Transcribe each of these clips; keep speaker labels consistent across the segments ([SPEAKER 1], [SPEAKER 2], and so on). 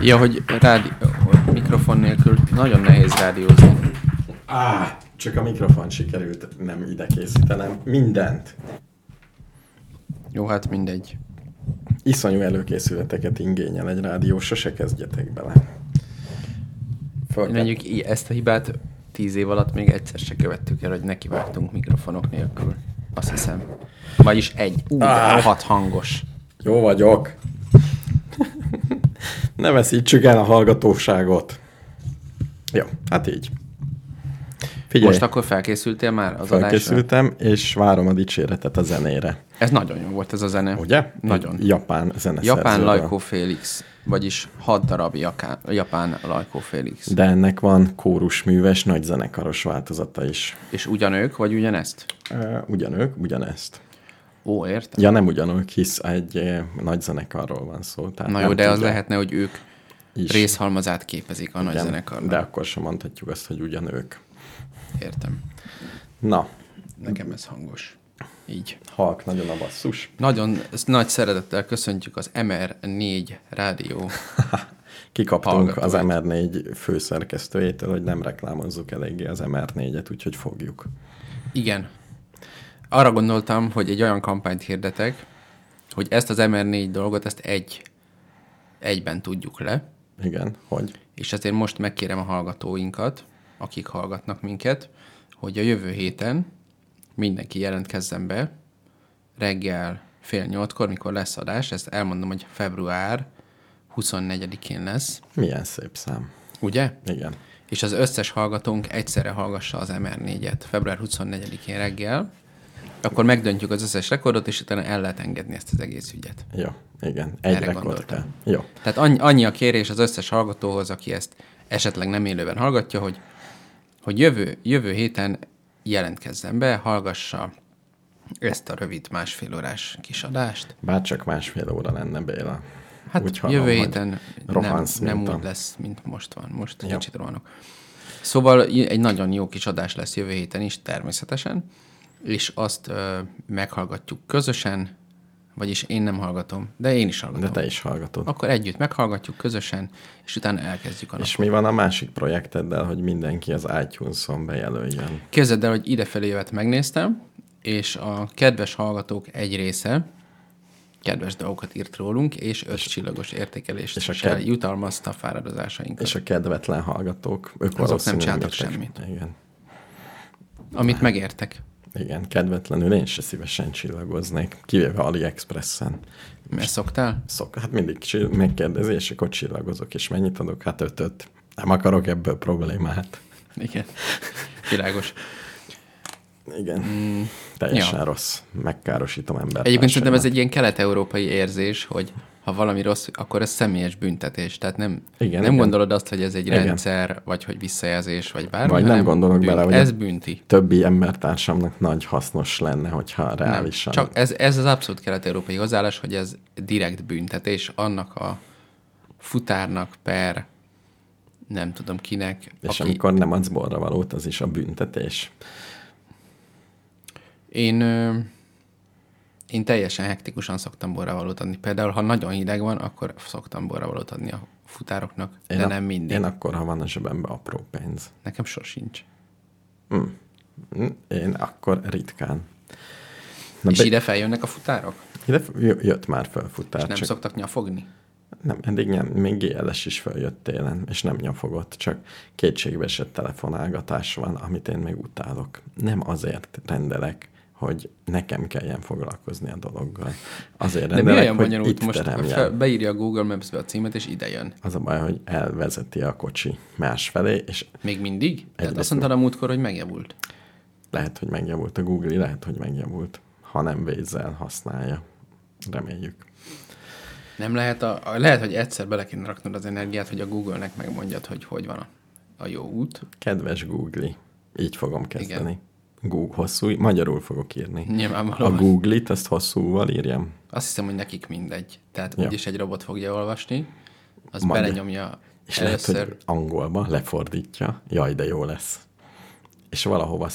[SPEAKER 1] Ja, hogy rádi... mikrofon nélkül nagyon nehéz rádiózni.
[SPEAKER 2] Á, csak a mikrofon sikerült nem ide készítenem. Mindent.
[SPEAKER 1] Jó, hát mindegy.
[SPEAKER 2] Iszonyú előkészületeket ingényel egy rádió, sose kezdjetek bele.
[SPEAKER 1] Fölket. Mondjuk í- ezt a hibát tíz év alatt még egyszer se követtük el, hogy nekivágtunk mikrofonok nélkül. Azt hiszem. Vagyis egy. Ú, de rohadt hangos.
[SPEAKER 2] Jó vagyok. ne veszítsük el a hallgatóságot. Jó, hát így. Figyelj,
[SPEAKER 1] Most akkor felkészültél már az adásra?
[SPEAKER 2] felkészültem, és várom a dicséretet a zenére.
[SPEAKER 1] Ez nagyon jó volt ez a zene.
[SPEAKER 2] Ugye?
[SPEAKER 1] Nagyon.
[SPEAKER 2] Japán zeneszerzővel.
[SPEAKER 1] Japán Lajkó Félix, vagyis hat darab jaká, Japán Lajkó Félix.
[SPEAKER 2] De ennek van kórusműves, nagy zenekaros változata is.
[SPEAKER 1] És ugyanők, vagy ugyanezt?
[SPEAKER 2] Ö, Ugyanők, ugyanezt.
[SPEAKER 1] Ó, értem.
[SPEAKER 2] Ja, nem ugyanúgy, hisz egy eh, nagy zenekarról van szó. Tehát
[SPEAKER 1] Na
[SPEAKER 2] nem
[SPEAKER 1] jó, de az
[SPEAKER 2] tudja
[SPEAKER 1] lehetne, hogy ők
[SPEAKER 2] is.
[SPEAKER 1] részhalmazát képezik a nagy
[SPEAKER 2] Igen,
[SPEAKER 1] zenekarban.
[SPEAKER 2] De akkor sem mondhatjuk azt, hogy ugyanők.
[SPEAKER 1] Értem.
[SPEAKER 2] Na,
[SPEAKER 1] Nekem ez hangos. Így.
[SPEAKER 2] halk nagyon a basszus.
[SPEAKER 1] Nagyon ezt nagy szeretettel köszöntjük az MR4 rádió.
[SPEAKER 2] Kikaptunk
[SPEAKER 1] Hallgatóit.
[SPEAKER 2] az MR4 főszerkesztőjétől, hogy nem reklámozzuk eléggé az MR4-et, úgyhogy fogjuk.
[SPEAKER 1] Igen. Arra gondoltam, hogy egy olyan kampányt hirdetek, hogy ezt az MR4 dolgot, ezt egy, egyben tudjuk le,
[SPEAKER 2] Igen, hogy?
[SPEAKER 1] és ezért most megkérem a hallgatóinkat, akik hallgatnak minket, hogy a jövő héten mindenki jelentkezzen be reggel fél nyolckor, mikor lesz adás, ezt elmondom, hogy február 24-én lesz,
[SPEAKER 2] Milyen szép szám.
[SPEAKER 1] ugye?
[SPEAKER 2] Igen.
[SPEAKER 1] és az összes hallgatónk egyszerre hallgassa az MR4-et február 24-én reggel, akkor megdöntjük az összes rekordot, és utána el lehet engedni ezt az egész ügyet.
[SPEAKER 2] Jó, igen. Egy
[SPEAKER 1] Erre
[SPEAKER 2] rekord kell.
[SPEAKER 1] gondoltam.
[SPEAKER 2] Jó.
[SPEAKER 1] Tehát annyi, annyi a kérés az összes hallgatóhoz, aki ezt esetleg nem élőben hallgatja, hogy, hogy jövő, jövő héten jelentkezzen be, hallgassa ezt a rövid másfél órás kis adást.
[SPEAKER 2] Bárcsak másfél óra lenne, Béla.
[SPEAKER 1] Hát
[SPEAKER 2] Úgy hallom,
[SPEAKER 1] jövő
[SPEAKER 2] hogy
[SPEAKER 1] héten nem,
[SPEAKER 2] rohansz,
[SPEAKER 1] nem
[SPEAKER 2] mint a-
[SPEAKER 1] úgy lesz, mint most van. Most ja. kicsit rohanok. Szóval i- egy nagyon jó kis adás lesz jövő héten is, természetesen, és azt ö, meghallgatjuk közösen, vagyis én nem hallgatom, de én is
[SPEAKER 2] De
[SPEAKER 1] hallgatom.
[SPEAKER 2] te is hallgatod.
[SPEAKER 1] Akkor együtt meghallgatjuk közösen, és utána elkezdjük a napot.
[SPEAKER 2] És mi van a másik projekteddel, hogy mindenki az iTunes-on bejelöljön?
[SPEAKER 1] Képzeld el, hogy idefelé jövet megnéztem, és a kedves hallgatók egy része kedves dolgokat írt rólunk, és öt csillagos értékelést és
[SPEAKER 2] és a
[SPEAKER 1] a
[SPEAKER 2] ked-
[SPEAKER 1] jutalmazta fáradozásainkat.
[SPEAKER 2] És a kedvetlen hallgatók, ők Azok
[SPEAKER 1] csináltak semmit.
[SPEAKER 2] Igen.
[SPEAKER 1] Amit megértek.
[SPEAKER 2] Igen, kedvetlenül én se szívesen csillagoznék, kivéve AliExpressen.
[SPEAKER 1] Mert szoktál?
[SPEAKER 2] Szok, hát mindig csi- megkérdezi, és akkor csillagozok, és mennyit adok? Hát ötöt. Nem akarok ebből problémát.
[SPEAKER 1] Igen. Világos.
[SPEAKER 2] Igen, mm, teljesen ja. rossz. Megkárosítom embert.
[SPEAKER 1] Egyébként szerintem ez egy ilyen kelet-európai érzés, hogy ha valami rossz, akkor ez személyes büntetés. Tehát nem,
[SPEAKER 2] Igen,
[SPEAKER 1] nem
[SPEAKER 2] igen.
[SPEAKER 1] gondolod azt, hogy ez egy
[SPEAKER 2] Igen.
[SPEAKER 1] rendszer, vagy hogy visszajelzés, vagy bármi.
[SPEAKER 2] Vagy nem
[SPEAKER 1] hanem
[SPEAKER 2] gondolok bele, hogy-
[SPEAKER 1] Ez bünti.
[SPEAKER 2] Többi embertársamnak nagy hasznos lenne, hogyha reálisan.
[SPEAKER 1] Csak ez, ez az abszolút kelet-európai hozzáállás, hogy ez direkt büntetés annak a futárnak per nem tudom kinek,
[SPEAKER 2] És
[SPEAKER 1] aki,
[SPEAKER 2] amikor nem adsz borra valót, az is a büntetés.
[SPEAKER 1] Én, ö, én teljesen hektikusan szoktam borravalót adni. Például, ha nagyon hideg van, akkor szoktam borravalót adni a futároknak, én de
[SPEAKER 2] a-
[SPEAKER 1] nem mindig.
[SPEAKER 2] Én
[SPEAKER 1] A...
[SPEAKER 2] akkor, ha van a zsebemben apró pénz.
[SPEAKER 1] Nekem sosincs.
[SPEAKER 2] Hm? Én akkor ritkán.
[SPEAKER 1] Na, és
[SPEAKER 2] be-
[SPEAKER 1] ide feljönnek a futárok?
[SPEAKER 2] ide f- jö- jött már
[SPEAKER 1] És
[SPEAKER 2] fölfutár.
[SPEAKER 1] nem
[SPEAKER 2] csak-
[SPEAKER 1] szoktak nyafogni?
[SPEAKER 2] Nem, eddig nem, még GLS is feljött télen, és nem nyafogott, csak kétségbeesett telefonálgatás van, amit én még utálok. Nem azért rendelek, hogy nekem kelljen foglalkozni a dologgal. Azért
[SPEAKER 1] De mi
[SPEAKER 2] rendelek,
[SPEAKER 1] olyan
[SPEAKER 2] hogy
[SPEAKER 1] bonyolult
[SPEAKER 2] itt
[SPEAKER 1] most?
[SPEAKER 2] teremjen.
[SPEAKER 1] Fel, beírja a Google Maps-be a címet, és ide jön.
[SPEAKER 2] Az a baj, hogy elvezeti a kocsi másfelé, és
[SPEAKER 1] Még mindig? Tehát
[SPEAKER 2] Egyrészt
[SPEAKER 1] azt mondtad a múltkor, hogy megjavult.
[SPEAKER 2] lehet, hogy megjavult a Google, lehet, hogy megjavult, ha nem vézzel használja. Reméljük.
[SPEAKER 1] Nem lehet, a, a, lehet, hogy egyszer bele kéne raknod az energiát, hogy a Google-nek megmondjad, hogy hogy van a, a jó út.
[SPEAKER 2] Kedves Google, így fogom kezdeni. Google, hosszú, magyarul fogok írni. A
[SPEAKER 1] Nyilvánvalóan.
[SPEAKER 2] Google-it, azt hosszúval írjam.
[SPEAKER 1] Azt hiszem, hogy nekik mindegy. Tehát
[SPEAKER 2] Ja.
[SPEAKER 1] ja. úgyis egy robot fogja olvasni, az
[SPEAKER 2] Majd.
[SPEAKER 1] Majd. belenyomja
[SPEAKER 2] És lehet,
[SPEAKER 1] először.
[SPEAKER 2] hogy angolba lefordítja, jaj, de jó lesz. És valahova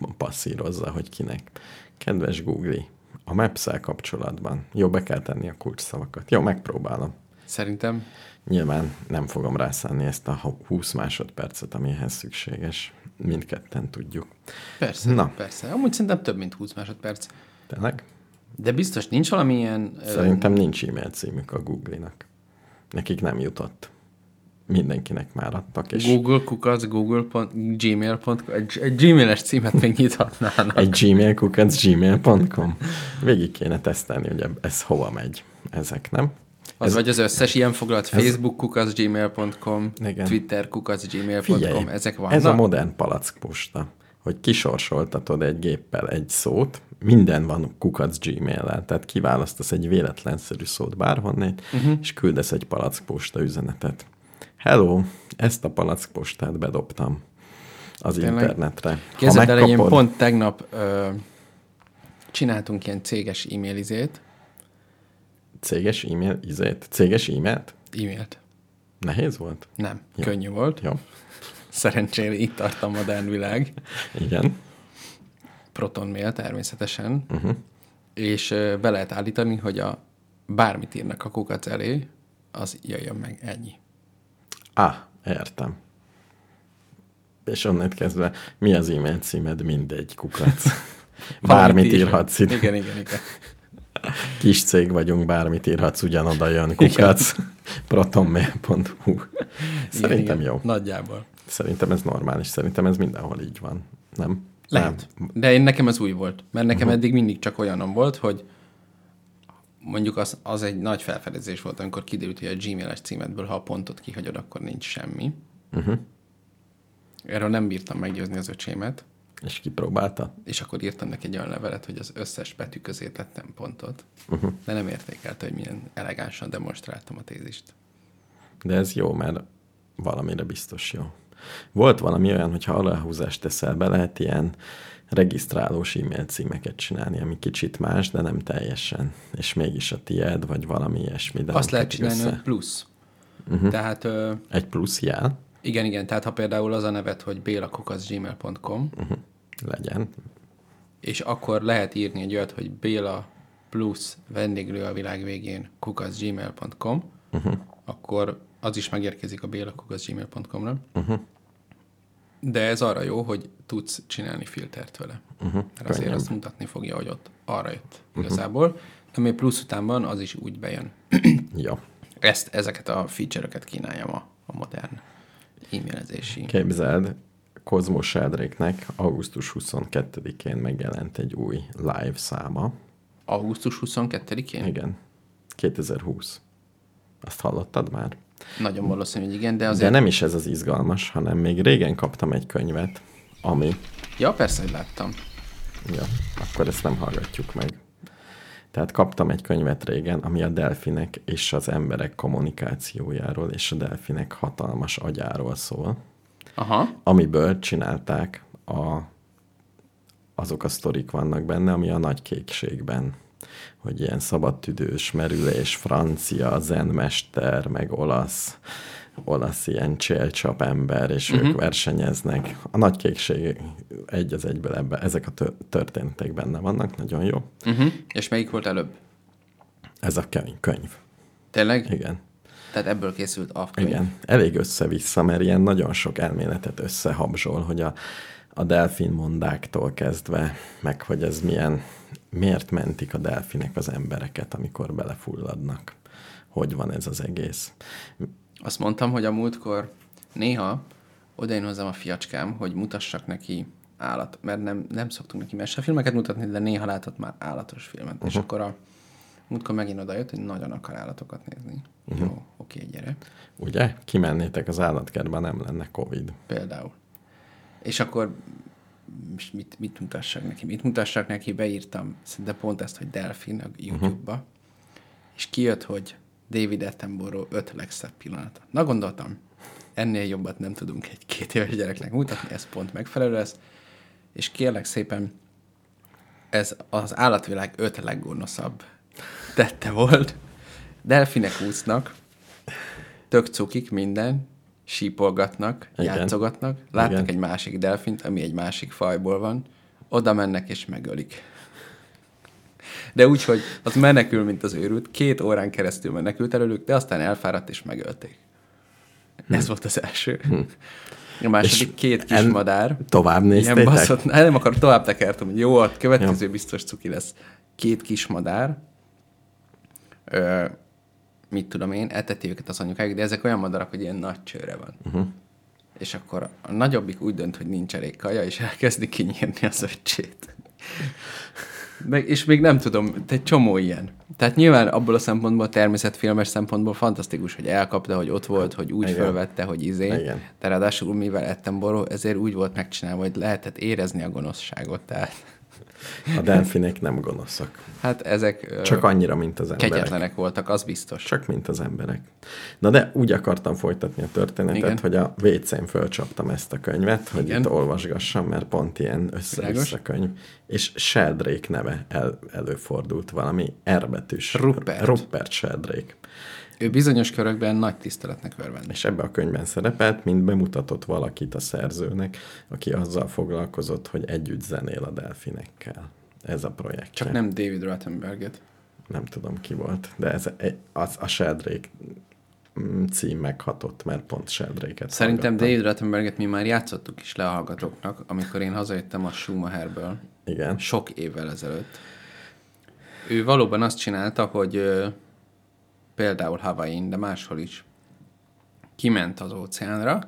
[SPEAKER 2] szétpasszírozza, hogy kinek. Kedves Google, a maps kapcsolatban. Jó, be kell tenni a kulcsszavakat. Jó, megpróbálom.
[SPEAKER 1] Szerintem
[SPEAKER 2] Nyilván nem fogom rászállni ezt a 20 másodpercet, ami ehhez szükséges. Mindketten tudjuk.
[SPEAKER 1] persze,
[SPEAKER 2] Na.
[SPEAKER 1] Na. persze. Amúgy szerintem több, mint 20 másodperc.
[SPEAKER 2] Tényleg?
[SPEAKER 1] De biztos nincs valamilyen... ö,
[SPEAKER 2] Szerintem nincs e-mail címük a Google-nak. Nekik nem jutott. Mindenkinek már adtak, és
[SPEAKER 1] Google kukac, google. gmail. egy, egy gmail-es címet még nyithatnának.
[SPEAKER 2] Egy gmail kukac gmail.com. Végig kéne tesztelni, hogy eb- ez hova megy. Ezek, nem?
[SPEAKER 1] Az
[SPEAKER 2] Ez-
[SPEAKER 1] ez, vagy az összes ilyen foglalt, Facebook kukac, gmail.com,
[SPEAKER 2] Igen.
[SPEAKER 1] Twitter kukac,
[SPEAKER 2] Figyelj,
[SPEAKER 1] gmail.com, ezek vannak.
[SPEAKER 2] ez a modern palackposta, hogy kisorsoltatod egy géppel egy szót, minden van kukac gmail-el, tehát kiválasztasz egy véletlenszerű szót bárhonnét,
[SPEAKER 1] Mhm.
[SPEAKER 2] uh-huh. és küldesz egy palackposta üzenetet. Hello, ezt a palackpostát bedobtam az
[SPEAKER 1] Tényleg?
[SPEAKER 2] internetre.
[SPEAKER 1] Képzeld el, hogy én pont tegnap ö, csináltunk ilyen céges e-mailizét,
[SPEAKER 2] Céges e-mail, izét, céges e-mailt?
[SPEAKER 1] e-mailt.
[SPEAKER 2] Nehéz volt?
[SPEAKER 1] Nem, ja. könnyű volt.
[SPEAKER 2] Jó.
[SPEAKER 1] Szerencsére itt tart a modern világ.
[SPEAKER 2] Igen.
[SPEAKER 1] Proton mail természetesen.
[SPEAKER 2] Mhm.
[SPEAKER 1] Uh-huh. És ö, be lehet állítani, hogy a bármit írnak a kukac elé, az jöjjön meg ennyi.
[SPEAKER 2] Ah, értem. És onnét kezdve, mi az e-mail címed? Mindegy, kukac. Bármit
[SPEAKER 1] Valamit ír-
[SPEAKER 2] írhatsz itt.
[SPEAKER 1] Igen, igen, igen.
[SPEAKER 2] Kis cég vagyunk, bármit írhatsz, ugyanoda jön kukac. protonmail.hu Szerintem
[SPEAKER 1] igen,
[SPEAKER 2] jó.
[SPEAKER 1] Nagyjából.
[SPEAKER 2] Szerintem ez normális. Szerintem ez mindenhol így van. Nem?
[SPEAKER 1] Lehet. De én nekem ez új volt. Mert nekem
[SPEAKER 2] Mhm.
[SPEAKER 1] eddig mindig csak olyanom volt, hogy mondjuk az, az egy nagy felfedezés volt, amikor kiderült, hogy a gmail-es címedből, ha a pontot kihagyod, akkor nincs semmi.
[SPEAKER 2] Mhm.
[SPEAKER 1] Uh-huh. Erről nem bírtam meggyőzni az öcsémet,
[SPEAKER 2] És kipróbálta?
[SPEAKER 1] és akkor írtam neki egy olyan levelet, hogy az összes betű közé tettem pontot,
[SPEAKER 2] Mhm.
[SPEAKER 1] uh-huh. de nem értékelte, hogy milyen elegánsan demonstráltam a tézist.
[SPEAKER 2] De ez jó, mert valamire biztos jó. Volt valami olyan, hogyha aláhúzást teszel be, lehet ilyen regisztrálós e-mail címeket csinálni, ami kicsit más, de nem teljesen. És mégis a tied, vagy valami ilyesmi. De nem
[SPEAKER 1] Azt lehet
[SPEAKER 2] kötik
[SPEAKER 1] csinálni,
[SPEAKER 2] össze. Mhm.
[SPEAKER 1] hogy plusz. Uh-huh. Tehát ö,
[SPEAKER 2] Egy plusz jel
[SPEAKER 1] igen, igen, tehát ha például az a nevet, hogy bélakukaszgmail.com, uh-huh.
[SPEAKER 2] legyen.
[SPEAKER 1] és akkor lehet írni egy olyat, hogy Béla plusz vendéglő a világ végén kukaszgmail.com, uh-huh. akkor az is megérkezik a Béla kukaszgmail.com-ra. Uh-huh. De ez arra jó, hogy tudsz csinálni filtert vele. Uh-huh. Mert azért azt mutatni fogja, hogy ott arra jött igazából. Uh-huh. De még plusz utánban az is úgy bejön.
[SPEAKER 2] Jó.
[SPEAKER 1] Ezt, ezeket a feature-öket kínálja ma a modern e-mailezési.
[SPEAKER 2] Képzeld, Kozmos Sádréknek augusztus 22-én megjelent egy új live száma.
[SPEAKER 1] Augusztus 22-én?
[SPEAKER 2] Igen. 2020. Azt hallottad már?
[SPEAKER 1] Nagyon valószínű, hogy igen, de azért...
[SPEAKER 2] De nem is ez az izgalmas, hanem még régen kaptam egy könyvet, ami...
[SPEAKER 1] Ja, persze, hogy láttam.
[SPEAKER 2] Ja, akkor ezt nem hallgatjuk meg. Tehát kaptam egy könyvet régen, ami a delfinek és az emberek kommunikációjáról és a delfinek hatalmas agyáról szól,
[SPEAKER 1] Aha.
[SPEAKER 2] amiből csinálták a azok a sztorik vannak benne, ami a nagy kékségben. Hogy ilyen szabadtüdős, merülés, francia, zenmester, meg olasz, olasz ilyen csélcsap ember, és uh-huh. ők versenyeznek. A nagy kékség egy az egyből ebbe, ezek a tör- történtek benne vannak, nagyon jó.
[SPEAKER 1] Uh-huh. És melyik volt előbb?
[SPEAKER 2] Ez a könyv. könyv.
[SPEAKER 1] Tényleg?
[SPEAKER 2] Igen.
[SPEAKER 1] Tehát ebből készült a könyv.
[SPEAKER 2] Igen, elég össze-vissza, mert ilyen nagyon sok elméletet összehabzsol, hogy a, a delfin mondáktól kezdve, meg hogy ez milyen, miért mentik a delfinek az embereket, amikor belefulladnak. Hogy van ez az egész.
[SPEAKER 1] Azt mondtam, hogy a múltkor néha odain hozzám a fiacskám, hogy mutassak neki állat, mert nem, nem szoktunk neki mesefilmeket mutatni, de néha látott már állatos filmet. Uh-huh. És akkor a múltkor megint odajött, hogy nagyon akar állatokat nézni. Uh-huh. Jó, oké, gyere.
[SPEAKER 2] Ugye? Kimennétek az állatkertbe, nem lenne Covid.
[SPEAKER 1] Például. És akkor és mit, mit mutassak neki? Mit mutassak neki? Beírtam szinte pont ezt, hogy delfin a YouTube-ba, uh-huh. és kijött, hogy David Attenborough öt legszebb pillanata. Na gondoltam, ennél jobbat nem tudunk egy két éves gyereknek mutatni, ez pont megfelelő lesz. És kérlek szépen, ez az állatvilág öt leggonoszabb tette volt. Delfinek úsznak, tök cukik minden, sípolgatnak,
[SPEAKER 2] Igen.
[SPEAKER 1] Igen. játszogatnak, látnak
[SPEAKER 2] Igen.
[SPEAKER 1] egy másik delfint, ami egy másik fajból van, oda mennek és megölik. De úgy, hogy az menekül, mint az őrült, két órán keresztül menekült előlük, de aztán elfáradt és megölték. Ez volt az első. A második
[SPEAKER 2] Hm. És
[SPEAKER 1] két kis
[SPEAKER 2] en-
[SPEAKER 1] madár.
[SPEAKER 2] Tovább
[SPEAKER 1] Ilyen
[SPEAKER 2] néztétek?
[SPEAKER 1] baszott, hát nem akarom, tovább tekertem, hogy jó, a következő biztos cuki lesz. Két kis madár, ö, mit tudom én, eteti őket az anyukájuk, de ezek olyan madarak, hogy ilyen nagy csőre van.
[SPEAKER 2] Mhm.
[SPEAKER 1] Uh-huh. És akkor a nagyobbik úgy dönt, hogy nincs elég kaja, és elkezdi kinyírni az öccsét. Meg, és még nem tudom, te egy csomó ilyen. Tehát nyilván abból a szempontból, természetfilmes szempontból fantasztikus, hogy elkapta, hogy ott volt, hogy úgy
[SPEAKER 2] Hát, Igen.
[SPEAKER 1] fölvette, hogy izé.
[SPEAKER 2] Igen.
[SPEAKER 1] De ráadásul, mivel ettem boró, ezért úgy volt megcsinálva, hogy lehetett érezni a gonoszságot. Tehát,
[SPEAKER 2] A delfinek nem gonoszak.
[SPEAKER 1] hát ezek
[SPEAKER 2] Csak
[SPEAKER 1] Csak
[SPEAKER 2] annyira, mint az emberek.
[SPEAKER 1] kegyetlenek voltak, az biztos.
[SPEAKER 2] Csak mint az emberek. Na de úgy akartam folytatni a történetet, Igen.
[SPEAKER 1] Igen.
[SPEAKER 2] hogy a WC-n fölcsaptam ezt a könyvet, hogy Igen.
[SPEAKER 1] Igen.
[SPEAKER 2] itt olvasgassam, mert pont ilyen össze-vissza könyv. És Sheldrake neve el, előfordult valami erbetűs.
[SPEAKER 1] Rupert.
[SPEAKER 2] Rupert Sheldrake.
[SPEAKER 1] Ő bizonyos körökben nagy tiszteletnek örvend.
[SPEAKER 2] És ebbe a könyvben szerepelt, mint bemutatott valakit a szerzőnek, aki azzal foglalkozott, hogy együtt zenél a delfinekkel. Ez a projekt.
[SPEAKER 1] Csak nem David Rattenberget.
[SPEAKER 2] nem tudom ki volt, de ez egy- az, a Sheldrake mm, cím meghatott, mert pont Sheldrake-et
[SPEAKER 1] Szerintem
[SPEAKER 2] hallgattam.
[SPEAKER 1] David Rattenberget mi már játszottuk is le a hallgatóknak, amikor én hazajöttem a Schumacherből
[SPEAKER 2] Igen.
[SPEAKER 1] sok évvel ezelőtt. Ő valóban azt csinálta, hogy ö, például Hawaii-n, de máshol is kiment az óceánra,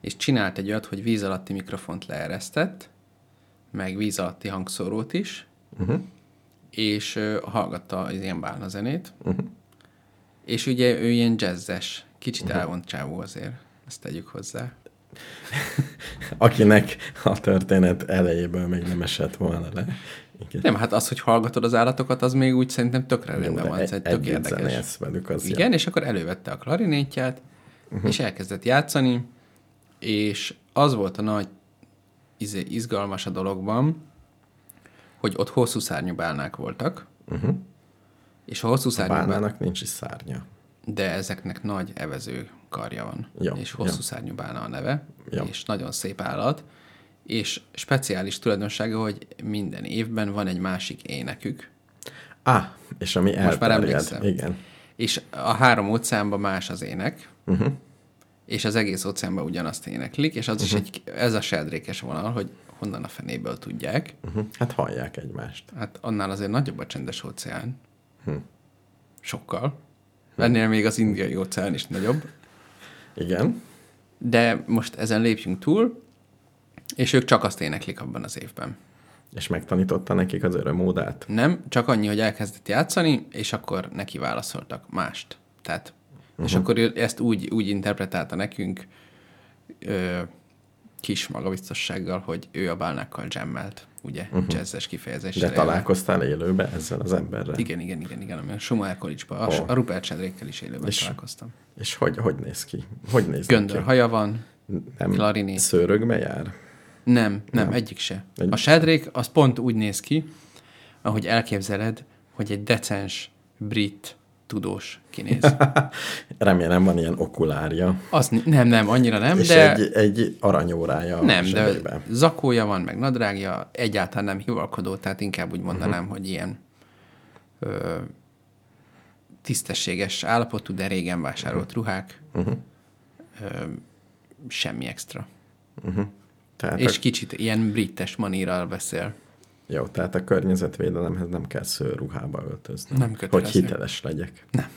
[SPEAKER 1] és csinált egy olyat, hogy víz alatti mikrofont leeresztett, meg víz alatti hangszórót is, uh-huh. és ö, hallgatta az ilyen bálnazenét. Uh-huh. És ugye ő ilyen jazzes, kicsit uh-huh. elvont csávó azért, ezt tegyük hozzá.
[SPEAKER 2] Akinek a történet elejéből még nem esett volna le. Igen.
[SPEAKER 1] Nem, hát az, hogy hallgatod az állatokat, az még úgy szerintem tökre
[SPEAKER 2] Jó,
[SPEAKER 1] rendben
[SPEAKER 2] de
[SPEAKER 1] van, ez egy tök
[SPEAKER 2] együtt
[SPEAKER 1] érdekes.
[SPEAKER 2] zenélsz velük az
[SPEAKER 1] Igen, és akkor elővette a klarinétját,
[SPEAKER 2] Mhm.
[SPEAKER 1] uh-huh. és elkezdett játszani, és az volt a nagy izé, izgalmas a dologban, hogy ott hosszú szárnyú bálnák voltak, uh-huh. és a hosszú
[SPEAKER 2] Mhm. A
[SPEAKER 1] szárnyú bálnák,
[SPEAKER 2] bálnának nincs is szárnya.
[SPEAKER 1] de ezeknek nagy evező karja van,
[SPEAKER 2] Ja,
[SPEAKER 1] és
[SPEAKER 2] ja.
[SPEAKER 1] hosszú szárnyú bálna a neve,
[SPEAKER 2] Ja.
[SPEAKER 1] és nagyon szép állat, és speciális tulajdonsága, hogy minden évben van egy másik énekük,
[SPEAKER 2] Ah, és ami
[SPEAKER 1] Most már
[SPEAKER 2] elterjed.
[SPEAKER 1] emlékszem.
[SPEAKER 2] Igen.
[SPEAKER 1] És a három óceánban más az ének, uh-huh. és az egész óceánban ugyanazt éneklik, és az uh-huh. is egy, ez a serdrékes vonal, hogy honnan a fenéből tudják.
[SPEAKER 2] Uh-huh. Hát hallják egymást.
[SPEAKER 1] Hát annál azért nagyobb a csendes óceán. Uh-huh. Sokkal. Ennél még az indiai óceán is nagyobb.
[SPEAKER 2] Igen.
[SPEAKER 1] De most ezen lépjünk túl, és ők csak azt éneklik abban az évben.
[SPEAKER 2] És megtanította nekik az örömódát.
[SPEAKER 1] Nem, csak annyi, hogy elkezdett játszani, és akkor neki válaszoltak mást. Tehát, uh-huh.
[SPEAKER 2] Mhm.
[SPEAKER 1] És akkor ő ezt úgy, úgy interpretálta nekünk ö, kis magabiztossággal, hogy ő a bálnákkal jammelt, ugye, uh-huh. jazzes kifejezéssel.
[SPEAKER 2] Mhm. De találkoztál élőbe ezzel az emberrel.
[SPEAKER 1] Igen, igen, igen, igen, ami a Schumacher College-ba, a,
[SPEAKER 2] Oh.
[SPEAKER 1] oh. a Rupert Sendrékkel is élőben
[SPEAKER 2] És-
[SPEAKER 1] és találkoztam.
[SPEAKER 2] És hogy, hogy néz ki? Hogy néz
[SPEAKER 1] Göndör
[SPEAKER 2] ki?
[SPEAKER 1] haja van,
[SPEAKER 2] Nem
[SPEAKER 1] klarinét.
[SPEAKER 2] szőrögbe jár?
[SPEAKER 1] Nem, nem, nem. egyik se.
[SPEAKER 2] Egyik
[SPEAKER 1] Egyik a sedrék az pont úgy néz ki, ahogy elképzeled, hogy egy decens brit tudós kinéz.
[SPEAKER 2] Remélem van ilyen okulárja,
[SPEAKER 1] Az ni- nem, nem, annyira nem,
[SPEAKER 2] és
[SPEAKER 1] de
[SPEAKER 2] egy, egy aranyórája
[SPEAKER 1] nem,
[SPEAKER 2] a
[SPEAKER 1] de
[SPEAKER 2] zsebében.
[SPEAKER 1] zakója van, meg nadrágja, egyáltalán nem hivalkodó, tehát inkább úgy mondanám,
[SPEAKER 2] Mhm.
[SPEAKER 1] uh-huh. hogy ilyen ö, tisztességes állapotú, de régen
[SPEAKER 2] Mhm.
[SPEAKER 1] vásárolt ruhák, uh-huh. ö, semmi extra. Uh-huh.
[SPEAKER 2] Tehát
[SPEAKER 1] és
[SPEAKER 2] Hát a,
[SPEAKER 1] kicsit ilyen brites manírral beszél.
[SPEAKER 2] jó, tehát a környezetvédelemhez nem kell szőrruhába öltözni.
[SPEAKER 1] Nem
[SPEAKER 2] Hogy
[SPEAKER 1] kötelező.
[SPEAKER 2] hiteles legyek. Nem.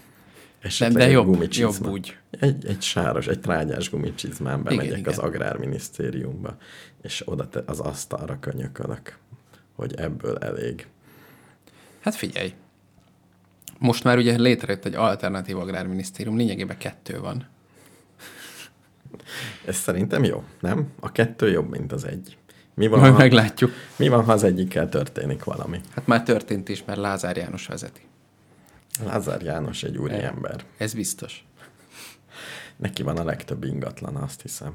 [SPEAKER 1] De,
[SPEAKER 2] Esetleg
[SPEAKER 1] de
[SPEAKER 2] egy
[SPEAKER 1] jobb,
[SPEAKER 2] gumicsizma.
[SPEAKER 1] jobb úgy.
[SPEAKER 2] Egy, egy sáros, egy trágyás gumicsizmán bemegyek
[SPEAKER 1] Igen, igen.
[SPEAKER 2] az agrárminisztériumba, és oda te az asztalra könyökölök, hogy ebből elég.
[SPEAKER 1] Hát figyelj. Most már ugye létrejött egy alternatív agrárminisztérium, lényegében kettő van.
[SPEAKER 2] Ez szerintem jó, nem? A kettő jobb, mint az egy. Mi van,
[SPEAKER 1] Majd
[SPEAKER 2] ha,
[SPEAKER 1] meglátjuk.
[SPEAKER 2] mi van, ha az egyikkel történik valami?
[SPEAKER 1] Hát már történt is, mert Lázár János vezeti.
[SPEAKER 2] Lázár János egy úri
[SPEAKER 1] Igen.
[SPEAKER 2] ember.
[SPEAKER 1] Ez biztos.
[SPEAKER 2] Neki van a legtöbb ingatlan, azt hiszem.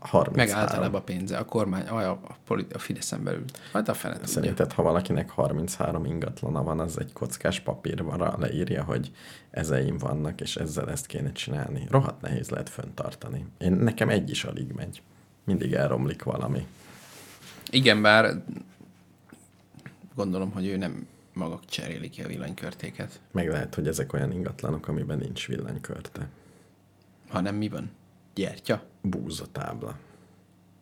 [SPEAKER 2] 33.
[SPEAKER 1] Meg általában pénze. A kormány, aj, a, a, politi- a Fideszen belül. Hát a fene tudja.
[SPEAKER 2] Szerinted, ha valakinek 33 ingatlana van, az egy kockás papírra leírja, hogy ezeim vannak, és ezzel ezt kéne csinálni. Rohadt nehéz lehet föntartani. Én, nekem egy is alig megy. Mindig elromlik valami.
[SPEAKER 1] Igen, bár gondolom, hogy ő nem magak cserélik ki a villanykörtéket,
[SPEAKER 2] Meg lehet, hogy ezek olyan ingatlanok, amiben nincs villanykörte.
[SPEAKER 1] hanem mi van? Gyertya?
[SPEAKER 2] Búzatábla.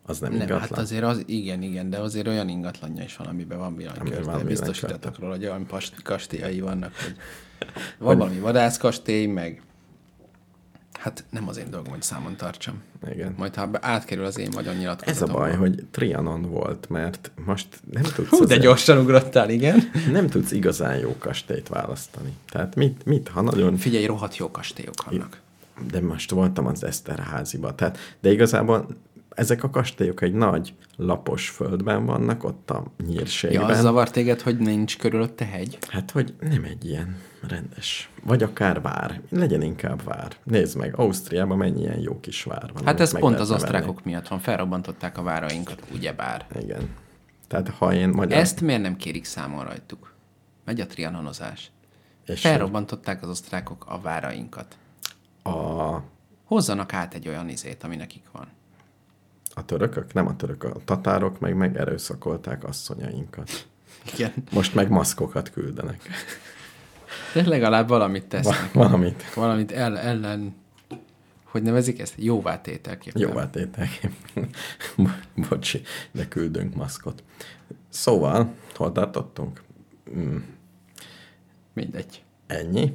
[SPEAKER 2] Az nem,
[SPEAKER 1] Nem,
[SPEAKER 2] ingatlan.
[SPEAKER 1] hát azért az, igen, igen, de azért olyan ingatlanja is van, amiben van
[SPEAKER 2] Amiben
[SPEAKER 1] villanykörte.
[SPEAKER 2] van
[SPEAKER 1] Biztosítatok
[SPEAKER 2] villanykörte.
[SPEAKER 1] róla, hogy olyan past- kastélyai vannak, hogy van valami vadászkastély, meg hát nem az én dolgom, hogy számon tartsam.
[SPEAKER 2] Igen.
[SPEAKER 1] Majd ha be- átkerül az én
[SPEAKER 2] Ez a
[SPEAKER 1] vagyonnyilatkozatomba.
[SPEAKER 2] baj, hogy Trianon volt, mert most nem tudsz,
[SPEAKER 1] Hú, de
[SPEAKER 2] azért-
[SPEAKER 1] gyorsan ugrottál, igen.
[SPEAKER 2] nem tudsz igazán jó kastélyt választani. Tehát mit, mit ha nagyon
[SPEAKER 1] Figyelj, rohadt jó kastélyok vannak.
[SPEAKER 2] de most voltam az Eszterháziba, tehát, de igazából ezek a kastélyok egy nagy lapos földben vannak, ott a
[SPEAKER 1] Ja,
[SPEAKER 2] nyírségben.
[SPEAKER 1] az
[SPEAKER 2] Ja, a...
[SPEAKER 1] zavar téged, hogy nincs körülötte hegy?
[SPEAKER 2] Hát, hogy nem egy ilyen rendes. Vagy akár vár. Legyen inkább vár. Nézd meg, Ausztriában mennyi ilyen jó kis vár van.
[SPEAKER 1] Hát
[SPEAKER 2] amit
[SPEAKER 1] ez
[SPEAKER 2] meg
[SPEAKER 1] pont az
[SPEAKER 2] lehetne
[SPEAKER 1] osztrákok miatt van, felrobbantották a várainkat, ugyebár.
[SPEAKER 2] venni. Igen. Tehát ha én magyar...
[SPEAKER 1] Ezt miért nem kérik számon rajtuk? Megy a trianonozás.
[SPEAKER 2] És
[SPEAKER 1] Felrobbantották az osztrákok a várainkat.
[SPEAKER 2] A,
[SPEAKER 1] Hozzanak át egy olyan izét, ami nekik van.
[SPEAKER 2] a törökök? Nem a török, a tatárok meg megerőszakolták asszonyainkat.
[SPEAKER 1] Igen.
[SPEAKER 2] Most meg maszkokat küldenek.
[SPEAKER 1] De legalább valamit tesznek.
[SPEAKER 2] Va- Valamit.
[SPEAKER 1] Valamit el, ellen... Hogy nevezik ezt? Jóvátételképpen.
[SPEAKER 2] Jó átétek. Bo- Bocsi, de küldünk maszkot. Szóval, hol tartottunk? Mm,
[SPEAKER 1] Mindegy.
[SPEAKER 2] ennyi.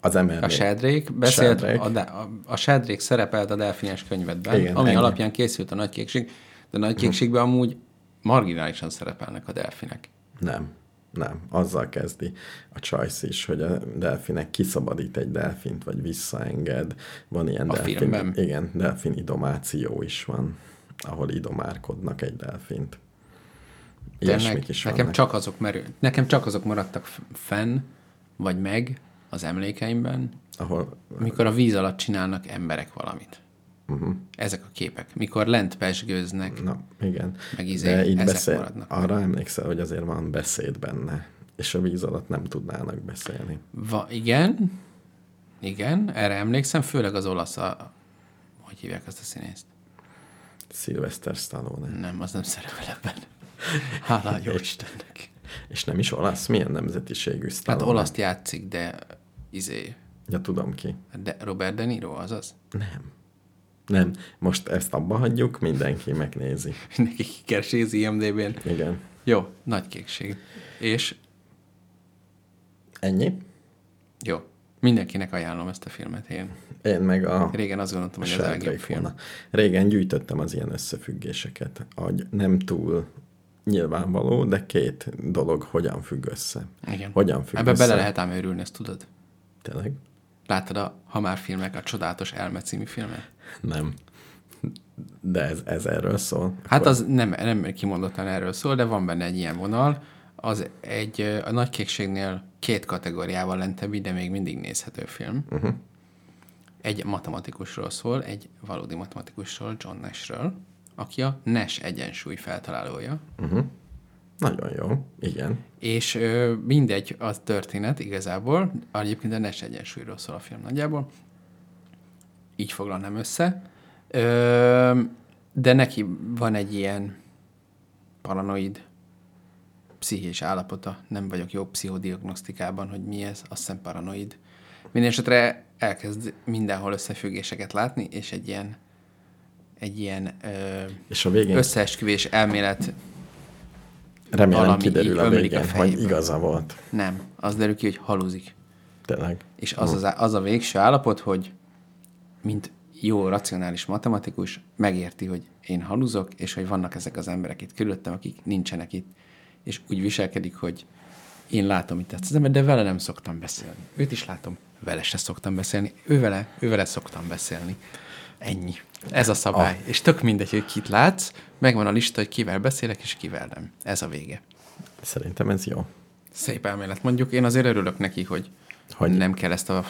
[SPEAKER 2] Az MRV.
[SPEAKER 1] A Sádrék beszélt,
[SPEAKER 2] Sádrék.
[SPEAKER 1] A, de- a, a Sádrék szerepelt a Delfines könyvedben,
[SPEAKER 2] Igen, Mhm.
[SPEAKER 1] Igen, ami
[SPEAKER 2] ennyi.
[SPEAKER 1] alapján készült a Nagy Kékség, de a Nagy Kékségben amúgy marginálisan szerepelnek a delfinek.
[SPEAKER 2] Nem, nem. Azzal kezdi a csajsz is, hogy a delfinek kiszabadít egy delfint, vagy visszaenged. Van ilyen
[SPEAKER 1] A
[SPEAKER 2] delfin,
[SPEAKER 1] filmben.
[SPEAKER 2] Igen, delfin idomáció is van, ahol idomárkodnak egy delfint. Ilyesmik
[SPEAKER 1] Tényleg,
[SPEAKER 2] is
[SPEAKER 1] nekem
[SPEAKER 2] vannak.
[SPEAKER 1] csak, azok merő, nekem csak azok maradtak f- fenn, vagy meg az emlékeimben,
[SPEAKER 2] Ahol
[SPEAKER 1] amikor a víz alatt csinálnak emberek valamit.
[SPEAKER 2] Mhm.
[SPEAKER 1] Uh-huh. Ezek a képek. Mikor lent pesgőznek.
[SPEAKER 2] Na, igen.
[SPEAKER 1] Meg izé,
[SPEAKER 2] De így
[SPEAKER 1] ezek
[SPEAKER 2] beszél,
[SPEAKER 1] maradnak.
[SPEAKER 2] arra emlékszel, hogy azért van beszéd benne, és a víz alatt nem tudnának beszélni.
[SPEAKER 1] Va, igen, igen, erre emlékszem, főleg az olasz, a, hogy hívják azt a színészt?
[SPEAKER 2] Sylvester Stallone.
[SPEAKER 1] Nem, az nem szerepel ebben. Hála a jó Istennek.
[SPEAKER 2] És nem is olasz? Milyen nemzetiségű
[SPEAKER 1] Hát
[SPEAKER 2] Stallone?
[SPEAKER 1] olaszt játszik, de izé,
[SPEAKER 2] Ja, tudom ki.
[SPEAKER 1] de Robert De Niro az az?
[SPEAKER 2] Nem. Nem. Most ezt abba hagyjuk, mindenki megnézi.
[SPEAKER 1] Mindenki kikeresi az IMDB-n.
[SPEAKER 2] Igen.
[SPEAKER 1] Jó, nagy kékség. És
[SPEAKER 2] Ennyi.
[SPEAKER 1] jó, mindenkinek ajánlom ezt a filmet én.
[SPEAKER 2] Én meg a
[SPEAKER 1] Régen azt gondoltam, hogy ez a legjobb
[SPEAKER 2] Sheldrake
[SPEAKER 1] film.
[SPEAKER 2] volna. Régen gyűjtöttem az ilyen összefüggéseket, hogy nem túl nyilvánvaló, de két dolog hogyan függ össze.
[SPEAKER 1] Igen.
[SPEAKER 2] Hogyan függ
[SPEAKER 1] Ebbe
[SPEAKER 2] össze?
[SPEAKER 1] bele lehet ám őrülni, ezt tudod?
[SPEAKER 2] Tényleg?
[SPEAKER 1] Láttad a Hamár filmek, a Csodálatos Elme című filmet?
[SPEAKER 2] Nem. De ez, ez erről szól?
[SPEAKER 1] Hát az nem, nem kimondottan erről szól, de van benne egy ilyen vonal. Az egy ö, a nagy kékségnél két kategóriával lentebbi, de még mindig nézhető film. Uh-huh. Egy matematikusról szól, egy valódi matematikusról, John Nashről, aki a Nash egyensúly feltalálója.
[SPEAKER 2] Nagyon jó, igen.
[SPEAKER 1] És ö, mindegy az történet igazából, egyébként a Nes egyensúlyról szól a film nagyjából, így foglalnám össze, ö, de neki van egy ilyen paranoid pszichés állapota, nem vagyok jó pszichodiagnosztikában, hogy mi ez, azt hiszem paranoid. Mindenesetre elkezd mindenhol összefüggéseket látni, és egy ilyen egy ilyen ö,
[SPEAKER 2] És a végén
[SPEAKER 1] összeesküvés elmélet
[SPEAKER 2] remélem
[SPEAKER 1] valami
[SPEAKER 2] kiderül
[SPEAKER 1] így
[SPEAKER 2] a
[SPEAKER 1] ömlik a
[SPEAKER 2] végén, hogy
[SPEAKER 1] fejéből.
[SPEAKER 2] igaza volt.
[SPEAKER 1] nem. Az derül ki, hogy haluzik.
[SPEAKER 2] Tényleg.
[SPEAKER 1] És az, az, az a végső állapot, hogy mint jó racionális matematikus megérti, hogy én haluzok, és hogy vannak ezek az emberek itt körülöttem, akik nincsenek itt, és úgy viselkedik, hogy én látom itt ezt az embert, de vele nem szoktam beszélni. Őt is látom, vele se szoktam beszélni, ő vele, ő vele szoktam beszélni. Ennyi. Ez a szabály. És tök mindegy, hogy kit látsz, megvan a lista, hogy kivel beszélek, és kivel nem. Ez a vége.
[SPEAKER 2] Szerintem ez jó.
[SPEAKER 1] Szép elmélet. Mondjuk én azért örülök neki, hogy,
[SPEAKER 2] Hogy?
[SPEAKER 1] hogy nem kell ezt a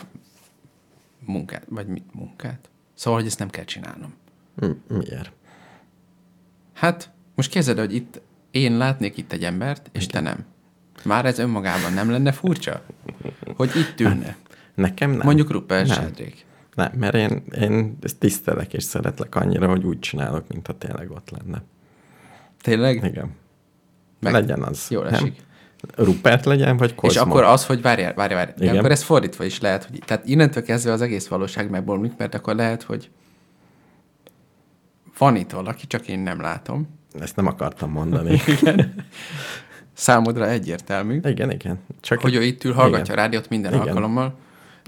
[SPEAKER 1] munkát, vagy mit munkát. Szóval, hogy ezt nem kell csinálnom.
[SPEAKER 2] M- miért?
[SPEAKER 1] Hát, most képzeld, el, hogy itt én látnék itt egy embert, és te nem. Már ez önmagában nem lenne furcsa? Hogy itt ülne.
[SPEAKER 2] Nekem nem.
[SPEAKER 1] Mondjuk Rupert
[SPEAKER 2] Nem.
[SPEAKER 1] Sendrék.
[SPEAKER 2] Nem, mert én, én ezt tisztelek és szeretlek annyira, hogy úgy csinálok, mint ha tényleg ott lenne.
[SPEAKER 1] Tényleg?
[SPEAKER 2] Igen.
[SPEAKER 1] Meg-
[SPEAKER 2] Meg legyen az.
[SPEAKER 1] Jól esik.
[SPEAKER 2] Rupert legyen, vagy Kozma.
[SPEAKER 1] És akkor az, hogy várjál, várjál, várjál. De
[SPEAKER 2] Igen.
[SPEAKER 1] akkor ez fordítva is lehet, hogy tehát innentől kezdve az egész valóság megbomlik, mert akkor lehet, hogy van itt valaki, csak én nem látom.
[SPEAKER 2] Ezt nem akartam mondani.
[SPEAKER 1] Számodra egyértelmű,
[SPEAKER 2] igen, igen. Csak
[SPEAKER 1] hogy ő itt ül, hallgatja
[SPEAKER 2] Igen.
[SPEAKER 1] a rádiót minden
[SPEAKER 2] Igen.
[SPEAKER 1] alkalommal,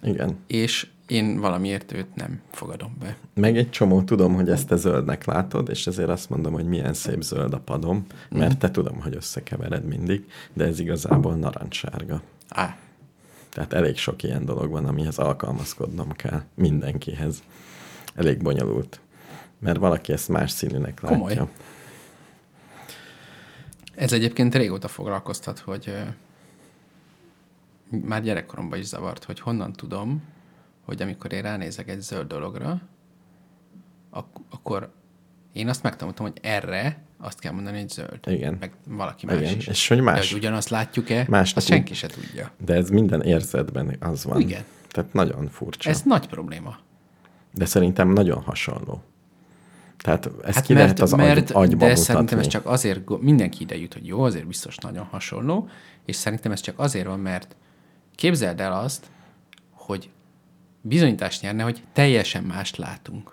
[SPEAKER 2] Igen.
[SPEAKER 1] és én valamiért őt nem fogadom be.
[SPEAKER 2] Meg egy csomó tudom, hogy ezt te zöldnek látod, és ezért azt mondom, hogy milyen szép zöld a padom,
[SPEAKER 1] Mhm.
[SPEAKER 2] mert te tudom, hogy összekevered mindig, de ez igazából narancssárga.
[SPEAKER 1] Á,
[SPEAKER 2] Tehát elég sok ilyen dolog van, amihez alkalmazkodnom kell mindenkihez. Elég bonyolult. Mert valaki ezt más színűnek látja.
[SPEAKER 1] Komoly. ez egyébként régóta foglalkoztat, hogy ö, már gyerekkoromban is zavart, hogy honnan tudom, hogy amikor én ránézek egy zöld dologra, ak- akkor én azt megtanultam, hogy erre azt kell mondani, hogy zöld.
[SPEAKER 2] Igen.
[SPEAKER 1] Meg valaki más
[SPEAKER 2] Igen,
[SPEAKER 1] is.
[SPEAKER 2] és hogy
[SPEAKER 1] De
[SPEAKER 2] más.
[SPEAKER 1] hogy ugyanazt látjuk-e, azt
[SPEAKER 2] Másnak úgy-
[SPEAKER 1] senki se tudja.
[SPEAKER 2] De ez minden érzetben az van.
[SPEAKER 1] Igen.
[SPEAKER 2] Tehát nagyon furcsa.
[SPEAKER 1] Ez nagy probléma.
[SPEAKER 2] De szerintem nagyon hasonló. Tehát ezt hát ki
[SPEAKER 1] mert-
[SPEAKER 2] lehet az
[SPEAKER 1] mert,
[SPEAKER 2] mert, agy, agyba
[SPEAKER 1] De
[SPEAKER 2] mutatni.
[SPEAKER 1] szerintem ez csak azért, go- mindenki ide jut, hogy jó, azért biztos nagyon hasonló, és szerintem ez csak azért van, mert képzeld el azt, hogy bizonyítást nyerne, hogy teljesen mást látunk.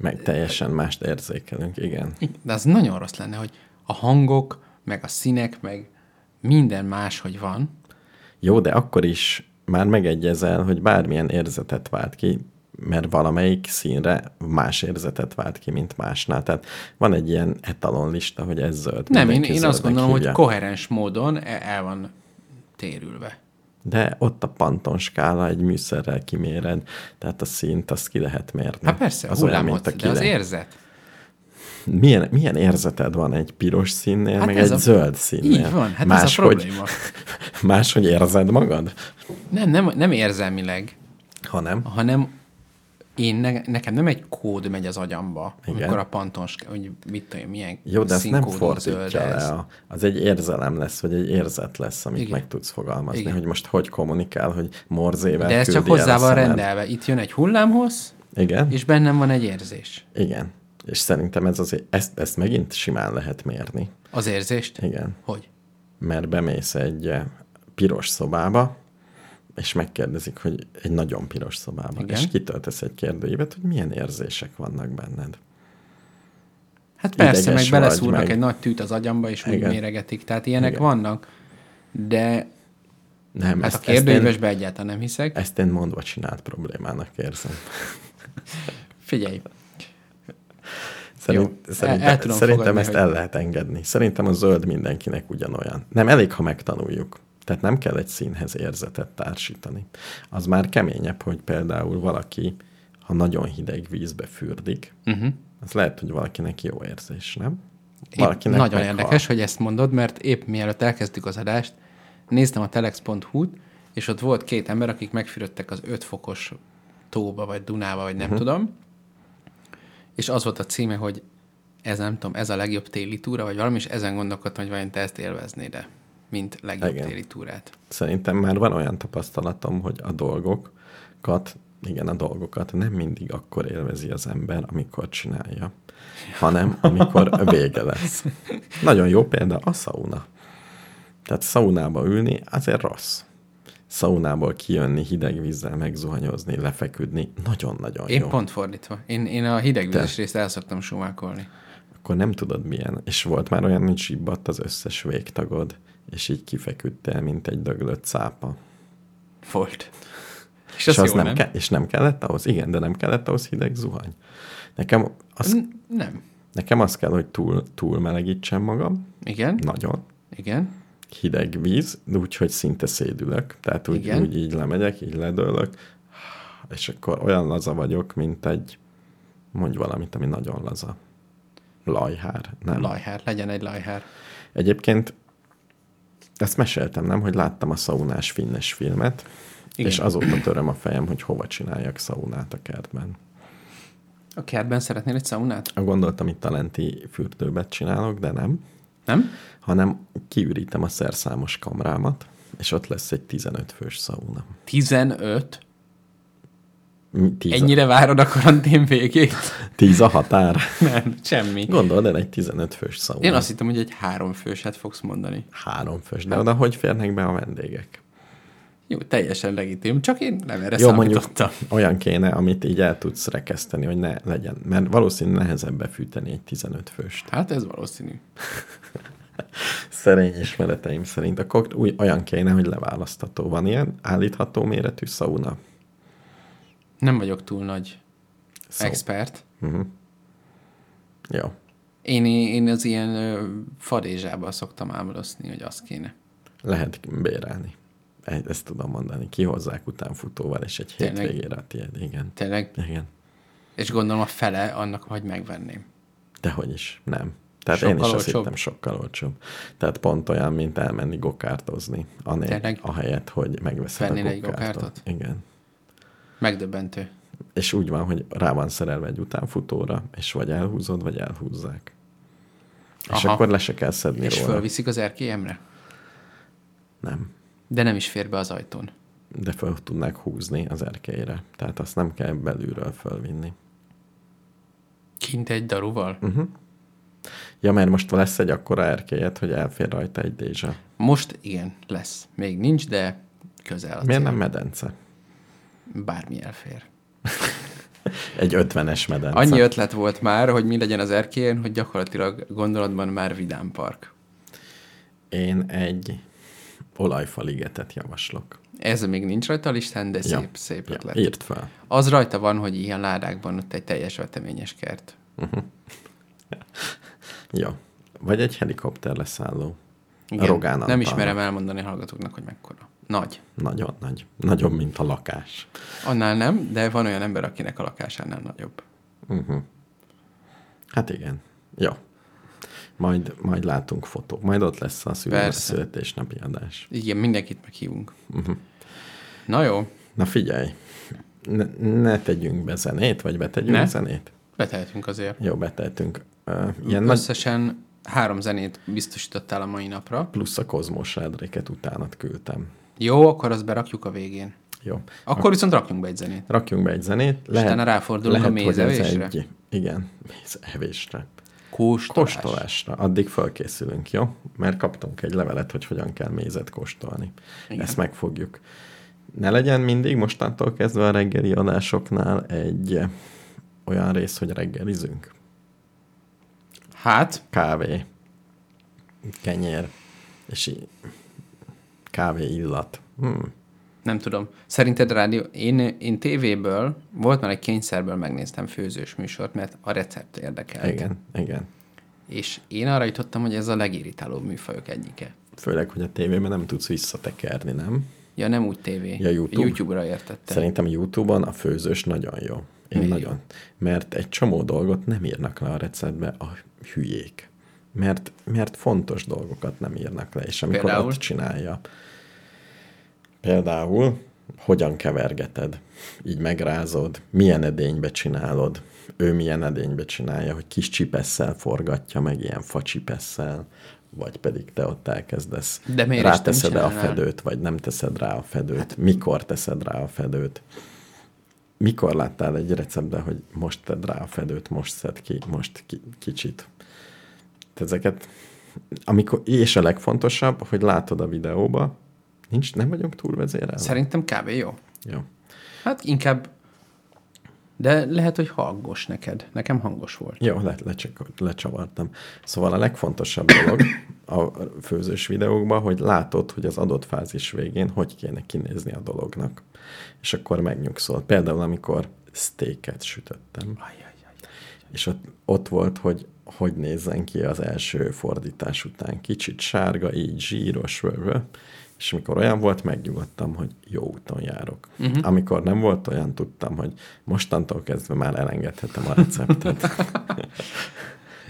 [SPEAKER 2] Meg teljesen mást érzékelünk, igen.
[SPEAKER 1] De az nagyon rossz lenne, hogy a hangok, meg a színek, meg minden más, hogy van.
[SPEAKER 2] Jó, de akkor is már megegyezel, hogy bármilyen érzetet vált ki, mert valamelyik színre más érzetet vált ki, mint másnál. Tehát van egy ilyen etalonlista, hogy ez zöld.
[SPEAKER 1] Nem, én,
[SPEAKER 2] mindenki
[SPEAKER 1] én azt
[SPEAKER 2] zöldnek
[SPEAKER 1] gondolom, hogy
[SPEAKER 2] hívja.
[SPEAKER 1] koherens módon e- el van térülve.
[SPEAKER 2] De ott a Panton skála egy műszerrel kiméred, tehát a szint azt ki lehet mérni.
[SPEAKER 1] Hát persze, az hullámot, de az
[SPEAKER 2] kilenc-
[SPEAKER 1] érzet.
[SPEAKER 2] Milyen, milyen érzeted van egy piros színnél,
[SPEAKER 1] Hát
[SPEAKER 2] hát meg
[SPEAKER 1] ez
[SPEAKER 2] egy
[SPEAKER 1] a-
[SPEAKER 2] a... zöld színnél?
[SPEAKER 1] Így van, hát ez a
[SPEAKER 2] máshogy,
[SPEAKER 1] probléma.
[SPEAKER 2] máshogy érzed magad?
[SPEAKER 1] Nem, nem, nem érzelmileg.
[SPEAKER 2] Ha nem.
[SPEAKER 1] hanem én ne, nekem nem egy kód megy az agyamba, Igen.
[SPEAKER 2] Igen.
[SPEAKER 1] amikor a pantons, hogy mit tudom, én, milyen
[SPEAKER 2] Jó, de ezt nem
[SPEAKER 1] színkódú zöld
[SPEAKER 2] fordítja
[SPEAKER 1] ez.
[SPEAKER 2] le. A, az egy érzelem lesz, vagy egy érzet lesz, amit
[SPEAKER 1] Igen.
[SPEAKER 2] Igen. meg tudsz fogalmazni,
[SPEAKER 1] Igen.
[SPEAKER 2] Igen. hogy most hogy kommunikál, hogy morzével
[SPEAKER 1] De ez csak
[SPEAKER 2] küldi el a
[SPEAKER 1] hozzá van
[SPEAKER 2] szemed.
[SPEAKER 1] rendelve. Itt jön egy hullámhoz,
[SPEAKER 2] Igen,
[SPEAKER 1] és bennem van egy érzés.
[SPEAKER 2] igen. És szerintem ez azért, ezt, ezt megint simán lehet mérni.
[SPEAKER 1] Az érzést?
[SPEAKER 2] Igen.
[SPEAKER 1] Hogy?
[SPEAKER 2] mert bemész egy eh, piros szobába, és megkérdezik, hogy egy nagyon piros szobába,
[SPEAKER 1] Igen.
[SPEAKER 2] Igen. és kitöltesz egy kérdőívet, hogy milyen érzések vannak benned.
[SPEAKER 1] Hát persze,
[SPEAKER 2] Ideges
[SPEAKER 1] meg beleszúrnak
[SPEAKER 2] vagy, meg-
[SPEAKER 1] egy nagy tűt az agyamba, és úgy
[SPEAKER 2] Igen.
[SPEAKER 1] méregetik. Tehát ilyenek
[SPEAKER 2] Igen.
[SPEAKER 1] vannak, de
[SPEAKER 2] Nem,
[SPEAKER 1] hát
[SPEAKER 2] ezt,
[SPEAKER 1] a
[SPEAKER 2] ezt, én,
[SPEAKER 1] kérdőívesbe egyáltalán nem hiszek.
[SPEAKER 2] ezt én mondva csinált problémának érzem.
[SPEAKER 1] Figyelj,
[SPEAKER 2] Szerint,
[SPEAKER 1] el-
[SPEAKER 2] szerintem
[SPEAKER 1] el tudom
[SPEAKER 2] szerintem
[SPEAKER 1] fogadni,
[SPEAKER 2] ezt
[SPEAKER 1] hogy-
[SPEAKER 2] el lehet engedni. Szerintem a zöld mindenkinek ugyanolyan. Nem elég, ha megtanuljuk. Tehát nem kell egy színhez érzetet társítani. Az már keményebb, hogy például valaki, ha nagyon hideg vízbe fürdik,
[SPEAKER 1] uh-huh.
[SPEAKER 2] Az lehet, hogy valakinek jó érzés, nem?
[SPEAKER 1] Épp nagyon
[SPEAKER 2] meghal.
[SPEAKER 1] érdekes, hogy ezt mondod, mert épp mielőtt elkezdtük az adást, néztem a telex.hu-t, és ott volt két ember, akik megfürödtek az 5 fokos tóba, vagy Dunába, vagy
[SPEAKER 2] Mhm.
[SPEAKER 1] nem uh-huh. tudom. És az volt a címe, hogy ez nem tudom, ez a legjobb téli túra, vagy valami, és ezen gondolkodtam, hogy vajon te ezt élveznéd-e, mint legjobb Igen.
[SPEAKER 2] Igen.
[SPEAKER 1] téli túrát.
[SPEAKER 2] Szerintem már van olyan tapasztalatom, hogy a dolgokat, igen, a dolgokat nem mindig akkor élvezi az ember, amikor csinálja, hanem amikor vége lesz. Nagyon jó példa a szauna. Tehát szaunába ülni azért rossz. szaunából kijönni, hideg vízzel megzuhanyozni, lefeküdni, nagyon-nagyon
[SPEAKER 1] Én
[SPEAKER 2] jó.
[SPEAKER 1] pont fordítva. Én, én a hidegvizes
[SPEAKER 2] Te.
[SPEAKER 1] részt el szoktam sumákolni.
[SPEAKER 2] Akkor nem tudod milyen. És volt már olyan, hogy zsibbadt az összes végtagod, és így kifeküdtél, mint egy döglött cápa.
[SPEAKER 1] Volt. És,
[SPEAKER 2] És,
[SPEAKER 1] az,
[SPEAKER 2] az
[SPEAKER 1] jó,
[SPEAKER 2] nem,
[SPEAKER 1] nem?
[SPEAKER 2] nem? Ke- és nem kellett ahhoz? Igen, de nem kellett ahhoz hideg zuhany. Nekem az,
[SPEAKER 1] N- nem.
[SPEAKER 2] nekem az kell, hogy túl, túl melegítsem magam,
[SPEAKER 1] Igen,
[SPEAKER 2] nagyon,
[SPEAKER 1] igen.
[SPEAKER 2] hideg víz, de úgyhogy szinte szédülök. Tehát úgy,
[SPEAKER 1] Igen.
[SPEAKER 2] úgy így lemegyek, így ledőlök, és akkor olyan laza vagyok, mint egy, mondj valamit, ami nagyon laza. Lajhár, nem?
[SPEAKER 1] Lajhár, legyen egy lajhár.
[SPEAKER 2] Egyébként ezt meséltem, nem, hogy láttam a szaunás finnes filmet,
[SPEAKER 1] Igen.
[SPEAKER 2] Igen. és azóta töröm a fejem, hogy hova csináljak szaunát a kertben.
[SPEAKER 1] A kertben szeretnél egy szaunát?
[SPEAKER 2] Gondoltam, itt a lenti fürdőbet csinálok, de nem,
[SPEAKER 1] Nem?
[SPEAKER 2] hanem kiürítem a szerszámos kamrámat, és ott lesz egy 15 fős szauna.
[SPEAKER 1] 15?
[SPEAKER 2] Mi, 10, Ennyi...
[SPEAKER 1] Ennyire várod a karantén végét?
[SPEAKER 2] 10 a határ.
[SPEAKER 1] Nem, semmi.
[SPEAKER 2] Gondold el, egy 15 fős szauna.
[SPEAKER 1] Én azt hittem, hogy egy három főset fogsz mondani.
[SPEAKER 2] Három fős, de oda hogy férnek be a vendégek?
[SPEAKER 1] Jó, teljesen legitim, csak én nem erre
[SPEAKER 2] Jó, mondjuk
[SPEAKER 1] számítottam.
[SPEAKER 2] olyan kéne, amit így el tudsz rekeszteni, hogy ne legyen, mert valószínűleg nehezebb befűteni egy 15 főst.
[SPEAKER 1] Hát ez valószínű.
[SPEAKER 2] Szerény ismereteim szerint. Akkor új, olyan kéne, hogy leválasztható. Van ilyen állítható méretű szauna?
[SPEAKER 1] Nem vagyok túl nagy
[SPEAKER 2] Szó.
[SPEAKER 1] expert.
[SPEAKER 2] Jó.
[SPEAKER 1] Én, én az ilyen ö, fadézsába szoktam ámuloszni, hogy az kéne.
[SPEAKER 2] Lehet bérelni. Egy- Ezt tudom mondani. Kihozzák utánfutóval, és egy
[SPEAKER 1] Tényleg?
[SPEAKER 2] hétvégére a tiéd. Igen.
[SPEAKER 1] Tényleg,
[SPEAKER 2] Igen.
[SPEAKER 1] és gondolom a fele annak, hogy megvenném.
[SPEAKER 2] Dehogy is. Nem. Tehát
[SPEAKER 1] Sokkal
[SPEAKER 2] sokkal én is azt
[SPEAKER 1] olcsóbb.
[SPEAKER 2] hittem sokkal olcsóbb. Tehát pont olyan, mint elmenni gokártozni.
[SPEAKER 1] Tényleg?
[SPEAKER 2] Anél, ahelyett, hogy megveszed
[SPEAKER 1] Vennél
[SPEAKER 2] a
[SPEAKER 1] egy
[SPEAKER 2] gokártot.
[SPEAKER 1] gokártot?
[SPEAKER 2] Igen.
[SPEAKER 1] Megdöbbentő.
[SPEAKER 2] És úgy van, hogy rá van szerelve egy utánfutóra, és vagy elhúzod, vagy elhúzzák. Aha. És
[SPEAKER 1] Aha.
[SPEAKER 2] akkor le se kell szedni
[SPEAKER 1] és
[SPEAKER 2] róla.
[SPEAKER 1] fölviszik az erkélyemre?
[SPEAKER 2] Nem.
[SPEAKER 1] De nem is fér be az ajtón.
[SPEAKER 2] De föl tudnák húzni az erkélyre. Tehát azt nem kell belülről fölvinni.
[SPEAKER 1] Kint egy daruval?
[SPEAKER 2] Ja, mert most lesz egy akkora erkélyed, hogy elfér rajta egy dézsa.
[SPEAKER 1] Most igen, lesz. Még nincs, de közel. a
[SPEAKER 2] Miért
[SPEAKER 1] cél.
[SPEAKER 2] nem medence?
[SPEAKER 1] Bármi elfér.
[SPEAKER 2] Egy ötvenes medence.
[SPEAKER 1] Annyi ötlet volt már, hogy mi legyen az erkélyen, hogy gyakorlatilag gondolatban már Vidám Park.
[SPEAKER 2] Én egy olajfaligetet javaslok.
[SPEAKER 1] Ez még nincs rajta a listán, de szép,
[SPEAKER 2] Ja.
[SPEAKER 1] szép
[SPEAKER 2] Ja,
[SPEAKER 1] ötlet.
[SPEAKER 2] írd fel.
[SPEAKER 1] Az rajta van, hogy ilyen ládákban ott egy teljes veteményes kert.
[SPEAKER 2] Ja. Vagy egy helikopter leszálló.
[SPEAKER 1] Igen,
[SPEAKER 2] Rogán
[SPEAKER 1] nem
[SPEAKER 2] Antalnak.
[SPEAKER 1] ismerem elmondani a hallgatóknak, hogy mekkora. Nagy.
[SPEAKER 2] Nagyon nagy. Nagyobb, mint a lakás.
[SPEAKER 1] Annál nem, de van olyan ember, akinek a lakásánál nagyobb.
[SPEAKER 2] Mhm. Hát igen. Jó. Majd, majd látunk fotók. Majd ott lesz a szülő
[SPEAKER 1] Persze.
[SPEAKER 2] születésnapi adás.
[SPEAKER 1] Igen, mindenkit meghívunk.
[SPEAKER 2] Mhm.
[SPEAKER 1] Na jó,
[SPEAKER 2] Na figyelj, ne, ne tegyünk be zenét, vagy betegyünk
[SPEAKER 1] Ne?
[SPEAKER 2] ne? zenét?
[SPEAKER 1] betehetünk azért.
[SPEAKER 2] Jó, betettünk. Ö,
[SPEAKER 1] Mm,
[SPEAKER 2] Ilyen nagy
[SPEAKER 1] Összesen három zenét biztosítottál a mai napra.
[SPEAKER 2] plusz a kozmos rádréket utánat küldtem.
[SPEAKER 1] Jó, akkor azt berakjuk a végén.
[SPEAKER 2] Jó.
[SPEAKER 1] Akkor viszont rakjunk be egy zenét.
[SPEAKER 2] Rakjunk be egy zenét.
[SPEAKER 1] utána ráfordulunk a
[SPEAKER 2] hogy ez
[SPEAKER 1] mézevésre?
[SPEAKER 2] Egy, igen, mézevésre.
[SPEAKER 1] Kóstolás.
[SPEAKER 2] Kóstolásra. Addig fölkészülünk, jó? Mert kaptunk egy levelet, hogy hogyan kell mézet kóstolni.
[SPEAKER 1] Igen.
[SPEAKER 2] Igen. Ezt megfogjuk. Ne legyen mindig mostantól kezdve a reggeli adásoknál egy eh, olyan rész, hogy reggelizünk.
[SPEAKER 1] Hát,
[SPEAKER 2] Kávé, kenyér, és í- kávé illat. Hmm.
[SPEAKER 1] nem tudom. Szerinted rádió... Én, én tévéből, volt már egy kényszerből megnéztem főzős műsort, mert a recept érdekelt.
[SPEAKER 2] Igen, igen.
[SPEAKER 1] És én arra jutottam, hogy ez a legirritálóbb műfajok egyike.
[SPEAKER 2] Főleg, hogy a tévében nem tudsz visszatekerni, nem?
[SPEAKER 1] Ja, nem úgy tévé.
[SPEAKER 2] Ja, YouTube.
[SPEAKER 1] YouTube-ra értettem.
[SPEAKER 2] Szerintem YouTube-on a főzős nagyon jó. Én
[SPEAKER 1] Miért jó?
[SPEAKER 2] nagyon. Mert egy csomó dolgot nem írnak le a receptbe a hülyék. Mert, mert fontos dolgokat nem írnak le, és amikor
[SPEAKER 1] Például?
[SPEAKER 2] Például? ott csinálja. Például, hogyan kevergeted, így megrázod, milyen edénybe csinálod, ő milyen edénybe csinálja, hogy kis csipesszel forgatja meg, ilyen facsipesszel, vagy pedig te ott elkezdesz.
[SPEAKER 1] De miért is nem Hát-
[SPEAKER 2] Ráteszed-e a
[SPEAKER 1] csinálnád?
[SPEAKER 2] fedőt, vagy nem teszed rá a fedőt, mikor teszed rá a fedőt. Mikor láttál egy receptben, hogy most tedd rá a fedőt, most szed ki, most ki, kicsit. Ezeket, amikor, és a legfontosabb, hogy látod a videóba, Nincs, nem vagyunk túl vezérelve?
[SPEAKER 1] Szerintem kb. jó.
[SPEAKER 2] Jó.
[SPEAKER 1] Hát inkább, de lehet, hogy hangos neked. Nekem hangos volt.
[SPEAKER 2] Jó, le, lecsak, lecsavartam. Szóval a legfontosabb dolog a főzős videókban, hogy látod, hogy az adott fázis végén hogy kéne kinézni a dolognak. És akkor megnyugszol. Például, amikor steaket sütöttem,
[SPEAKER 1] Ajjaj.
[SPEAKER 2] és ott, ott volt, hogy hogy nézzen ki az első fordítás után. Kicsit sárga, így zsíros, vövő. És amikor olyan volt, megnyugodtam, hogy jó úton járok.
[SPEAKER 1] Mhm.
[SPEAKER 2] Uh-huh. Amikor nem volt olyan, tudtam, hogy mostantól kezdve már elengedhetem a receptet.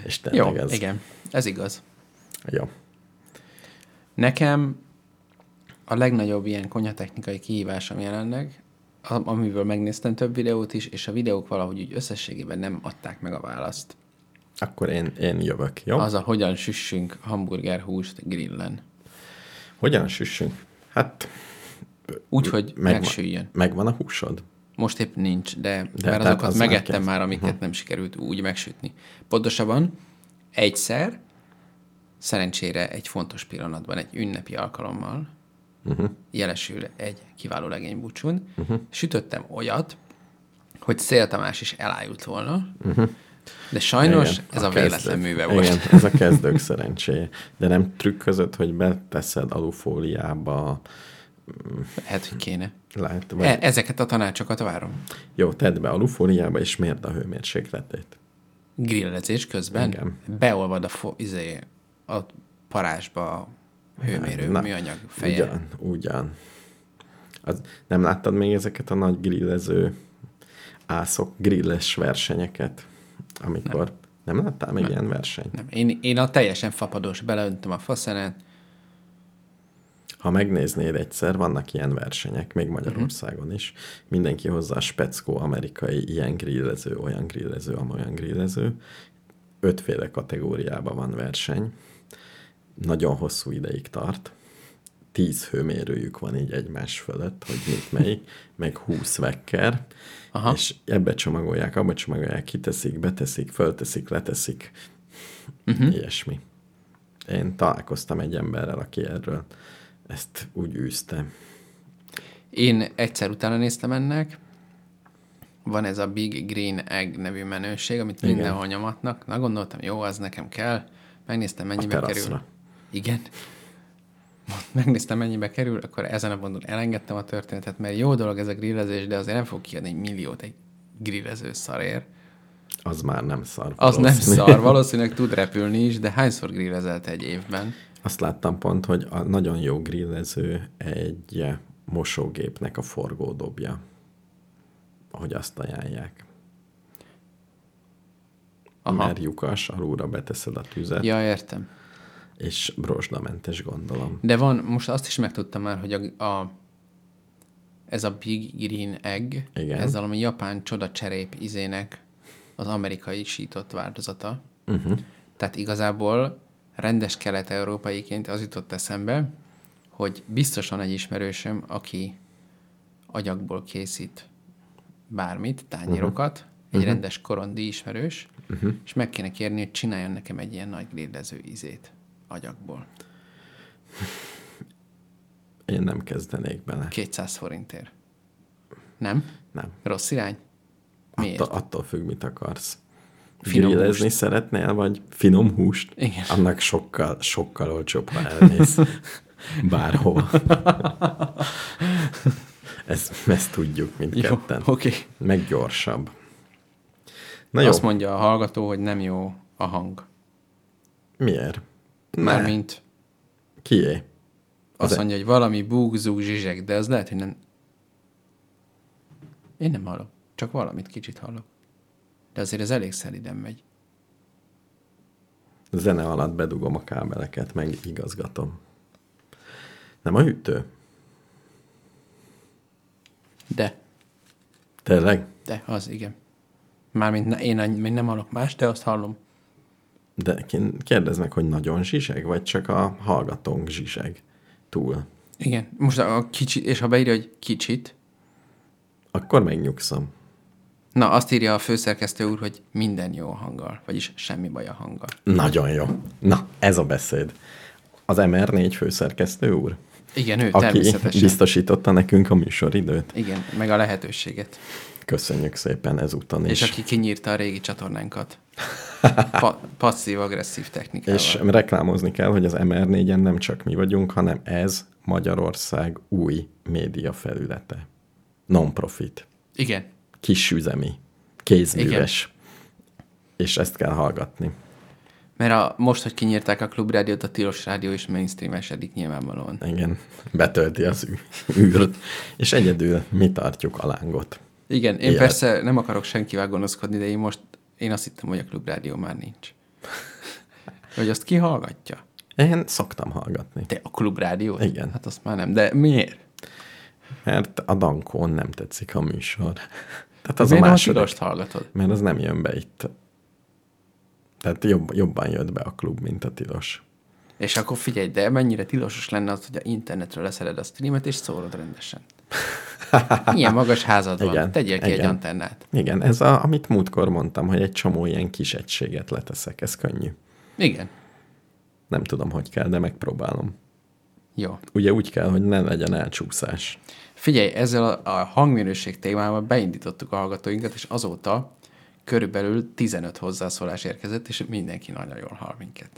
[SPEAKER 2] és
[SPEAKER 1] Jó,
[SPEAKER 2] tényleg ez.
[SPEAKER 1] igen. Ez igaz.
[SPEAKER 2] Jó.
[SPEAKER 1] Nekem a legnagyobb ilyen konyhatechnikai kihívásom jelenleg, a- amiből megnéztem több videót is, és a videók valahogy úgy összességében nem adták meg a választ.
[SPEAKER 2] Akkor én, én jövök, jó? Az...
[SPEAKER 1] Az a hogyan süssünk hamburgerhúst grillen.
[SPEAKER 2] Hogyan süssünk? Hát
[SPEAKER 1] Úgyhogy
[SPEAKER 2] megvan-
[SPEAKER 1] megsüljön.
[SPEAKER 2] megvan a húsod?
[SPEAKER 1] Most épp nincs, de, de mert
[SPEAKER 2] tehát
[SPEAKER 1] azokat
[SPEAKER 2] az
[SPEAKER 1] az
[SPEAKER 2] már
[SPEAKER 1] megettem
[SPEAKER 2] kezd.
[SPEAKER 1] már, amiket nem sikerült úgy megsütni. Pontosabban egyszer, szerencsére egy fontos pillanatban, egy ünnepi alkalommal,
[SPEAKER 2] Mhm.
[SPEAKER 1] uh-huh. jelesül egy kiváló legény búcsún, uh-huh. sütöttem olyat, hogy Szél Tamás is elájult volna,
[SPEAKER 2] Mhm.
[SPEAKER 1] uh-huh. de sajnos Igen, ez a, a véletlen műve volt.
[SPEAKER 2] Igen, ez a kezdők szerencséje. De nem trükközött, hogy beteszed alufóliába,
[SPEAKER 1] Lehet, Hát, hogy kéne.
[SPEAKER 2] lehet, vagy
[SPEAKER 1] E- ezeket a tanácsokat várom.
[SPEAKER 2] Jó, tedd be alufóliába, és mérd a hőmérsékletét.
[SPEAKER 1] grillezés közben
[SPEAKER 2] Igen.
[SPEAKER 1] beolvad a, fo- izé, a parázsba a hőmérő, Na, műanyag feje. Ugyan.
[SPEAKER 2] Ugyan, ugyan. Az, nem láttad még ezeket a nagy grillező ászok, grilles versenyeket? Amikor... Nem, nem láttál még nem. ilyen versenyt?
[SPEAKER 1] Nem, én, én a teljesen fapados beleöntöm a faszenet.
[SPEAKER 2] Ha megnéznéd egyszer, vannak ilyen versenyek, még Magyarországon is. Mindenki hozzá a speckó amerikai ilyen grillező, olyan grillező, amolyan grillező. Ötféle kategóriában van verseny. Nagyon hosszú ideig tart. Tíz hőmérőjük van így egymás fölött, hogy mit melyik, meg húsz vekker, Aha. és ebbe csomagolják, abba csomagolják, kiteszik, beteszik, fölteszik, leteszik,
[SPEAKER 1] Mhm.
[SPEAKER 2] uh-huh. ilyesmi. Én találkoztam egy emberrel, aki erről ezt úgy űzte.
[SPEAKER 1] Én egyszer utána néztem ennek. Van ez a Big Green Egg nevű menőség, amit Igen. mindenhol nyomatnak. Na gondoltam, jó, az nekem kell. Megnéztem, mennyibe kerül.
[SPEAKER 2] teraszra.
[SPEAKER 1] Igen. Megnéztem, mennyibe kerül, akkor ezen a ponton elengedtem a történetet, mert jó dolog ez a grillezés, de azért nem fog kiadni egy milliót egy grillező szarért.
[SPEAKER 2] Az már nem szar.
[SPEAKER 1] Az nem
[SPEAKER 2] valószínű.
[SPEAKER 1] szar, valószínűleg tud repülni is, de hányszor grillezelt egy évben?
[SPEAKER 2] Azt láttam pont, hogy a nagyon jó grillező egy mosógépnek a forgódobja. Ahogy azt ajánlják. Aha.
[SPEAKER 1] Aha.
[SPEAKER 2] Mert lyukas, alulra beteszed a tüzet, ja.
[SPEAKER 1] Ja, értem.
[SPEAKER 2] és brosdamentes gondolom.
[SPEAKER 1] De van, most azt is megtudtam már, hogy a, a ez a Big Green Egg,
[SPEAKER 2] Igen.
[SPEAKER 1] ez valami japán csodacserép izének az amerikai sított változata. Uh-huh. Tehát igazából rendes kelet-európaiként az jutott eszembe, hogy biztosan egy ismerősöm, aki agyagból készít bármit, tányérokat, uh-huh. egy uh-huh. rendes korondi ismerős, uh-huh. és meg kéne kérni, hogy csináljon nekem egy ilyen nagy grillező ízét agyagból.
[SPEAKER 2] Én nem kezdenék bele.
[SPEAKER 1] 200 forintért. Nem?
[SPEAKER 2] Nem.
[SPEAKER 1] Rossz irány? Miért?
[SPEAKER 2] Attól, attól függ, mit akarsz.
[SPEAKER 1] Finom
[SPEAKER 2] Grillezni
[SPEAKER 1] húst.
[SPEAKER 2] szeretnél, vagy finom húst?
[SPEAKER 1] Igen.
[SPEAKER 2] Annak sokkal, sokkal olcsóbb, ha elmész bárhova. ezt, ezt tudjuk
[SPEAKER 1] Jó,
[SPEAKER 2] mindketten.
[SPEAKER 1] oké.
[SPEAKER 2] Meg gyorsabb. Na
[SPEAKER 1] Okay.
[SPEAKER 2] jó,
[SPEAKER 1] Azt mondja a hallgató, hogy nem jó a hang.
[SPEAKER 2] miért? Ne,
[SPEAKER 1] Mármint
[SPEAKER 2] kié?
[SPEAKER 1] azt mondja, hogy valami búgzúg zsizsek, de az lehet, hogy nem... Én nem hallok. Csak valamit kicsit hallok. De azért ez elég szeliden megy.
[SPEAKER 2] Zene alatt bedugom a kábeleket, meg igazgatom. Nem a hűtő?
[SPEAKER 1] De,
[SPEAKER 2] Tényleg?
[SPEAKER 1] de, az igen. Mármint na, én annyi- még nem hallok más, de azt hallom.
[SPEAKER 2] De ki- kérdezd meg, hogy nagyon zsizseg, vagy csak a hallgatónk zsizseg túl.
[SPEAKER 1] Igen. Most a a kicsit, és ha beírja, hogy kicsit,
[SPEAKER 2] Akkor megnyugszom.
[SPEAKER 1] Na, azt írja a főszerkesztő úr, hogy minden jó a hanggal, vagyis semmi baj a hanggal.
[SPEAKER 2] Nagyon jó. Na, ez a beszéd. Az MR4 főszerkesztő úr.
[SPEAKER 1] Igen, ő
[SPEAKER 2] aki
[SPEAKER 1] természetesen.
[SPEAKER 2] biztosította nekünk a műsoridőt.
[SPEAKER 1] Igen, meg a lehetőséget.
[SPEAKER 2] Köszönjük szépen ezúton
[SPEAKER 1] És,
[SPEAKER 2] is.
[SPEAKER 1] és aki kinyírta a régi csatornánkat. Pa- passzív-agresszív technikával.
[SPEAKER 2] És reklámozni kell, hogy az MR4-en nem csak mi vagyunk, hanem ez Magyarország új média felülete. Non-profit,
[SPEAKER 1] Igen.
[SPEAKER 2] kisüzemi, kézműves. És ezt kell hallgatni.
[SPEAKER 1] Mert a, most, hogy kinyírták a klubrádiót, a tilos rádió is mainstreamesedik nyilvánvalóan.
[SPEAKER 2] Igen, betölti az ű- űrt. És egyedül mi tartjuk a lángot.
[SPEAKER 1] Igen, én
[SPEAKER 2] Élet.
[SPEAKER 1] persze nem akarok senkivel gonoszkodni, de én most, én azt hittem, hogy a klubrádió már nincs. Hogy azt ki hallgatja?
[SPEAKER 2] Én szoktam hallgatni,
[SPEAKER 1] Te a klubrádiót?
[SPEAKER 2] Igen.
[SPEAKER 1] Hát azt már nem. De miért?
[SPEAKER 2] mert a Dankón nem tetszik a műsor. Tehát az
[SPEAKER 1] miért
[SPEAKER 2] a
[SPEAKER 1] nem
[SPEAKER 2] második.
[SPEAKER 1] tilost hallgatod?
[SPEAKER 2] Mert az nem jön be itt. Tehát jobb, jobban jött be a klub, mint a tilos.
[SPEAKER 1] És akkor figyelj, de mennyire tilosos lenne az, hogy a internetről leszeled a streamet, és szórod rendesen. Milyen magas házad van.
[SPEAKER 2] Igen,
[SPEAKER 1] Tegyél ki egy
[SPEAKER 2] igen.
[SPEAKER 1] antennát.
[SPEAKER 2] Igen, ez a, amit múltkor mondtam, hogy egy csomó ilyen kis egységet leteszek, ez könnyű.
[SPEAKER 1] Igen.
[SPEAKER 2] Nem tudom, hogy kell, de megpróbálom.
[SPEAKER 1] Jó.
[SPEAKER 2] Ugye úgy kell, hogy ne legyen elcsúszás.
[SPEAKER 1] Figyelj, ezzel a, a hangminőség témával beindítottuk a hallgatóinkat, és azóta körülbelül 15 hozzászólás érkezett, és mindenki nagyon jól hall minket.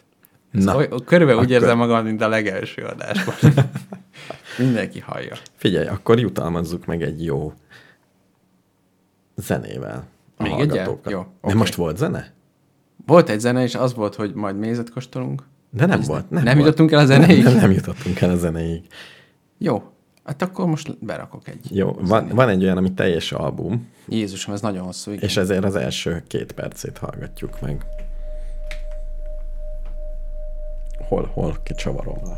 [SPEAKER 1] Ez
[SPEAKER 2] Na,
[SPEAKER 1] oly, körülbelül úgy
[SPEAKER 2] akkor-
[SPEAKER 1] érzem magam, mint a legelső adásban. mindenki hallja.
[SPEAKER 2] Figyelj, akkor jutalmazzuk meg egy jó zenével. a
[SPEAKER 1] Még egyel?
[SPEAKER 2] hallgatókat.
[SPEAKER 1] Jó,
[SPEAKER 2] De
[SPEAKER 1] oké.
[SPEAKER 2] most volt zene?
[SPEAKER 1] Volt egy zene, és az volt, hogy majd mézet kóstolunk.
[SPEAKER 2] De nem volt. Nem,
[SPEAKER 1] nem
[SPEAKER 2] volt.
[SPEAKER 1] jutottunk el a zenéig?
[SPEAKER 2] Nem, nem jutottunk el a zenéig.
[SPEAKER 1] Jó, hát akkor most berakok egy.
[SPEAKER 2] Jó, van, van egy olyan, ami teljes album,
[SPEAKER 1] Jézusom, ez nagyon hosszú. Igen.
[SPEAKER 2] és ezért az első két percét hallgatjuk meg. Hol, hol kicsavarom le.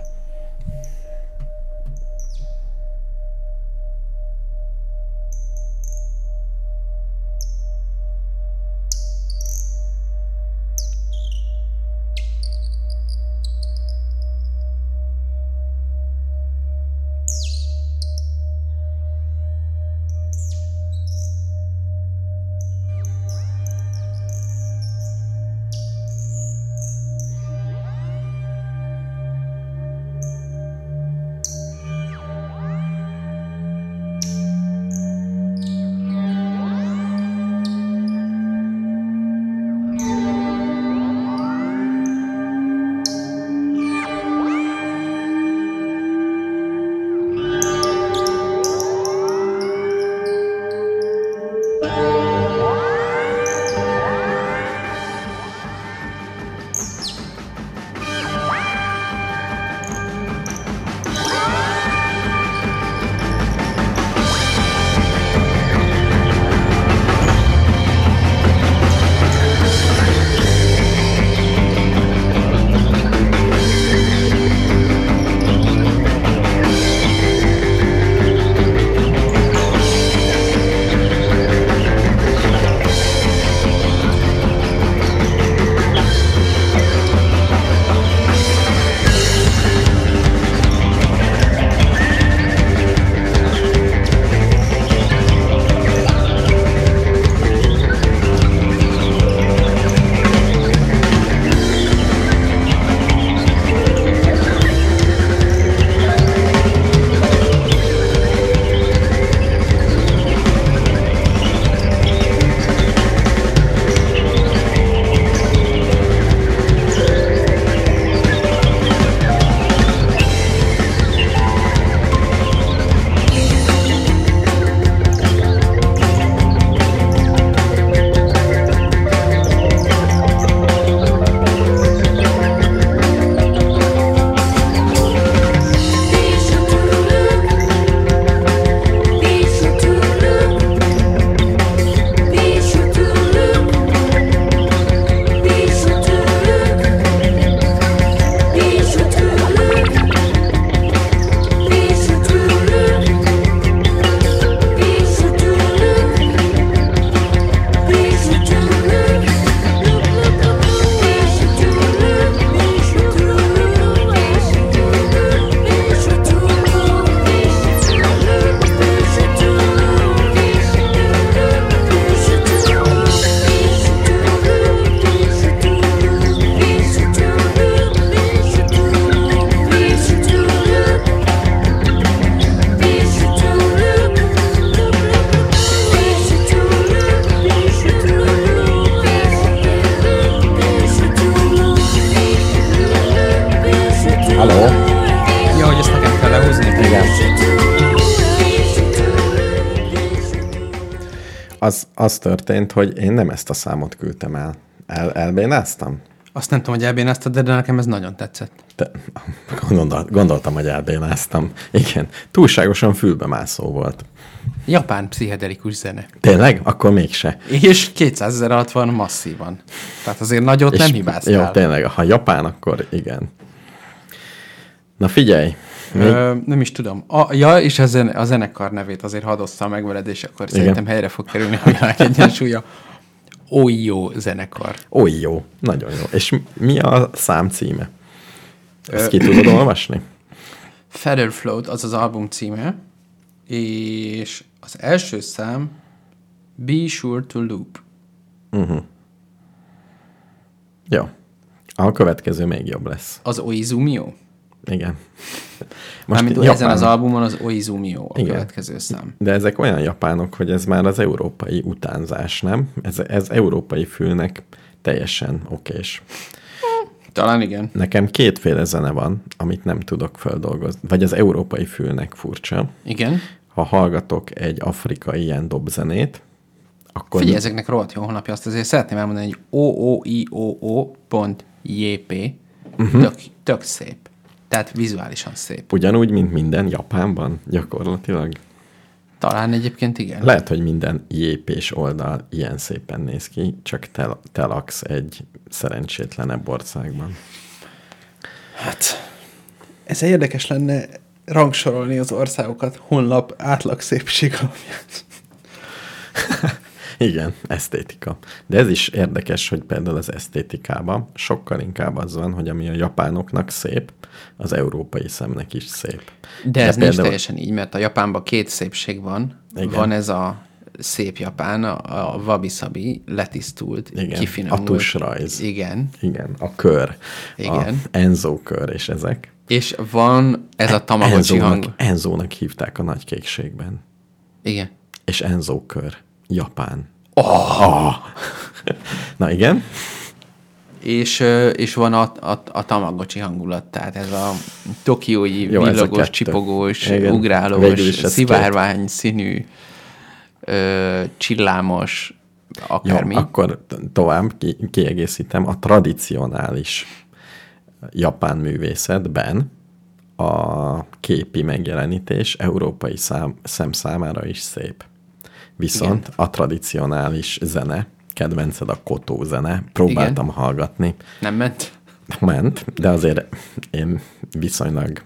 [SPEAKER 2] az, az történt, hogy én nem ezt a számot küldtem el. el elbénáztam?
[SPEAKER 1] Azt nem tudom, hogy elbénáztad, de de nekem ez nagyon tetszett.
[SPEAKER 2] Te, gondol, gondoltam, hogy elbénáztam. Igen, túlságosan fülbe mászó volt.
[SPEAKER 1] Japán pszichedelikus zene.
[SPEAKER 2] Tényleg? Akkor mégse.
[SPEAKER 1] És 200 ezer alatt van masszívan. Tehát azért nagyot
[SPEAKER 2] És
[SPEAKER 1] nem hibáztál.
[SPEAKER 2] Jó, tényleg, ha japán, akkor igen. Na figyelj, mi?
[SPEAKER 1] Ö, nem is tudom. A, ja, és a, zene, a zenekar nevét azért hadd osszam meg veled, és akkor
[SPEAKER 2] Igen.
[SPEAKER 1] szerintem helyre fog kerülni a világ egyensúlya. Ojo zenekar.
[SPEAKER 2] Oly jó, nagyon jó. És mi a szám címe? Ezt ki tudod olvasni?
[SPEAKER 1] Feather Float az az album címe, és az első szám Be Sure to Loop.
[SPEAKER 2] Jó. A következő még jobb lesz.
[SPEAKER 1] Az Oizumio.
[SPEAKER 2] Igen.
[SPEAKER 1] Mármint
[SPEAKER 2] japán-
[SPEAKER 1] ezen az albumon az Oizumio a
[SPEAKER 2] Igen.
[SPEAKER 1] következő szám.
[SPEAKER 2] De ezek olyan japánok, hogy ez már az európai utánzás, nem? Ez, ez európai fülnek teljesen okés.
[SPEAKER 1] Talán igen.
[SPEAKER 2] Nekem kétféle zene van, amit nem tudok feldolgozni. Vagy az európai fülnek furcsa.
[SPEAKER 1] Igen.
[SPEAKER 2] Ha hallgatok egy afrikai ilyen dobzenét, akkor...
[SPEAKER 1] Figyelj, ezeknek rohadt jó honlapja, azt azért szeretném elmondani, hogy ooioo.jp
[SPEAKER 2] Mhm.
[SPEAKER 1] tök, tök szép. Tehát vizuálisan szép.
[SPEAKER 2] Ugyanúgy, mint minden Japánban, gyakorlatilag.
[SPEAKER 1] Talán egyébként igen. Le-
[SPEAKER 2] Lehet, hogy minden jépés oldal ilyen szépen néz ki, csak te, te laksz egy szerencsétlenebb országban.
[SPEAKER 1] hát, ez érdekes lenne rangsorolni az országokat honlap átlag szépség alapján.
[SPEAKER 2] Igen, esztétika. De ez is érdekes, hogy például az esztétikában sokkal inkább az van, hogy ami a japánoknak szép, az európai szemnek is szép.
[SPEAKER 1] De ez nincs teljesen így, mert a Japánban két szépség van.
[SPEAKER 2] Igen.
[SPEAKER 1] Igen. Van ez a szép Japán, a, a wabi-sabi, letisztult,
[SPEAKER 2] Igen,
[SPEAKER 1] kifinomult.
[SPEAKER 2] a tusrajz.
[SPEAKER 1] Igen.
[SPEAKER 2] Igen, a kör.
[SPEAKER 1] Igen.
[SPEAKER 2] A Enzo kör és ezek.
[SPEAKER 1] És van ez
[SPEAKER 2] E-
[SPEAKER 1] a tamagocsi hang.
[SPEAKER 2] Enzónak, Enzónak hívták a nagy kékségben.
[SPEAKER 1] Igen.
[SPEAKER 2] És Enzo kör. Japán. Oh! Na igen.
[SPEAKER 1] És, ö, és van a, a, a tamagocsi hangulat, tehát ez a tokiói
[SPEAKER 2] Jó, ez a
[SPEAKER 1] villogós,
[SPEAKER 2] kettő.
[SPEAKER 1] csipogós,
[SPEAKER 2] Igen,
[SPEAKER 1] Igen.
[SPEAKER 2] végül
[SPEAKER 1] ugrálós,
[SPEAKER 2] is ez
[SPEAKER 1] szivárvány színű, ö, csillámos,
[SPEAKER 2] Jó,
[SPEAKER 1] akármi. Ja,
[SPEAKER 2] akkor t- tovább ki, kiegészítem. A tradicionális japán művészetben a képi megjelenítés európai szám, szem számára is szép. Viszont Igen. a tradicionális zene, kedvenced a kotó zene, próbáltam Igen. hallgatni,
[SPEAKER 1] Nem ment?
[SPEAKER 2] ment, de azért én viszonylag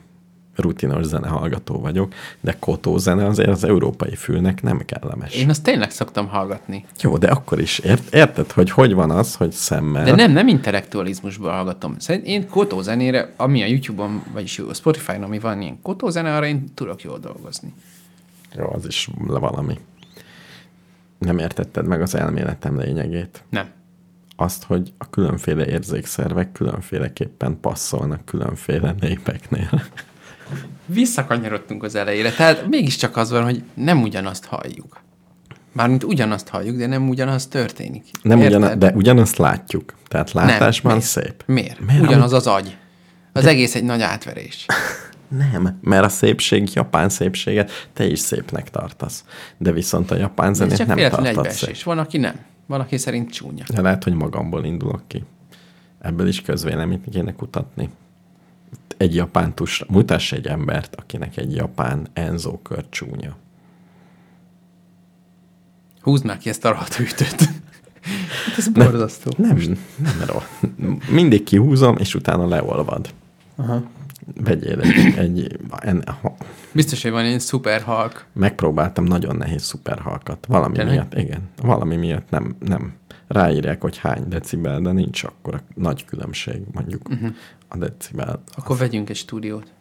[SPEAKER 2] rutinos zenehallgató vagyok, de kotó zene azért az európai fülnek nem kellemes.
[SPEAKER 1] Én azt tényleg szoktam hallgatni.
[SPEAKER 2] Jó, de akkor is ért, érted, hogy hogy van az, hogy szemmel...
[SPEAKER 1] De nem, nem intellektualizmusból hallgatom. Szerintem én kotózenére, ami a YouTube-on, vagyis a Spotify-on, ami van ilyen kotózene, arra én tudok jól dolgozni.
[SPEAKER 2] Jó, az is le valami. Nem értetted meg az elméletem lényegét.
[SPEAKER 1] Nem.
[SPEAKER 2] Azt, hogy a különféle érzékszervek különféleképpen passzolnak különféle népeknél.
[SPEAKER 1] Visszakanyarodtunk az elejére, tehát mégiscsak az van, hogy nem ugyanazt halljuk. Mármint ugyanazt halljuk, de nem ugyanaz történik.
[SPEAKER 2] Nem
[SPEAKER 1] Érted?
[SPEAKER 2] ugyan, de ugyanazt látjuk. Tehát
[SPEAKER 1] Nem.
[SPEAKER 2] látásban
[SPEAKER 1] Miért?
[SPEAKER 2] szép.
[SPEAKER 1] Miért?
[SPEAKER 2] Miért?
[SPEAKER 1] Miért? Ugyanaz az agy. Az egész egy nagy átverés.
[SPEAKER 2] Nem, mert a szépség, japán szépséget te is szépnek tartasz. De viszont a japán
[SPEAKER 1] Ez
[SPEAKER 2] zenét
[SPEAKER 1] csak
[SPEAKER 2] nem
[SPEAKER 1] véletlen
[SPEAKER 2] tartasz szép.
[SPEAKER 1] egybeesés. Van, aki nem. Van, aki szerint csúnya.
[SPEAKER 2] De lehet, hogy magamból indulok ki. Ebből is közvéleményt kéne kutatni. Egy japán tusra. Mutass egy embert, akinek egy japán Enzo kör csúnya.
[SPEAKER 1] Húzd már ki ezt a rohadt hűtőt. Hát ez borzasztó.
[SPEAKER 2] Nem, nem rossz. Mindig kihúzom, és utána leolvad. Aha. Vegyél egy, egy en, ha,
[SPEAKER 1] Biztos, hogy van egy szuper halk.
[SPEAKER 2] megpróbáltam nagyon nehéz szuperhalkat. Valami
[SPEAKER 1] Tényleg?
[SPEAKER 2] miatt, igen. Valami miatt nem, nem. Ráírják, hogy hány decibel, de nincs akkora nagy különbség mondjuk
[SPEAKER 1] Mhm.
[SPEAKER 2] uh-huh. a decibel
[SPEAKER 1] Akkor vegyünk egy stúdiót.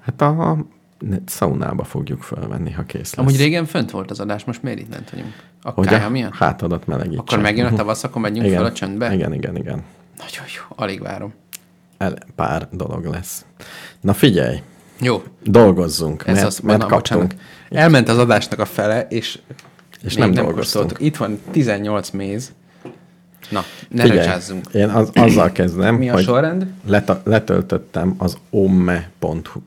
[SPEAKER 2] Hát a ne- szaunába fogjuk fölvenni, ha kész lesz.
[SPEAKER 1] Amúgy régen fönt volt az adás, most miért itt lent vagyunk? A
[SPEAKER 2] Hogy
[SPEAKER 1] kája
[SPEAKER 2] a
[SPEAKER 1] miatt?
[SPEAKER 2] hátadat melegítsen.
[SPEAKER 1] Akkor megjön a tavasz, akkor megyünk
[SPEAKER 2] igen.
[SPEAKER 1] fel a csöndbe?
[SPEAKER 2] Igen, igen, igen.
[SPEAKER 1] Nagyon jó, alig várom.
[SPEAKER 2] El, pár dolog lesz. Na figyelj,
[SPEAKER 1] Jó,
[SPEAKER 2] dolgozzunk,
[SPEAKER 1] ez
[SPEAKER 2] mert,
[SPEAKER 1] az,
[SPEAKER 2] mert
[SPEAKER 1] na,
[SPEAKER 2] kaptunk.
[SPEAKER 1] bocsánat. Elment az adásnak a fele, és,
[SPEAKER 2] És
[SPEAKER 1] még
[SPEAKER 2] nem dolgoztunk.
[SPEAKER 1] kóstoltuk. Itt van 18 méz. Na, ne
[SPEAKER 2] Figyelj,
[SPEAKER 1] recsázzunk.
[SPEAKER 2] Én az, azzal kezdem,
[SPEAKER 1] Mi a
[SPEAKER 2] hogy
[SPEAKER 1] sorrend?
[SPEAKER 2] Leta, letöltöttem az omme.hu.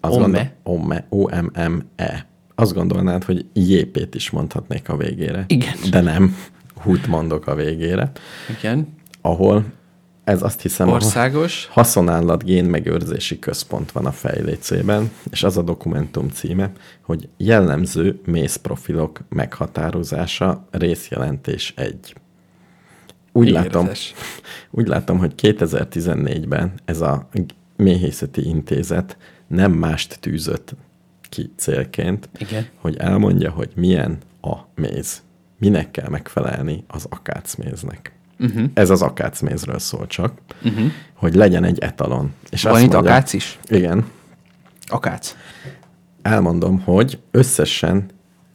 [SPEAKER 2] Az
[SPEAKER 1] Omme?
[SPEAKER 2] Gondol, omme, O-M-M-E E. Azt gondolnád, hogy jépét is mondhatnék a végére.
[SPEAKER 1] Igen.
[SPEAKER 2] De nem. Hút mondok a végére.
[SPEAKER 1] Igen.
[SPEAKER 2] Ahol ez azt hiszem, ahol-
[SPEAKER 1] Országos.
[SPEAKER 2] Haszonállat génmegőrzési központ van a fejlécében, és az a dokumentum címe, hogy jellemző mészprofilok meghatározása részjelentés 1. Úgy látom,
[SPEAKER 1] Ígéretes.
[SPEAKER 2] úgy látom, hogy 2014-ben ez a méhészeti intézet nem mást tűzött ki célként,
[SPEAKER 1] Igen.
[SPEAKER 2] hogy elmondja, hogy milyen a méz. Minek kell megfelelni az akácméznek.
[SPEAKER 1] Uh-huh.
[SPEAKER 2] Ez az akácmézről szól csak
[SPEAKER 1] Uh-huh.
[SPEAKER 2] hogy legyen egy etalon. És
[SPEAKER 1] Van
[SPEAKER 2] azt
[SPEAKER 1] itt
[SPEAKER 2] mondja-
[SPEAKER 1] akác is?
[SPEAKER 2] Igen.
[SPEAKER 1] Akác.
[SPEAKER 2] Elmondom, hogy összesen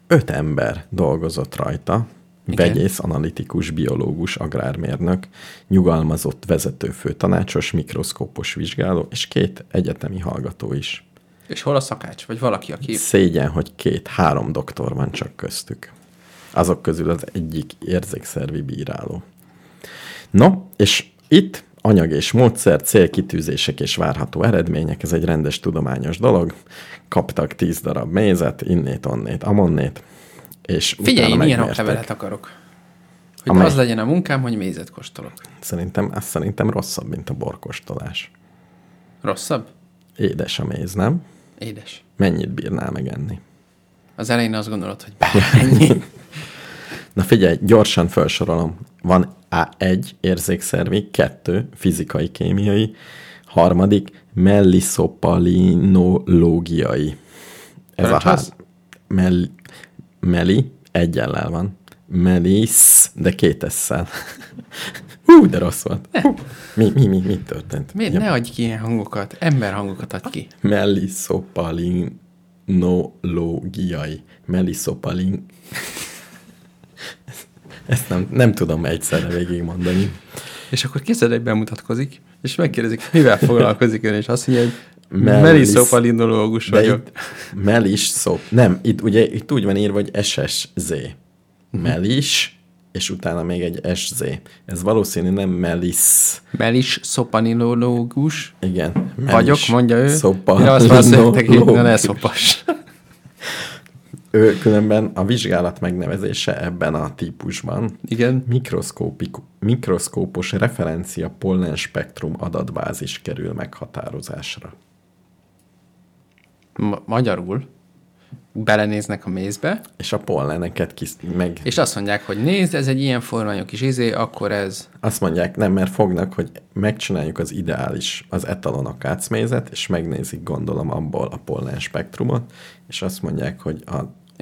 [SPEAKER 2] öt ember dolgozott rajta,
[SPEAKER 1] Igen.
[SPEAKER 2] vegyész, analitikus, biológus, agrármérnök, nyugalmazott vezetőfő, tanácsos, mikroszkópos vizsgáló, és két egyetemi hallgató is.
[SPEAKER 1] És hol a szakács? Vagy valaki, aki...
[SPEAKER 2] Szégyen, hogy két-három doktor van csak köztük. Azok közül az egyik érzékszervi bíráló. No, és itt anyag és módszer, célkitűzések és várható eredmények, ez egy rendes tudományos dolog. Kaptak 10 darab mézet, innét, onnét, amonnét, és
[SPEAKER 1] Figyelj, én
[SPEAKER 2] utána
[SPEAKER 1] ilyen
[SPEAKER 2] megmérték.
[SPEAKER 1] oklevelet akarok. Hogy
[SPEAKER 2] Amely?
[SPEAKER 1] az legyen a munkám, hogy mézet kóstolok.
[SPEAKER 2] Szerintem, ez szerintem rosszabb, mint a borkostolás.
[SPEAKER 1] Rosszabb?
[SPEAKER 2] Édes a méz, nem?
[SPEAKER 1] Édes.
[SPEAKER 2] Mennyit bírnál megenni?
[SPEAKER 1] Az elején azt gondolod, hogy bár, ennyi.
[SPEAKER 2] Na figyelj, gyorsan felsorolom. Van A1 érzékszervi, kettő fizikai, kémiai, harmadik melliszopalinológiai. Ez a
[SPEAKER 1] Ferenc,
[SPEAKER 2] hát. Mel, meli, egyellel van. Melis, de két esszel. Hú, de rossz volt. Hú, mi, mi, mi, mi történt?
[SPEAKER 1] Miért ne adj ki ilyen hangokat? Ember hangokat adj ki.
[SPEAKER 2] Meliszopalinológiai. Meliszopalin... Ezt nem, nem tudom egyszerre végigmondani.
[SPEAKER 1] És akkor képzeld, hogy bemutatkozik, és megkérdezik, mivel foglalkozik ön, és azt mondja, hogy
[SPEAKER 2] Melis-
[SPEAKER 1] meliszopalindológus
[SPEAKER 2] De
[SPEAKER 1] vagyok.
[SPEAKER 2] itt melis szop... Nem, itt ugye itt úgy van írva, hogy SSZ. Melis, és utána még egy SZ. Ez valószínű nem melis.
[SPEAKER 1] Melis szopanilológus
[SPEAKER 2] Igen. Melis.
[SPEAKER 1] vagyok, mondja ő.
[SPEAKER 2] Szopa-
[SPEAKER 1] Mire azt válaszolják, hogy
[SPEAKER 2] lóg-
[SPEAKER 1] na ne szopas.
[SPEAKER 2] Ő különben a vizsgálat megnevezése ebben a típusban.
[SPEAKER 1] Igen.
[SPEAKER 2] mikroszkópik- mikroszkópos referencia pollen spektrum adatbázis kerül meghatározásra.
[SPEAKER 1] Ma- magyarul belenéznek a mézbe,
[SPEAKER 2] És a polleneket kis, meg
[SPEAKER 1] és azt mondják, hogy nézd, ez egy ilyen formányú kis izé, akkor ez
[SPEAKER 2] azt mondják, nem, mert fognak, hogy megcsináljuk az ideális, az etalon akácmézet, és megnézik gondolom abból a pollen spektrumot, és azt mondják, hogy a,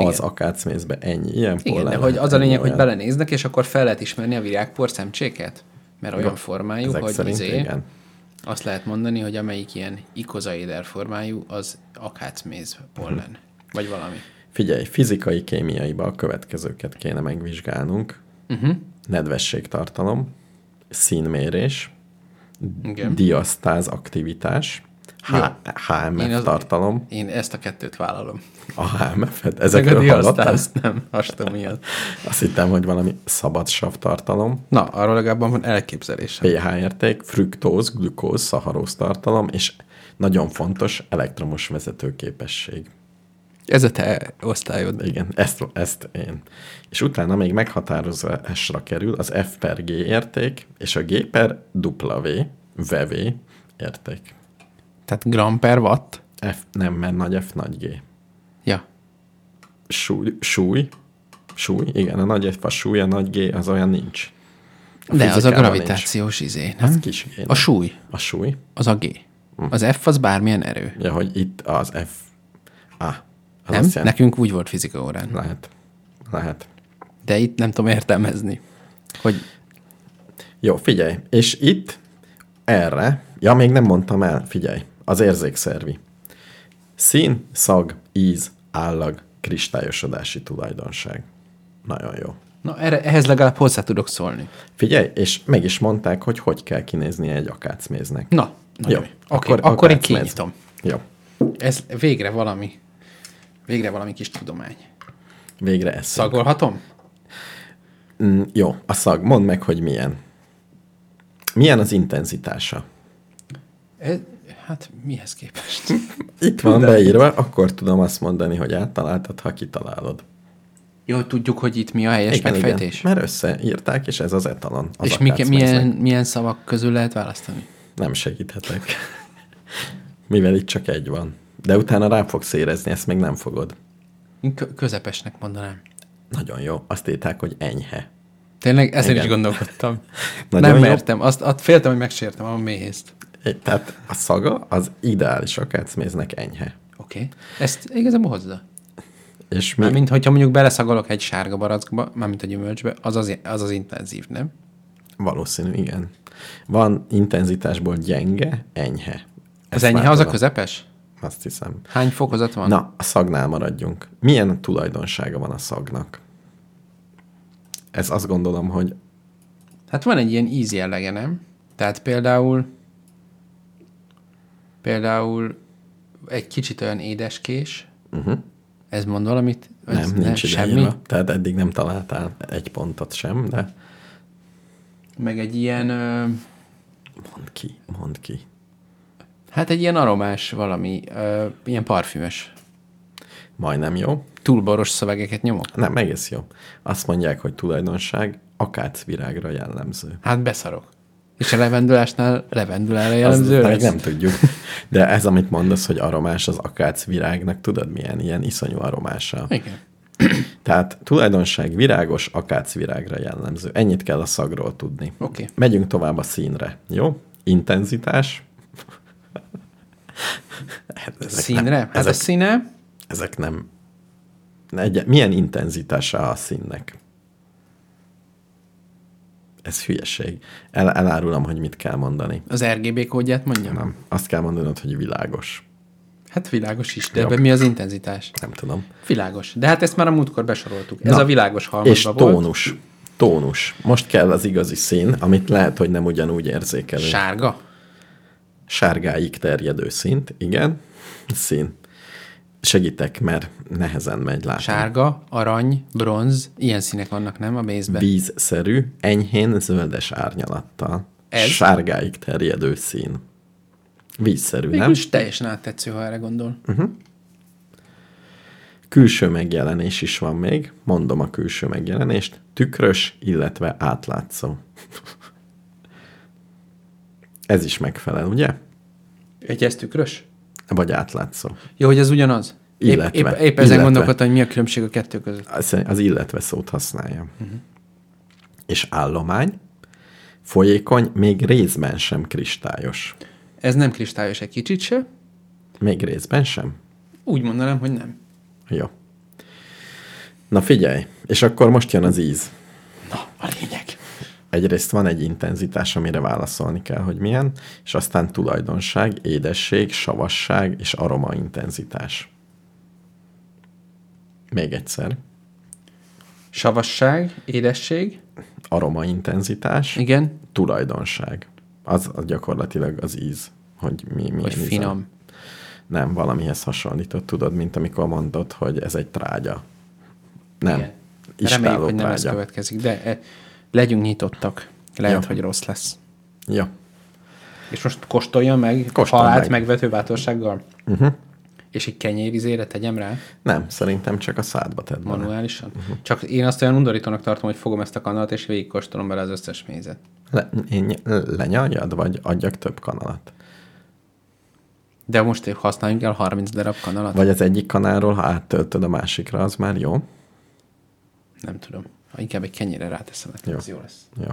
[SPEAKER 2] az
[SPEAKER 1] Igen.
[SPEAKER 2] akácmézben ennyi, ilyen
[SPEAKER 1] Igen,
[SPEAKER 2] pollen
[SPEAKER 1] de hogy
[SPEAKER 2] lehet,
[SPEAKER 1] az a
[SPEAKER 2] ennyi
[SPEAKER 1] lényeg, hogy
[SPEAKER 2] olyan.
[SPEAKER 1] belenéznek, és akkor fel lehet ismerni a virágpor szemcséket? Mert olyan formájú,
[SPEAKER 2] Ezek
[SPEAKER 1] hogy
[SPEAKER 2] szerint
[SPEAKER 1] izé,
[SPEAKER 2] igen.
[SPEAKER 1] azt lehet mondani, hogy amelyik ilyen ikozaéder formájú, az akácméz
[SPEAKER 2] Mhm.
[SPEAKER 1] pollen. Vagy valami.
[SPEAKER 2] Figyelj, fizikai kémiaiba a következőket kéne megvizsgálnunk.
[SPEAKER 1] Uh-huh.
[SPEAKER 2] nedvességtartalom, színmérés,
[SPEAKER 1] Igen.
[SPEAKER 2] diasztáz aktivitás, H-
[SPEAKER 1] Én
[SPEAKER 2] HMF
[SPEAKER 1] az-
[SPEAKER 2] tartalom,
[SPEAKER 1] Én ezt a kettőt vállalom.
[SPEAKER 2] a
[SPEAKER 1] Ezek
[SPEAKER 2] HMF-et,
[SPEAKER 1] a
[SPEAKER 2] ezekről hallottál?
[SPEAKER 1] diasztázt nem, hastam miatt.
[SPEAKER 2] Azt hittem, hogy valami szabadsav tartalom,
[SPEAKER 1] Na, arról legalább van elképzelésem.
[SPEAKER 2] pH érték, fruktóz, glükóz, szaharóz tartalom, és nagyon fontos elektromos vezetőképesség.
[SPEAKER 1] Ez a te osztályod.
[SPEAKER 2] Igen, ezt, ezt én. És utána még meghatározásra kerül az F per G érték, és a G per W, VV érték.
[SPEAKER 1] Tehát gram per watt?
[SPEAKER 2] F, nem, mert nagy F, nagy G.
[SPEAKER 1] Ja.
[SPEAKER 2] Súly, súly, súly, igen, a nagy F, a súly, a nagy G, az olyan nincs.
[SPEAKER 1] De az a
[SPEAKER 2] fizikában
[SPEAKER 1] gravitációs izé, nem?
[SPEAKER 2] nincs. Kis G.
[SPEAKER 1] A súly,
[SPEAKER 2] a súly,
[SPEAKER 1] az a G.
[SPEAKER 2] Mhm.
[SPEAKER 1] Az F az bármilyen erő.
[SPEAKER 2] ja, hogy itt az F, A. Az
[SPEAKER 1] Nem?
[SPEAKER 2] azt jelenti,
[SPEAKER 1] Nekünk úgy volt fizika órán.
[SPEAKER 2] lehet, lehet.
[SPEAKER 1] De itt nem tudom értelmezni, hogy
[SPEAKER 2] Jó, figyelj, és itt erre, ja, még nem mondtam el, figyelj, az érzékszervi. Szín, szag, íz, állag, kristályosodási tulajdonság. Nagyon jó.
[SPEAKER 1] na erre, ehhez legalább hozzá tudok szólni.
[SPEAKER 2] Figyelj, és meg is mondták, hogy hogy kell kinéznie egy akácméznek.
[SPEAKER 1] Na, na jó.
[SPEAKER 2] Jó,
[SPEAKER 1] jó. Akkor, okay, akkor én kinyitom.
[SPEAKER 2] Jó.
[SPEAKER 1] Ez végre valami, végre valami kis tudomány.
[SPEAKER 2] Végre ez. Szag.
[SPEAKER 1] Szagolhatom?
[SPEAKER 2] Mm, jó, a szag. Mondd meg, hogy milyen. Milyen az intenzitása?
[SPEAKER 1] Ez, Hát mihez képest?
[SPEAKER 2] Itt van beírva, akkor tudom azt mondani, hogy áttaláltad, ha kitalálod.
[SPEAKER 1] Jó, hogy tudjuk, hogy itt mi a helyes megfejtés.
[SPEAKER 2] Mert összeírták, és ez az etalon. Az
[SPEAKER 1] És
[SPEAKER 2] akác
[SPEAKER 1] mik, milyen,
[SPEAKER 2] meznek.
[SPEAKER 1] milyen szavak közül lehet választani?
[SPEAKER 2] Nem segíthetek. Mivel itt csak egy van. De utána rá fogsz érezni, ezt még nem fogod.
[SPEAKER 1] Én kö- közepesnek mondanám.
[SPEAKER 2] Nagyon jó. Azt írták, hogy enyhe.
[SPEAKER 1] Tényleg ezen
[SPEAKER 2] Igen.
[SPEAKER 1] is gondolkodtam.
[SPEAKER 2] Nagyon
[SPEAKER 1] nem
[SPEAKER 2] jó.
[SPEAKER 1] mertem. Azt, azt féltem, hogy megsértem a méhészt.
[SPEAKER 2] É, Tehát a szaga az ideális akácméznek enyhe.
[SPEAKER 1] Oké. Okay. Ezt igazából hozza.
[SPEAKER 2] És mi,
[SPEAKER 1] Mármint, hogyha mondjuk beleszagolok egy sárga barackba, mármint a gyümölcsbe, az az, az, az intenzív, nem?
[SPEAKER 2] Valószínű, igen. Van intenzitásból gyenge, enyhe.
[SPEAKER 1] Az
[SPEAKER 2] Ezt
[SPEAKER 1] enyhe, az a
[SPEAKER 2] változat-
[SPEAKER 1] közepes?
[SPEAKER 2] Azt hiszem.
[SPEAKER 1] Hány fokozat van?
[SPEAKER 2] Na, a szagnál maradjunk. Milyen tulajdonsága van a szagnak? Ez azt gondolom, hogy
[SPEAKER 1] Hát van egy ilyen íz jellege, nem? Tehát például például egy kicsit olyan édeskés. Uh-huh. Ez mond valamit? Vagy
[SPEAKER 2] Mhm. nem,
[SPEAKER 1] ez-
[SPEAKER 2] nincs ide
[SPEAKER 1] semmi.
[SPEAKER 2] írva. Tehát eddig nem találtál egy pontot sem, de
[SPEAKER 1] Meg egy ilyen, ö,
[SPEAKER 2] mondd ki, mondd ki.
[SPEAKER 1] hát egy ilyen aromás valami, ö, ilyen parfümös.
[SPEAKER 2] Majdnem jó.
[SPEAKER 1] Túlboros szövegeket nyomok?
[SPEAKER 2] Nem, egész jó. Azt mondják, hogy tulajdonság akácvirágra jellemző.
[SPEAKER 1] Hát beszarok. És a levendulásnál levendulásra jellemző
[SPEAKER 2] az, meg
[SPEAKER 1] lesz?
[SPEAKER 2] nem tudjuk. De ez, amit mondasz, hogy aromás az akácvirágnak, tudod milyen? Ilyen iszonyú aromása.
[SPEAKER 1] Igen.
[SPEAKER 2] Tehát tulajdonság virágos, akácvirágra jellemző. Ennyit kell a szagról tudni.
[SPEAKER 1] Oké.
[SPEAKER 2] Megyünk tovább a színre. Jó? Intenzitás. ezek
[SPEAKER 1] Színre?
[SPEAKER 2] Nem,
[SPEAKER 1] Hát
[SPEAKER 2] ezek,
[SPEAKER 1] a színe,
[SPEAKER 2] ezek nem... Egy, milyen intenzitása a színnek? Ez hülyeség. El, elárulom, hogy mit kell mondani.
[SPEAKER 1] az RGB kódját mondjam?
[SPEAKER 2] Nem. Azt kell mondanod, hogy világos.
[SPEAKER 1] Hát világos is, de
[SPEAKER 2] Jó.
[SPEAKER 1] ebben mi az intenzitás?
[SPEAKER 2] Nem tudom.
[SPEAKER 1] Világos. De hát ezt már a múltkor besoroltuk. Ez a világos
[SPEAKER 2] És
[SPEAKER 1] halmazba volt.
[SPEAKER 2] tónus. Tónus. Most kell az igazi szín, amit lehet, hogy nem ugyanúgy érzékelünk.
[SPEAKER 1] Sárga?
[SPEAKER 2] Sárgáig terjedő szint, igen. Szín. Segítek, mert nehezen megy látni.
[SPEAKER 1] Sárga, arany, bronz, ilyen színek vannak, nem? A mézben.
[SPEAKER 2] Vízszerű, enyhén zöldes árnyalattal.
[SPEAKER 1] Ez?
[SPEAKER 2] Sárgáig terjedő szín. Vízszerű, nem?
[SPEAKER 1] Végülis teljesen áttetsző, ha erre gondol.
[SPEAKER 2] Hm. Külső megjelenés is van még. Mondom a külső megjelenést. Tükrös, illetve átlátszó. Ez is megfelel, ugye?
[SPEAKER 1] Egy ez tükrös?
[SPEAKER 2] Vagy átlátszó.
[SPEAKER 1] Jó, hogy ez ugyanaz? Épp,
[SPEAKER 2] Illetve.
[SPEAKER 1] épp, épp ezen
[SPEAKER 2] Illetve.
[SPEAKER 1] gondolkodtam, hogy mi a különbség a kettő között.
[SPEAKER 2] Az, az illetve szót használja. Uh-huh. És állomány, folyékony, még részben sem kristályos.
[SPEAKER 1] Ez nem kristályos egy kicsit se.
[SPEAKER 2] Még részben sem?
[SPEAKER 1] Úgy mondanám, hogy nem.
[SPEAKER 2] Jó. Na figyelj, és akkor most jön az íz.
[SPEAKER 1] Na, a lényeg.
[SPEAKER 2] Egyrészt van egy intenzitás, amire válaszolni kell, hogy milyen, és aztán tulajdonság, édesség, savasság és aroma intenzitás. Még egyszer.
[SPEAKER 1] Savasság, édesség,
[SPEAKER 2] Aroma intenzitás.
[SPEAKER 1] igen,
[SPEAKER 2] tulajdonság. Az, az gyakorlatilag az íz, hogy mi, milyen
[SPEAKER 1] vagy
[SPEAKER 2] íze.
[SPEAKER 1] finom.
[SPEAKER 2] Nem, valamihez hasonlított, tudod, mint amikor mondod, hogy ez egy trágya. Nem.
[SPEAKER 1] Igen. Reméljük,
[SPEAKER 2] Istálló
[SPEAKER 1] hogy nem ez
[SPEAKER 2] trágya.
[SPEAKER 1] következik, de e, legyünk nyitottak. Lehet,
[SPEAKER 2] Ja.
[SPEAKER 1] hogy rossz lesz.
[SPEAKER 2] Ja.
[SPEAKER 1] És most kóstolja meg
[SPEAKER 2] Kóstolj
[SPEAKER 1] halált
[SPEAKER 2] meg. Mhm.
[SPEAKER 1] megvető bátorsággal. Uh-huh. És egy kenyérizére tegyem rá
[SPEAKER 2] Nem, szerintem csak a szádba tedd bele.
[SPEAKER 1] manuálisan.
[SPEAKER 2] Mhm.
[SPEAKER 1] Uh-huh. Csak én azt olyan undorítónak tartom, hogy fogom ezt a kanalat, és végigkóstolom bele az összes mézet.
[SPEAKER 2] Le, én, lenyaljad, vagy adjak több kanalat?
[SPEAKER 1] De most használjunk el 30 darab kanalat? Vagy...
[SPEAKER 2] Vagy az egyik kanálról, ha áttöltöd a másikra, az már jó?
[SPEAKER 1] Nem tudom. Ha inkább egy kenyére ráteszem,
[SPEAKER 2] Jó.
[SPEAKER 1] az jó lesz.
[SPEAKER 2] Jó.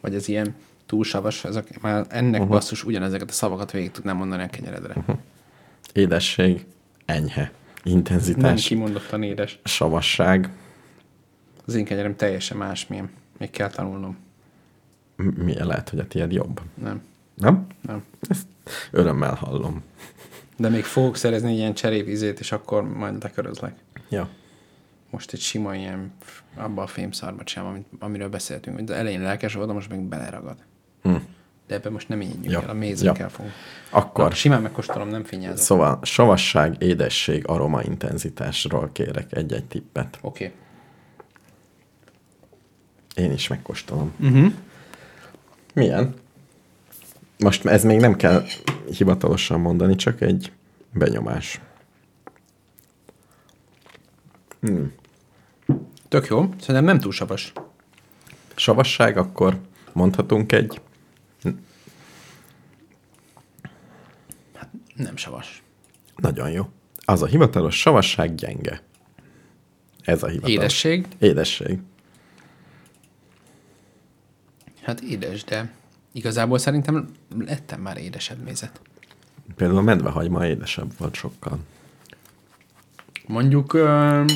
[SPEAKER 1] Vagy ez ilyen túlsavas, ezek, már ennek
[SPEAKER 2] Mhm.
[SPEAKER 1] uh-huh. basszus ugyanezeket a szavakat végig tudnám mondani a kenyeredre. Uh-huh.
[SPEAKER 2] Édesség, enyhe,
[SPEAKER 1] Nem
[SPEAKER 2] intenzitás,
[SPEAKER 1] kimondottan édes.
[SPEAKER 2] savasság,
[SPEAKER 1] Az én kenyerem teljesen másmilyen. Még kell tanulnom.
[SPEAKER 2] M- mi lehet, hogy a tiéd jobb.
[SPEAKER 1] Nem,
[SPEAKER 2] Nem?
[SPEAKER 1] nem.
[SPEAKER 2] Ezt örömmel hallom.
[SPEAKER 1] De még fogok szerezni egy ilyen cserépizét, és akkor majd lekörözlek.
[SPEAKER 2] Ja. Most
[SPEAKER 1] Most egy sima ilyen, abba a fémszarba sem, amit, amiről beszéltünk. hogy Az elején lelkes voltam, most meg beleragad. Hm. De ebben most nem így
[SPEAKER 2] Ja.
[SPEAKER 1] ja. el, a mézekkel
[SPEAKER 2] Ja.
[SPEAKER 1] ja. fogunk.
[SPEAKER 2] akkor,
[SPEAKER 1] Simán megkóstolom, nem finnyázok.
[SPEAKER 2] szóval savasság, édesség, aroma intenzitásról kérek egy-egy tippet.
[SPEAKER 1] Oké. Okay.
[SPEAKER 2] Én is megkóstolom. Uh-huh. Milyen? Most ez még nem kell hivatalosan mondani, csak egy benyomás.
[SPEAKER 1] Tök jó. Szerintem nem túl savas.
[SPEAKER 2] Savasság, akkor mondhatunk egy
[SPEAKER 1] Nem savas.
[SPEAKER 2] Nagyon jó. Az a hivatalos savasság gyenge. Ez a hivatalos.
[SPEAKER 1] Hát Édesség?
[SPEAKER 2] Édesség.
[SPEAKER 1] Hát édes, de igazából szerintem lettem már édesebb mézet.
[SPEAKER 2] Például a medvehagyma édesebb volt sokkal.
[SPEAKER 1] Mondjuk öm,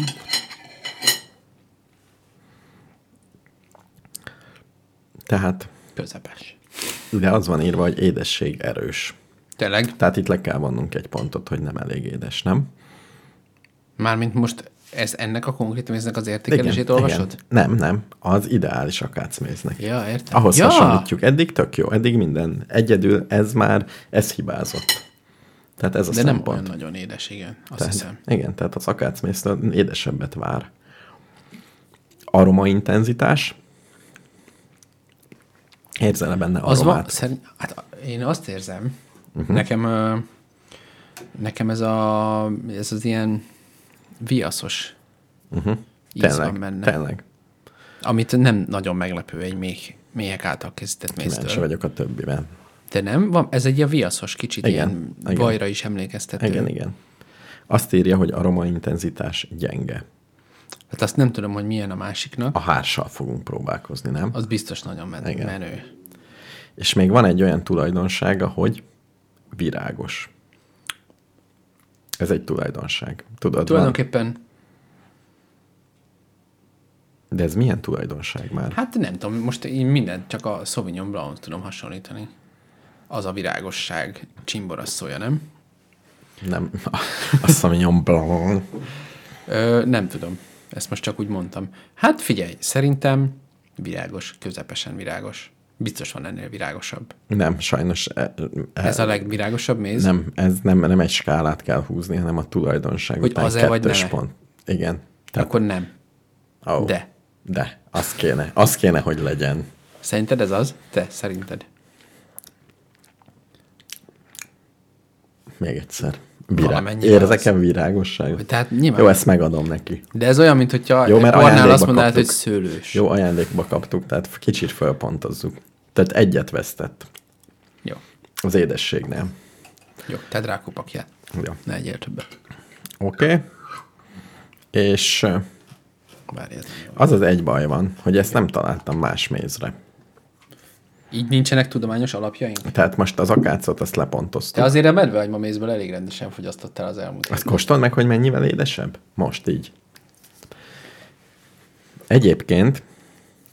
[SPEAKER 2] Tehát
[SPEAKER 1] közepes.
[SPEAKER 2] ide az van írva, hogy édesség erős.
[SPEAKER 1] Tényleg,
[SPEAKER 2] Tehát itt le kell vonnunk egy pontot, hogy nem elég édes, nem?
[SPEAKER 1] mármint most ez ennek a konkrét méznek az értékelését olvasod?
[SPEAKER 2] Igen. Nem, nem. Az ideális akácméznek.
[SPEAKER 1] Ja, értem.
[SPEAKER 2] Ahhoz
[SPEAKER 1] ja,
[SPEAKER 2] hasonlítjuk. Eddig tök jó, eddig minden. Egyedül ez már, ez hibázott. Tehát ez a
[SPEAKER 1] De nem
[SPEAKER 2] szempont.
[SPEAKER 1] olyan nagyon édes, igen. Azt
[SPEAKER 2] Tehát,
[SPEAKER 1] hiszem.
[SPEAKER 2] Igen, tehát az akácmésztől édesebbet vár. Aroma intenzitás. Érzel benne
[SPEAKER 1] Az
[SPEAKER 2] aromát?
[SPEAKER 1] van, szerint, hát én azt érzem,
[SPEAKER 2] Mhm.
[SPEAKER 1] uh-huh. nekem, ö, nekem ez, a, ez az ilyen viaszos uh-huh. íz van benne,
[SPEAKER 2] Mhm. tényleg.
[SPEAKER 1] amit nem nagyon meglepő egy méh, méhek által készített
[SPEAKER 2] Kíváncsi
[SPEAKER 1] méztől.
[SPEAKER 2] vagyok a többiben.
[SPEAKER 1] De nem, van, ez egy ilyen viaszos, kicsit igen,
[SPEAKER 2] Igen,
[SPEAKER 1] ilyen
[SPEAKER 2] igen.
[SPEAKER 1] igen. vajra is emlékeztető.
[SPEAKER 2] Igen, igen. Azt írja, hogy aromaintenzitás gyenge.
[SPEAKER 1] Hát azt nem tudom, hogy milyen a másiknak,
[SPEAKER 2] A hárssal fogunk próbálkozni, nem?
[SPEAKER 1] az biztos nagyon men-
[SPEAKER 2] Igen.
[SPEAKER 1] menő.
[SPEAKER 2] És még van egy olyan tulajdonsága, hogy virágos. Ez egy tulajdonság. Tudod, van,
[SPEAKER 1] Tulajdonképpen,
[SPEAKER 2] de ez milyen tulajdonság már?
[SPEAKER 1] hát nem tudom, most én mindent csak a Sauvignon Blanc tudom hasonlítani. Az a virágosság csimboras szója, nem?
[SPEAKER 2] Nem, azt mondom, blanc.
[SPEAKER 1] Ö, nem tudom. Ezt most csak úgy mondtam. Hát figyelj, szerintem virágos, közepesen virágos. Biztos van ennél virágosabb.
[SPEAKER 2] Nem, sajnos e, e,
[SPEAKER 1] Ez a legvirágosabb méz?
[SPEAKER 2] nem, ez nem, nem egy skálát kell húzni, hanem a tulajdonság
[SPEAKER 1] Hogy
[SPEAKER 2] után
[SPEAKER 1] az-e vagy
[SPEAKER 2] kettős
[SPEAKER 1] nem-e?
[SPEAKER 2] pont. Igen. Tehát,
[SPEAKER 1] Akkor nem.
[SPEAKER 2] oh,
[SPEAKER 1] de.
[SPEAKER 2] De, az kéne, az kéne, hogy legyen.
[SPEAKER 1] Szerinted ez az? Te, szerinted.
[SPEAKER 2] Még egyszer. Virá-
[SPEAKER 1] Valamennyire
[SPEAKER 2] Érzekem virágosságot.
[SPEAKER 1] Tehát nyilván.
[SPEAKER 2] Jó, ezt megadom neki.
[SPEAKER 1] De ez olyan, mint hogyha
[SPEAKER 2] Jó,
[SPEAKER 1] Jó,
[SPEAKER 2] mert
[SPEAKER 1] mert Arnál azt
[SPEAKER 2] ajándékba
[SPEAKER 1] mondanád,
[SPEAKER 2] kaptuk.
[SPEAKER 1] hogy szőlős.
[SPEAKER 2] Jó ajándékba kaptuk, tehát kicsit fölpontozzuk. Tehát egyet vesztett
[SPEAKER 1] Jó.
[SPEAKER 2] az édességnél.
[SPEAKER 1] Jó. Tedd rá a kupakját.
[SPEAKER 2] Jó.
[SPEAKER 1] Ne egyél többet.
[SPEAKER 2] Oké. Okay. És ö,
[SPEAKER 1] Várj, ez nem jó.
[SPEAKER 2] az az egy baj van, hogy ezt nem találtam más mézre.
[SPEAKER 1] Így nincsenek tudományos alapjaink?
[SPEAKER 2] Tehát most az akácot azt lepontoztuk.
[SPEAKER 1] Te azért a medvehagyma mézből elég rendesen fogyasztottál az elmúlt
[SPEAKER 2] Azt kóstold meg, hogy mennyivel édesebb? Most így. Egyébként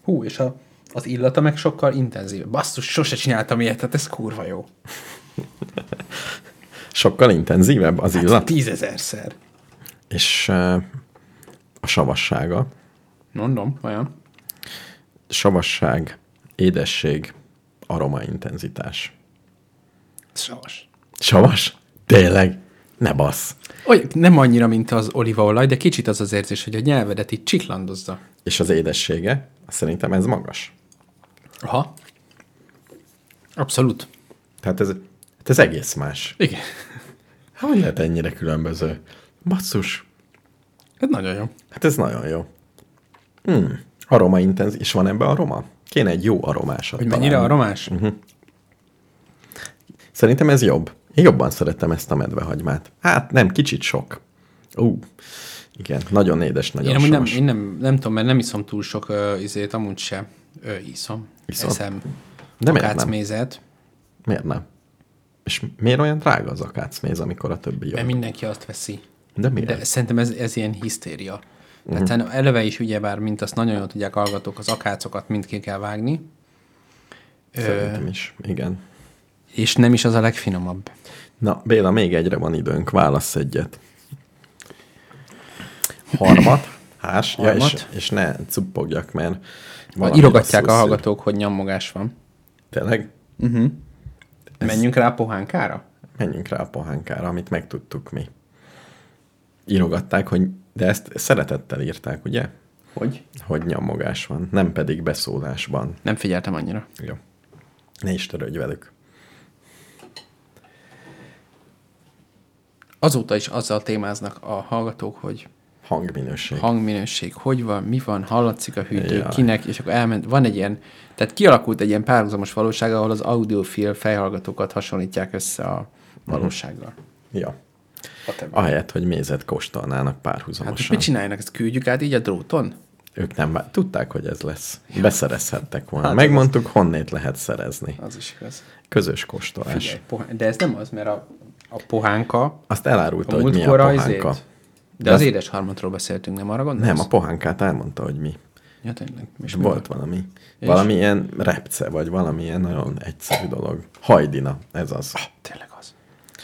[SPEAKER 1] Hú, és a, az illata meg sokkal intenzívebb. Basszus, sose csináltam ilyet, tehát ez kurva jó.
[SPEAKER 2] sokkal intenzívebb az illat,
[SPEAKER 1] Tízezerszer.
[SPEAKER 2] és ö, a savassága.
[SPEAKER 1] Mondom, olyan.
[SPEAKER 2] Savasság, édesség, aromaintenzitás.
[SPEAKER 1] Savas.
[SPEAKER 2] Savas? Tényleg? Ne bassz.
[SPEAKER 1] Oly, nem annyira, mint az olívaolaj, de kicsit az az érzés, hogy a nyelvedet itt csiklandozza.
[SPEAKER 2] És az édessége? Szerintem ez magas.
[SPEAKER 1] Aha. Abszolút.
[SPEAKER 2] Tehát ez, hát ez egész más.
[SPEAKER 1] Igen.
[SPEAKER 2] Hát Hogy lehet ennyire különböző? Basszus,
[SPEAKER 1] Ez nagyon jó.
[SPEAKER 2] Hát ez nagyon jó. Hmm. Aroma intenz, és van ebben aroma? Kéne egy jó aromásat.
[SPEAKER 1] Hogy mennyire
[SPEAKER 2] találni.
[SPEAKER 1] aromás?
[SPEAKER 2] Szerintem ez jobb. Én jobban szeretem ezt a medvehagymát. Hát nem, kicsit sok. Ú, igen, nagyon édes,
[SPEAKER 1] Én
[SPEAKER 2] nagyon
[SPEAKER 1] amúgy nem,
[SPEAKER 2] sós.
[SPEAKER 1] én nem, nem tudom, mert nem iszom túl sok ö, izét, amúgy se. Ö, iszom.
[SPEAKER 2] Iszol?
[SPEAKER 1] Eszem
[SPEAKER 2] De miért nem?
[SPEAKER 1] akácmézet,
[SPEAKER 2] miért nem? És miért olyan drága az akácméz, amikor a többi jobb?
[SPEAKER 1] mert mindenki azt veszi.
[SPEAKER 2] De miért?
[SPEAKER 1] De szerintem ez, ez ilyen hisztéria. Tehát uh-huh. eleve is ugyebár, mint azt nagyon jól tudják hallgatók, az akácokat mind ki kell vágni,
[SPEAKER 2] Szerintem is, igen.
[SPEAKER 1] és nem is az a legfinomabb.
[SPEAKER 2] Na, Béla, még egyre van időnk, válasz egyet. Harmat, hás, ja, és,
[SPEAKER 1] Harmat.
[SPEAKER 2] és ne cuppogjak, mert
[SPEAKER 1] Vagy
[SPEAKER 2] valami
[SPEAKER 1] irogatják a
[SPEAKER 2] rosszul szűr.
[SPEAKER 1] hallgatók, hogy nyammogás van.
[SPEAKER 2] Tényleg?
[SPEAKER 1] Ez... Menjünk rá a pohánkára?
[SPEAKER 2] Menjünk rá a pohánkára, amit megtudtuk mi. Írogatták, hogy... De ezt szeretettel írták, ugye?
[SPEAKER 1] Hogy?
[SPEAKER 2] Hogy nyomogás van, nem pedig beszólásban.
[SPEAKER 1] Nem figyeltem annyira.
[SPEAKER 2] Jó. Ne is törődj velük.
[SPEAKER 1] azóta is azzal témáznak a hallgatók, hogy
[SPEAKER 2] Hangminőség.
[SPEAKER 1] hangminőség, hogy van, mi van, hallatszik a hűtő,
[SPEAKER 2] Jaj.
[SPEAKER 1] kinek, és akkor elment. Van egy ilyen, tehát kialakult egy ilyen párhuzamos valóság, ahol az audiofil fejhallgatókat hasonlítják össze a valósággal.
[SPEAKER 2] ja.
[SPEAKER 1] Whatever.
[SPEAKER 2] Ahelyett, hogy mézet kóstolnának
[SPEAKER 1] Hát most
[SPEAKER 2] párhuzamosan.
[SPEAKER 1] mit csináljanak? Ezt küldjük át így a dróton?
[SPEAKER 2] ők nem vá- tudták, hogy ez lesz. Beszerezhettek volna.
[SPEAKER 1] Hát,
[SPEAKER 2] Megmondtuk, honnét lehet szerezni.
[SPEAKER 1] Az is igaz.
[SPEAKER 2] Közös kóstolás.
[SPEAKER 1] Figyelj, pohá- De ez nem az, mert a, a pohánka,
[SPEAKER 2] Azt elárulta,
[SPEAKER 1] a
[SPEAKER 2] hogy mi a
[SPEAKER 1] múltkor a izét.
[SPEAKER 2] pohánka.
[SPEAKER 1] De az édes harmatról beszéltünk, nem arra gondolsz?
[SPEAKER 2] Nem, a pohánkát elmondta, hogy mi.
[SPEAKER 1] Ja, tényleg.
[SPEAKER 2] És volt valami. Valamilyen repce, vagy valamilyen nagyon egyszerű dolog. Hajdina, ez
[SPEAKER 1] Ah,
[SPEAKER 2] az.
[SPEAKER 1] Tényleg az.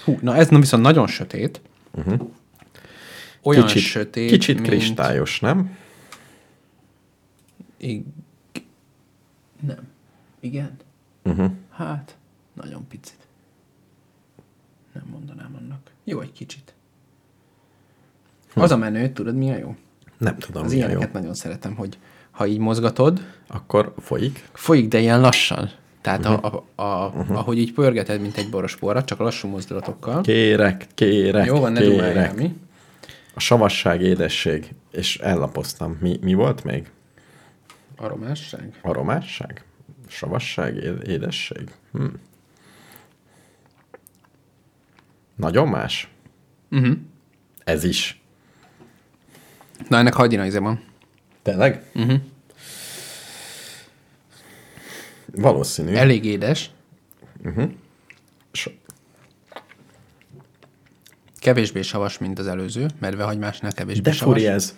[SPEAKER 1] Hú, na ez na viszont nagyon sötét. Uh-huh. Olyan
[SPEAKER 2] Mhm. kicsit,
[SPEAKER 1] sötét,
[SPEAKER 2] Kicsit
[SPEAKER 1] mint...
[SPEAKER 2] kristályos, nem?
[SPEAKER 1] Ig... Nem. Igen?
[SPEAKER 2] Uh-huh.
[SPEAKER 1] Hát, nagyon picit. Nem mondanám annak. Jó, egy kicsit. Az a menő, tudod mi a jó?
[SPEAKER 2] Nem tudom,
[SPEAKER 1] Az
[SPEAKER 2] mi a Hm. jó.
[SPEAKER 1] ilyeneket nagyon szeretem, hogy ha így mozgatod,
[SPEAKER 2] Akkor folyik.
[SPEAKER 1] folyik, de ilyen lassan. Tehát
[SPEAKER 2] Mhm.
[SPEAKER 1] a, a, a, uh-huh. ahogy így pörgeted, mint egy borospóra, csak lassú mozdulatokkal.
[SPEAKER 2] Kérek, kérek,
[SPEAKER 1] Jó van, ne dumáljál,
[SPEAKER 2] kérek.
[SPEAKER 1] mi?
[SPEAKER 2] A savasság édesség, és ellapoztam. Mi, mi volt még?
[SPEAKER 1] Aromásság?
[SPEAKER 2] Aromásság? Savasság, é- édesség? Hm. Nagyon más?
[SPEAKER 1] Uh-huh.
[SPEAKER 2] Ez is.
[SPEAKER 1] Na, ennek hagyina íze van.
[SPEAKER 2] Tényleg?
[SPEAKER 1] Uh-huh.
[SPEAKER 2] Valószínű.
[SPEAKER 1] Elég édes,
[SPEAKER 2] So-
[SPEAKER 1] kevésbé savas, mint az előző, medvehagymásnál kevésbé
[SPEAKER 2] De
[SPEAKER 1] savas.
[SPEAKER 2] furi ez.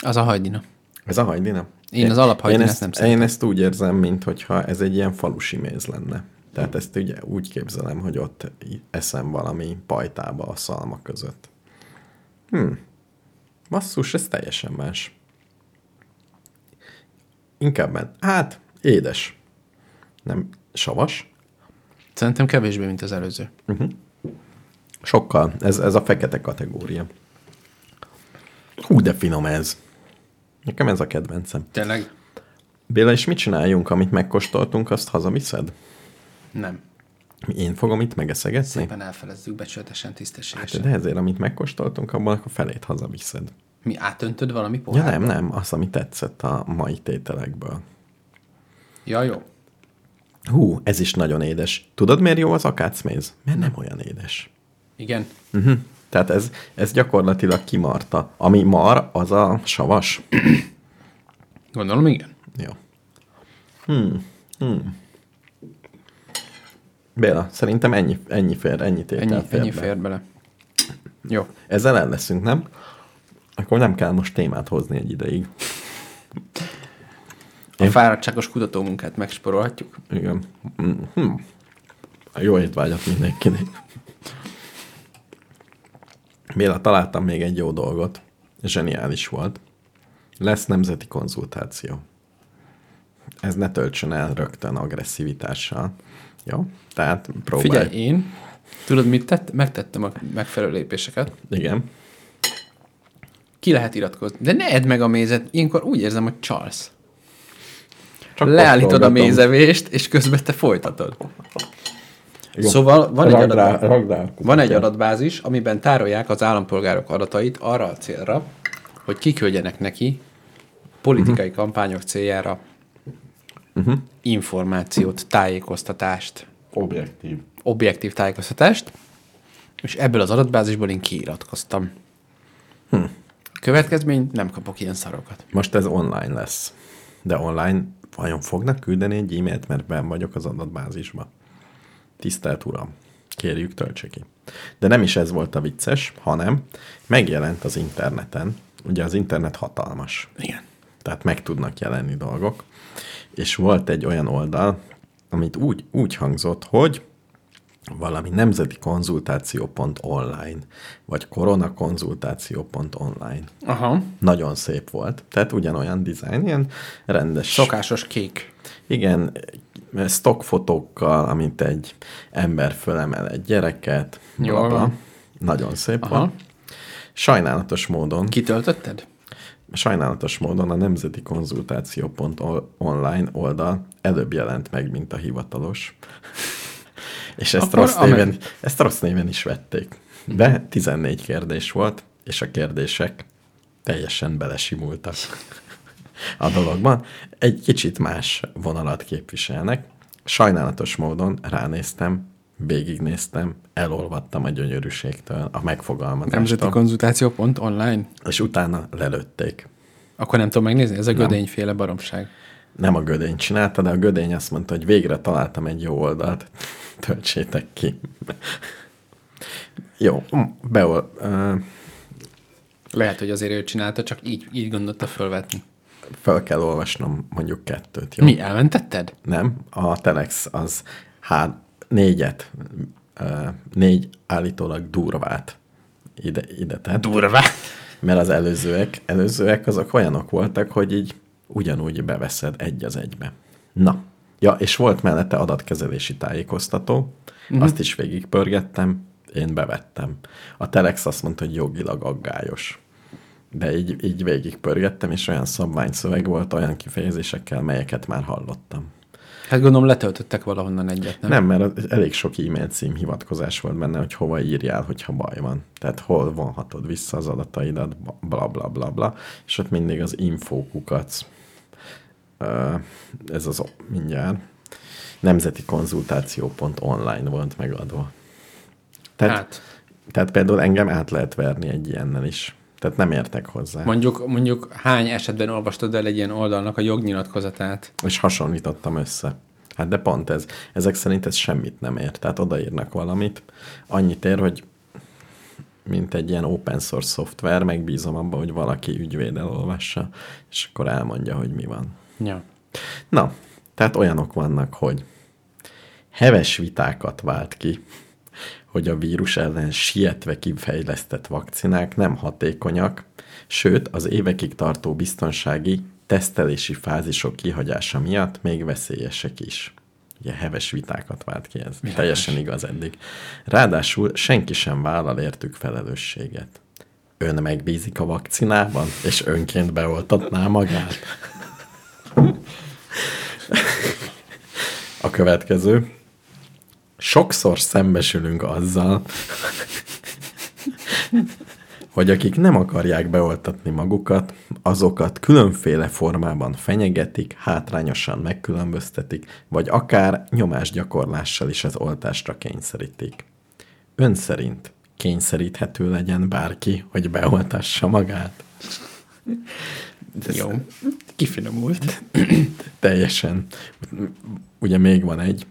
[SPEAKER 1] Az a hajdina.
[SPEAKER 2] Ez a hajdina?
[SPEAKER 1] Én az alaphajdinát
[SPEAKER 2] én ezt,
[SPEAKER 1] nem
[SPEAKER 2] Én ezt úgy érzem, mintha ez egy ilyen falusi méz lenne. Tehát ezt ugye úgy képzelem, hogy ott í- eszem valami pajtába a szalma között. Hm. Basszus, ez teljesen más. Inkább men. Hát, édes. Nem savas.
[SPEAKER 1] Szerintem kevésbé, mint az előző.
[SPEAKER 2] Sokkal. Ez, ez a fekete kategória. Hú, de finom ez. Nekem ez a kedvencem.
[SPEAKER 1] Tényleg?
[SPEAKER 2] Béla, és mit csináljunk, amit megkóstoltunk, azt hazaviszed?
[SPEAKER 1] Nem.
[SPEAKER 2] Én fogom itt megeszegetni?
[SPEAKER 1] Éppen elfelezzük becsületesen, tisztességesen.
[SPEAKER 2] De ezért, amit megkóstoltunk, abban akkor felét hazaviszed.
[SPEAKER 1] Mi átöntöd valami
[SPEAKER 2] Ja
[SPEAKER 1] pohár?
[SPEAKER 2] nem, nem, az, ami tetszett a mai tételekből.
[SPEAKER 1] Ja, jó.
[SPEAKER 2] Hú, ez is nagyon édes. Tudod, miért jó az akácméz? Mert nem olyan édes.
[SPEAKER 1] Igen.
[SPEAKER 2] Uh-huh. Tehát ez, ez gyakorlatilag kimarta. Ami mar, az a savas.
[SPEAKER 1] Gondolom, igen.
[SPEAKER 2] jó. Hmm. Hmm. Béla, szerintem ennyi, ennyi fér, ennyi tétel
[SPEAKER 1] Ennyi,
[SPEAKER 2] fér
[SPEAKER 1] ennyi
[SPEAKER 2] be.
[SPEAKER 1] fér bele. Jó.
[SPEAKER 2] Ezzel el leszünk, nem? Akkor nem kell most témát hozni egy ideig.
[SPEAKER 1] A fáradtságos kutatómunkát megsporolhatjuk.
[SPEAKER 2] Igen. Mm, Hm. Jó étvágyat mindenkinek. Béla, találtam még egy jó dolgot. Zseniális volt. Lesz nemzeti konzultáció. Ez ne töltsön el rögtön agresszivitással. Jó? Tehát próbálj.
[SPEAKER 1] Figyelj, én, tudod, mit tett? Megtettem a megfelelő lépéseket.
[SPEAKER 2] Igen.
[SPEAKER 1] Ki lehet iratkozni. De ne edd meg a mézet. Ilyenkor úgy érzem, hogy csalsz.
[SPEAKER 2] Csak
[SPEAKER 1] Leállítod a
[SPEAKER 2] postolgatom.
[SPEAKER 1] mézevést, és közben te folytatod.
[SPEAKER 2] Jó.
[SPEAKER 1] Szóval van egy
[SPEAKER 2] Ragd rá-
[SPEAKER 1] adat-
[SPEAKER 2] ragd rá a
[SPEAKER 1] Van egy
[SPEAKER 2] kutyát.
[SPEAKER 1] adatbázis, amiben tárolják az állampolgárok adatait arra a célra, hogy kiküldjenek neki politikai uh-huh. kampányok céljára uh-huh. információt, tájékoztatást,
[SPEAKER 2] Objektív.
[SPEAKER 1] objektív tájékoztatást, és ebből az adatbázisból én kiiratkoztam. Hm. Következmény, nem kapok ilyen szarokat.
[SPEAKER 2] Most ez online lesz. De online vajon fognak küldeni egy e-mailt, mert ben vagyok az adatbázisba. Tisztelt Uram, kérjük töltse ki. De nem is ez volt a vicces, hanem megjelent az interneten. Ugye az internet hatalmas.
[SPEAKER 1] Igen.
[SPEAKER 2] Tehát meg tudnak jelenni dolgok. És volt egy olyan oldal, amit úgy, úgy hangzott, hogy valami nemzeti konzultáció.online, vagy koronakonzultáció.online.
[SPEAKER 1] Aha.
[SPEAKER 2] Nagyon szép volt. Tehát ugyanolyan dizájn, ilyen rendes.
[SPEAKER 1] Szokásos kék.
[SPEAKER 2] Igen, stock fotókkal, amint egy ember fölemel egy gyereket.
[SPEAKER 1] Jól
[SPEAKER 2] bla, bla.
[SPEAKER 1] van.
[SPEAKER 2] Nagyon szép
[SPEAKER 1] Aha.
[SPEAKER 2] volt. Sajnálatos módon,
[SPEAKER 1] Kitöltötted?
[SPEAKER 2] sajnálatos módon a nemzeti konzultáció.online oldal előbb jelent meg, mint a hivatalos. És ezt,
[SPEAKER 1] Akkor
[SPEAKER 2] rossz
[SPEAKER 1] amen.
[SPEAKER 2] néven, ezt rossz néven is vették. De 14 kérdés volt, és a kérdések teljesen belesimultak a dologban. Egy kicsit más vonalat képviselnek. Sajnálatos módon ránéztem, végignéztem, elolvattam a gyönyörűségtől, a
[SPEAKER 1] Nemzeti
[SPEAKER 2] megfogalmazástól,
[SPEAKER 1] konzultáció pont online.
[SPEAKER 2] és utána lelőtték.
[SPEAKER 1] Akkor nem tudom megnézni, ez a gödényféle baromság.
[SPEAKER 2] nem a gödény csinálta, de a gödény azt mondta, hogy végre találtam egy jó oldalt, töltsétek ki. jó, beol, ö,
[SPEAKER 1] Lehet, hogy azért ő csinálta, csak így, így gondolta fölvetni.
[SPEAKER 2] fel kell olvasnom mondjuk kettőt, jó?
[SPEAKER 1] Mi, elmentetted?
[SPEAKER 2] Nem, a Telex az hát négyet, ö, négy állítólag durvát ide, ide tett.
[SPEAKER 1] Durva.
[SPEAKER 2] Mert az előzőek, előzőek azok olyanok voltak, hogy így ugyanúgy beveszed egy az egybe. Na, ja, és volt mellette adatkezelési tájékoztató, uh-huh. azt is végigpörgettem, én bevettem. A Telex azt mondta, hogy jogilag aggályos. De így, így végigpörgettem, és olyan szabványszöveg volt, olyan kifejezésekkel, melyeket már hallottam.
[SPEAKER 1] Hát gondolom letöltöttek valahonnan egyet, nem?
[SPEAKER 2] Nem, mert az- elég sok e-mail cím hivatkozás volt benne, hogy hova írjál, hogyha baj van. Tehát hol vonhatod vissza az adataidat, bla bla bla bla. És ott mindig az infókukat, ö, ez az o- mindjárt, nemzeti konzultáció.online volt megadva. Tehát, hát.
[SPEAKER 1] Hát,
[SPEAKER 2] tehát például engem át lehet verni egy ilyennel is. Tehát nem értek hozzá.
[SPEAKER 1] mondjuk, mondjuk hány esetben olvastad el egy ilyen oldalnak a jognyilatkozatát?
[SPEAKER 2] És hasonlítottam össze. Hát de pont ez. Ezek szerint ez semmit nem ér. Tehát odaírnak valamit. Annyit ér, hogy mint egy ilyen open source szoftver, megbízom abba, hogy valaki ügyvéd elolvassa, és akkor elmondja, hogy mi van.
[SPEAKER 1] Ja.
[SPEAKER 2] Na, tehát olyanok vannak, hogy heves vitákat vált ki, hogy a vírus ellen sietve kifejlesztett vakcinák nem hatékonyak, sőt az évekig tartó biztonsági tesztelési fázisok kihagyása miatt még veszélyesek is. Ugye heves vitákat vált ki ez. Világos. Teljesen igaz eddig. Ráadásul senki sem vállal értük felelősséget. Ön megbízik a vakcinában, és önként beoltatná magát. A következő. Sokszor szembesülünk azzal, hogy akik nem akarják beoltatni magukat, azokat különféle formában fenyegetik, hátrányosan megkülönböztetik, vagy akár nyomásgyakorlással is az oltásra kényszerítik. Ön szerint kényszeríthető legyen bárki, hogy beoltassa magát?
[SPEAKER 1] Jó. Kifinomult.
[SPEAKER 2] Teljesen. Ugye még van egy,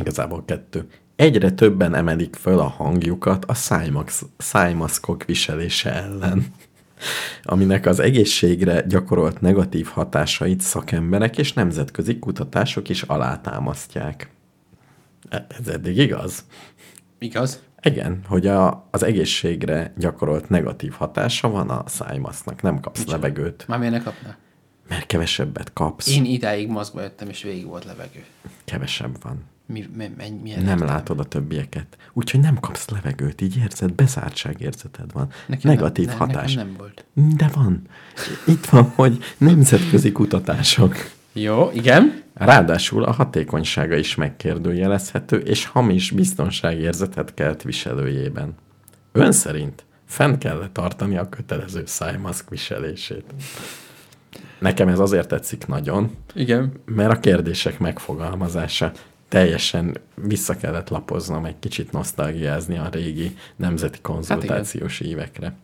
[SPEAKER 2] igazából kettő. Egyre többen emelik föl a hangjukat a szájmax, szájmaszkok viselése ellen, aminek az egészségre gyakorolt negatív hatásait szakemberek és nemzetközi kutatások is alátámasztják. E- Ez eddig igaz?
[SPEAKER 1] Igaz?
[SPEAKER 2] Igen, hogy a, az egészségre gyakorolt negatív hatása van a szájmasznak, nem kapsz levegőt,
[SPEAKER 1] Már miért ne kapná?
[SPEAKER 2] mert kevesebbet kapsz,
[SPEAKER 1] Én idáig mozgva jöttem, és végig volt levegő.
[SPEAKER 2] kevesebb van.
[SPEAKER 1] Mi, mi, mi, milyen
[SPEAKER 2] Nem látod a többieket. Úgyhogy nem kapsz levegőt, így érzed, bezártságérzeted van. Nekem Negatív
[SPEAKER 1] nem,
[SPEAKER 2] nem,
[SPEAKER 1] ne-
[SPEAKER 2] hatás.
[SPEAKER 1] Nekem nem volt.
[SPEAKER 2] nem. De van. Itt van, hogy nemzetközi kutatások.
[SPEAKER 1] Jó, igen.
[SPEAKER 2] Ráadásul a hatékonysága is megkérdőjelezhető, és hamis biztonságérzetet kelt viselőjében. Ön szerint fenn kell -e tartani a kötelező szájmaszk viselését. Nekem ez azért tetszik nagyon,
[SPEAKER 1] Igen.
[SPEAKER 2] mert a kérdések megfogalmazása teljesen vissza kellett lapoznom, egy kicsit nosztalgiázni a régi nemzeti konzultációs hát évekre.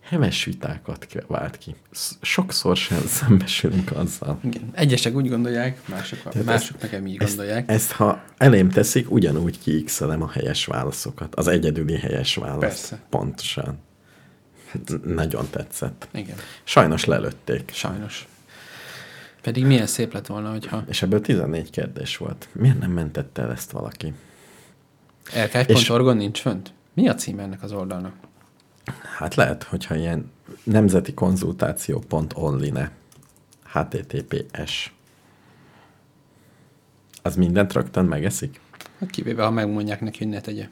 [SPEAKER 2] Heves vitákat ke- vált ki. Sz- Sokszor sem szembesülünk azzal.
[SPEAKER 1] Igen. Egyesek úgy gondolják, mások, mások nekem így
[SPEAKER 2] ezt,
[SPEAKER 1] gondolják.
[SPEAKER 2] Ezt, ha elém teszik, ugyanúgy kiixelem a helyes válaszokat. Az egyedüli helyes választ.
[SPEAKER 1] Persze.
[SPEAKER 2] Pontosan. N- Nagyon tetszett.
[SPEAKER 1] Igen.
[SPEAKER 2] Sajnos lelőtték.
[SPEAKER 1] Sajnos. Pedig milyen szép lett volna, hogyha
[SPEAKER 2] És ebből 14 kérdés volt. Miért nem mentette el ezt valaki?
[SPEAKER 1] lk.org-on nincs fönt? Mi a cím ennek az oldalnak?
[SPEAKER 2] Hát lehet, hogyha ilyen nemzeti konzultáció pont online HTTPS. Az mindent rögtön megeszik?
[SPEAKER 1] Hát kivéve, ha megmondják neki, hogy ne tegye.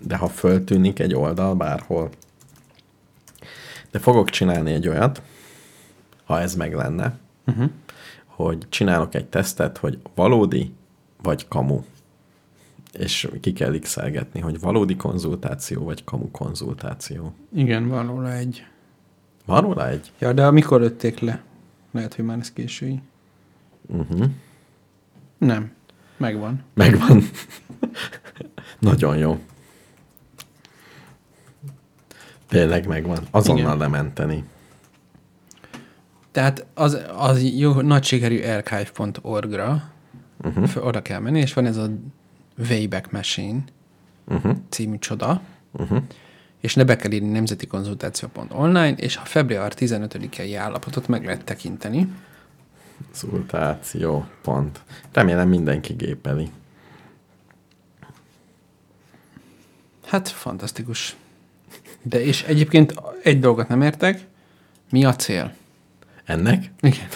[SPEAKER 2] De ha föltűnik egy oldal bárhol. De fogok csinálni egy olyat, ha ez meg lenne, uh-huh. hogy csinálok egy tesztet, hogy valódi vagy kamu. És ki kell x hogy valódi konzultáció, vagy kamu konzultáció.
[SPEAKER 1] Igen, van róla egy.
[SPEAKER 2] Van róla egy?
[SPEAKER 1] Ja, de mikor ötték le? Lehet, hogy már ez késői.
[SPEAKER 2] Uh-huh.
[SPEAKER 1] Nem. Megvan.
[SPEAKER 2] Megvan. Nagyon jó. Tényleg megvan. Azonnal
[SPEAKER 1] Igen.
[SPEAKER 2] Igen. lementeni.
[SPEAKER 1] Tehát az, az jó, nagy sikerű archive.org-ra
[SPEAKER 2] Uh-huh.
[SPEAKER 1] uh-huh. oda kell menni, és van ez a Wayback Machine
[SPEAKER 2] Uh-huh.
[SPEAKER 1] című csoda,
[SPEAKER 2] Uh-huh.
[SPEAKER 1] és ne be kell írni nemzeti konzultáció.online, és a február 15-i állapotot meg lehet tekinteni.
[SPEAKER 2] Konzultáció. Pont. Remélem mindenki gépeli.
[SPEAKER 1] Hát fantasztikus. De és egyébként egy dolgot nem értek, mi a cél?
[SPEAKER 2] Ennek?
[SPEAKER 1] Igen.
[SPEAKER 2] Én,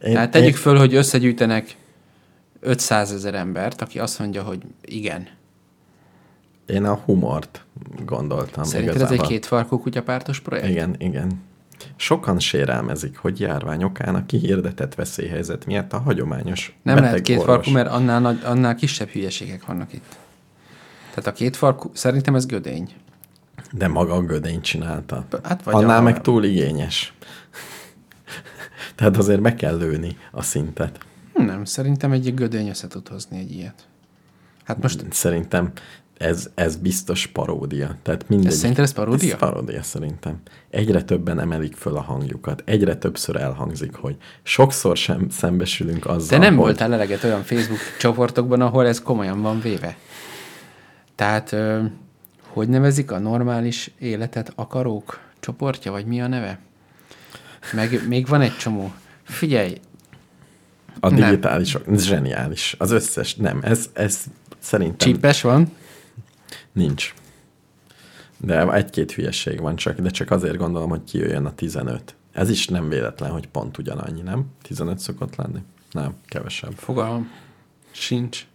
[SPEAKER 1] Tehát Hát tegyük föl, hogy összegyűjtenek 500 ezer embert, aki azt mondja, hogy igen.
[SPEAKER 2] én, én a humort gondoltam
[SPEAKER 1] Szerinted
[SPEAKER 2] igazából.
[SPEAKER 1] ez egy két farkú kutyapártos projekt?
[SPEAKER 2] Igen, igen. Sokan sérelmezik, hogy járvány okán a kihirdetett veszélyhelyzet miatt a hagyományos
[SPEAKER 1] Nem
[SPEAKER 2] beteg
[SPEAKER 1] lehet két
[SPEAKER 2] orvos-
[SPEAKER 1] farkú, mert annál, nagy, annál kisebb hülyeségek vannak itt. Tehát a két farkú, szerintem ez gödény.
[SPEAKER 2] De maga a gödény csinálta.
[SPEAKER 1] Hát vagy
[SPEAKER 2] Vagy Annál
[SPEAKER 1] a-
[SPEAKER 2] meg túl igényes. Tehát azért meg kell lőni a szintet.
[SPEAKER 1] Nem, szerintem egy gödény össze tud hozni egy ilyet. Hát most,
[SPEAKER 2] Szerintem ez, ez biztos paródia. Tehát mindegy.
[SPEAKER 1] Ez szerinted ez paródia?
[SPEAKER 2] Ez paródia szerintem. Egyre többen emelik föl a hangjukat. Egyre többször elhangzik, hogy sokszor sem szembesülünk azzal,
[SPEAKER 1] te nem
[SPEAKER 2] hogy...
[SPEAKER 1] voltál eleget olyan Facebook csoportokban, ahol ez komolyan van véve. Tehát, ö, hogy nevezik a normális életet akarók csoportja, vagy mi a neve? Meg még van egy csomó. Figyelj,
[SPEAKER 2] A
[SPEAKER 1] Nem.
[SPEAKER 2] digitálisok. Ez zseniális. Az összes. Nem, ez, ez szerintem
[SPEAKER 1] csípes van,
[SPEAKER 2] nincs. De egy-két hülyeség van csak, de csak azért gondolom, hogy kijöjjön a 15. Ez is nem véletlen, hogy pont ugyanannyi, nem? 15 szokott lenni? Nem, kevesebb.
[SPEAKER 1] fogalmam sincs.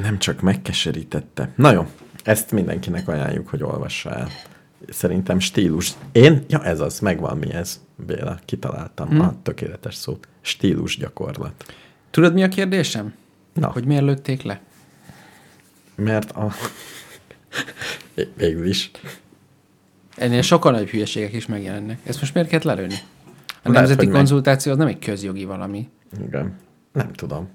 [SPEAKER 2] Nem csak megkeserítette. Na jó, ezt mindenkinek ajánljuk, hogy olvassa el. Szerintem stílus. Én? Ja, ez az, megvan mi ez. Béla, kitaláltam hmm. a tökéletes szót. Stílus gyakorlat.
[SPEAKER 1] Tudod, mi a kérdésem?
[SPEAKER 2] Na.
[SPEAKER 1] Hogy miért lőtték le?
[SPEAKER 2] Mert a... Végül is.
[SPEAKER 1] Ennél sokkal nagyobb hülyeségek is megjelennek. Ezt most miért kellett lelőni? A
[SPEAKER 2] Lehet,
[SPEAKER 1] nemzeti
[SPEAKER 2] hogy meg-
[SPEAKER 1] konzultáció az nem egy közjogi valami.
[SPEAKER 2] Igen. Nem tudom.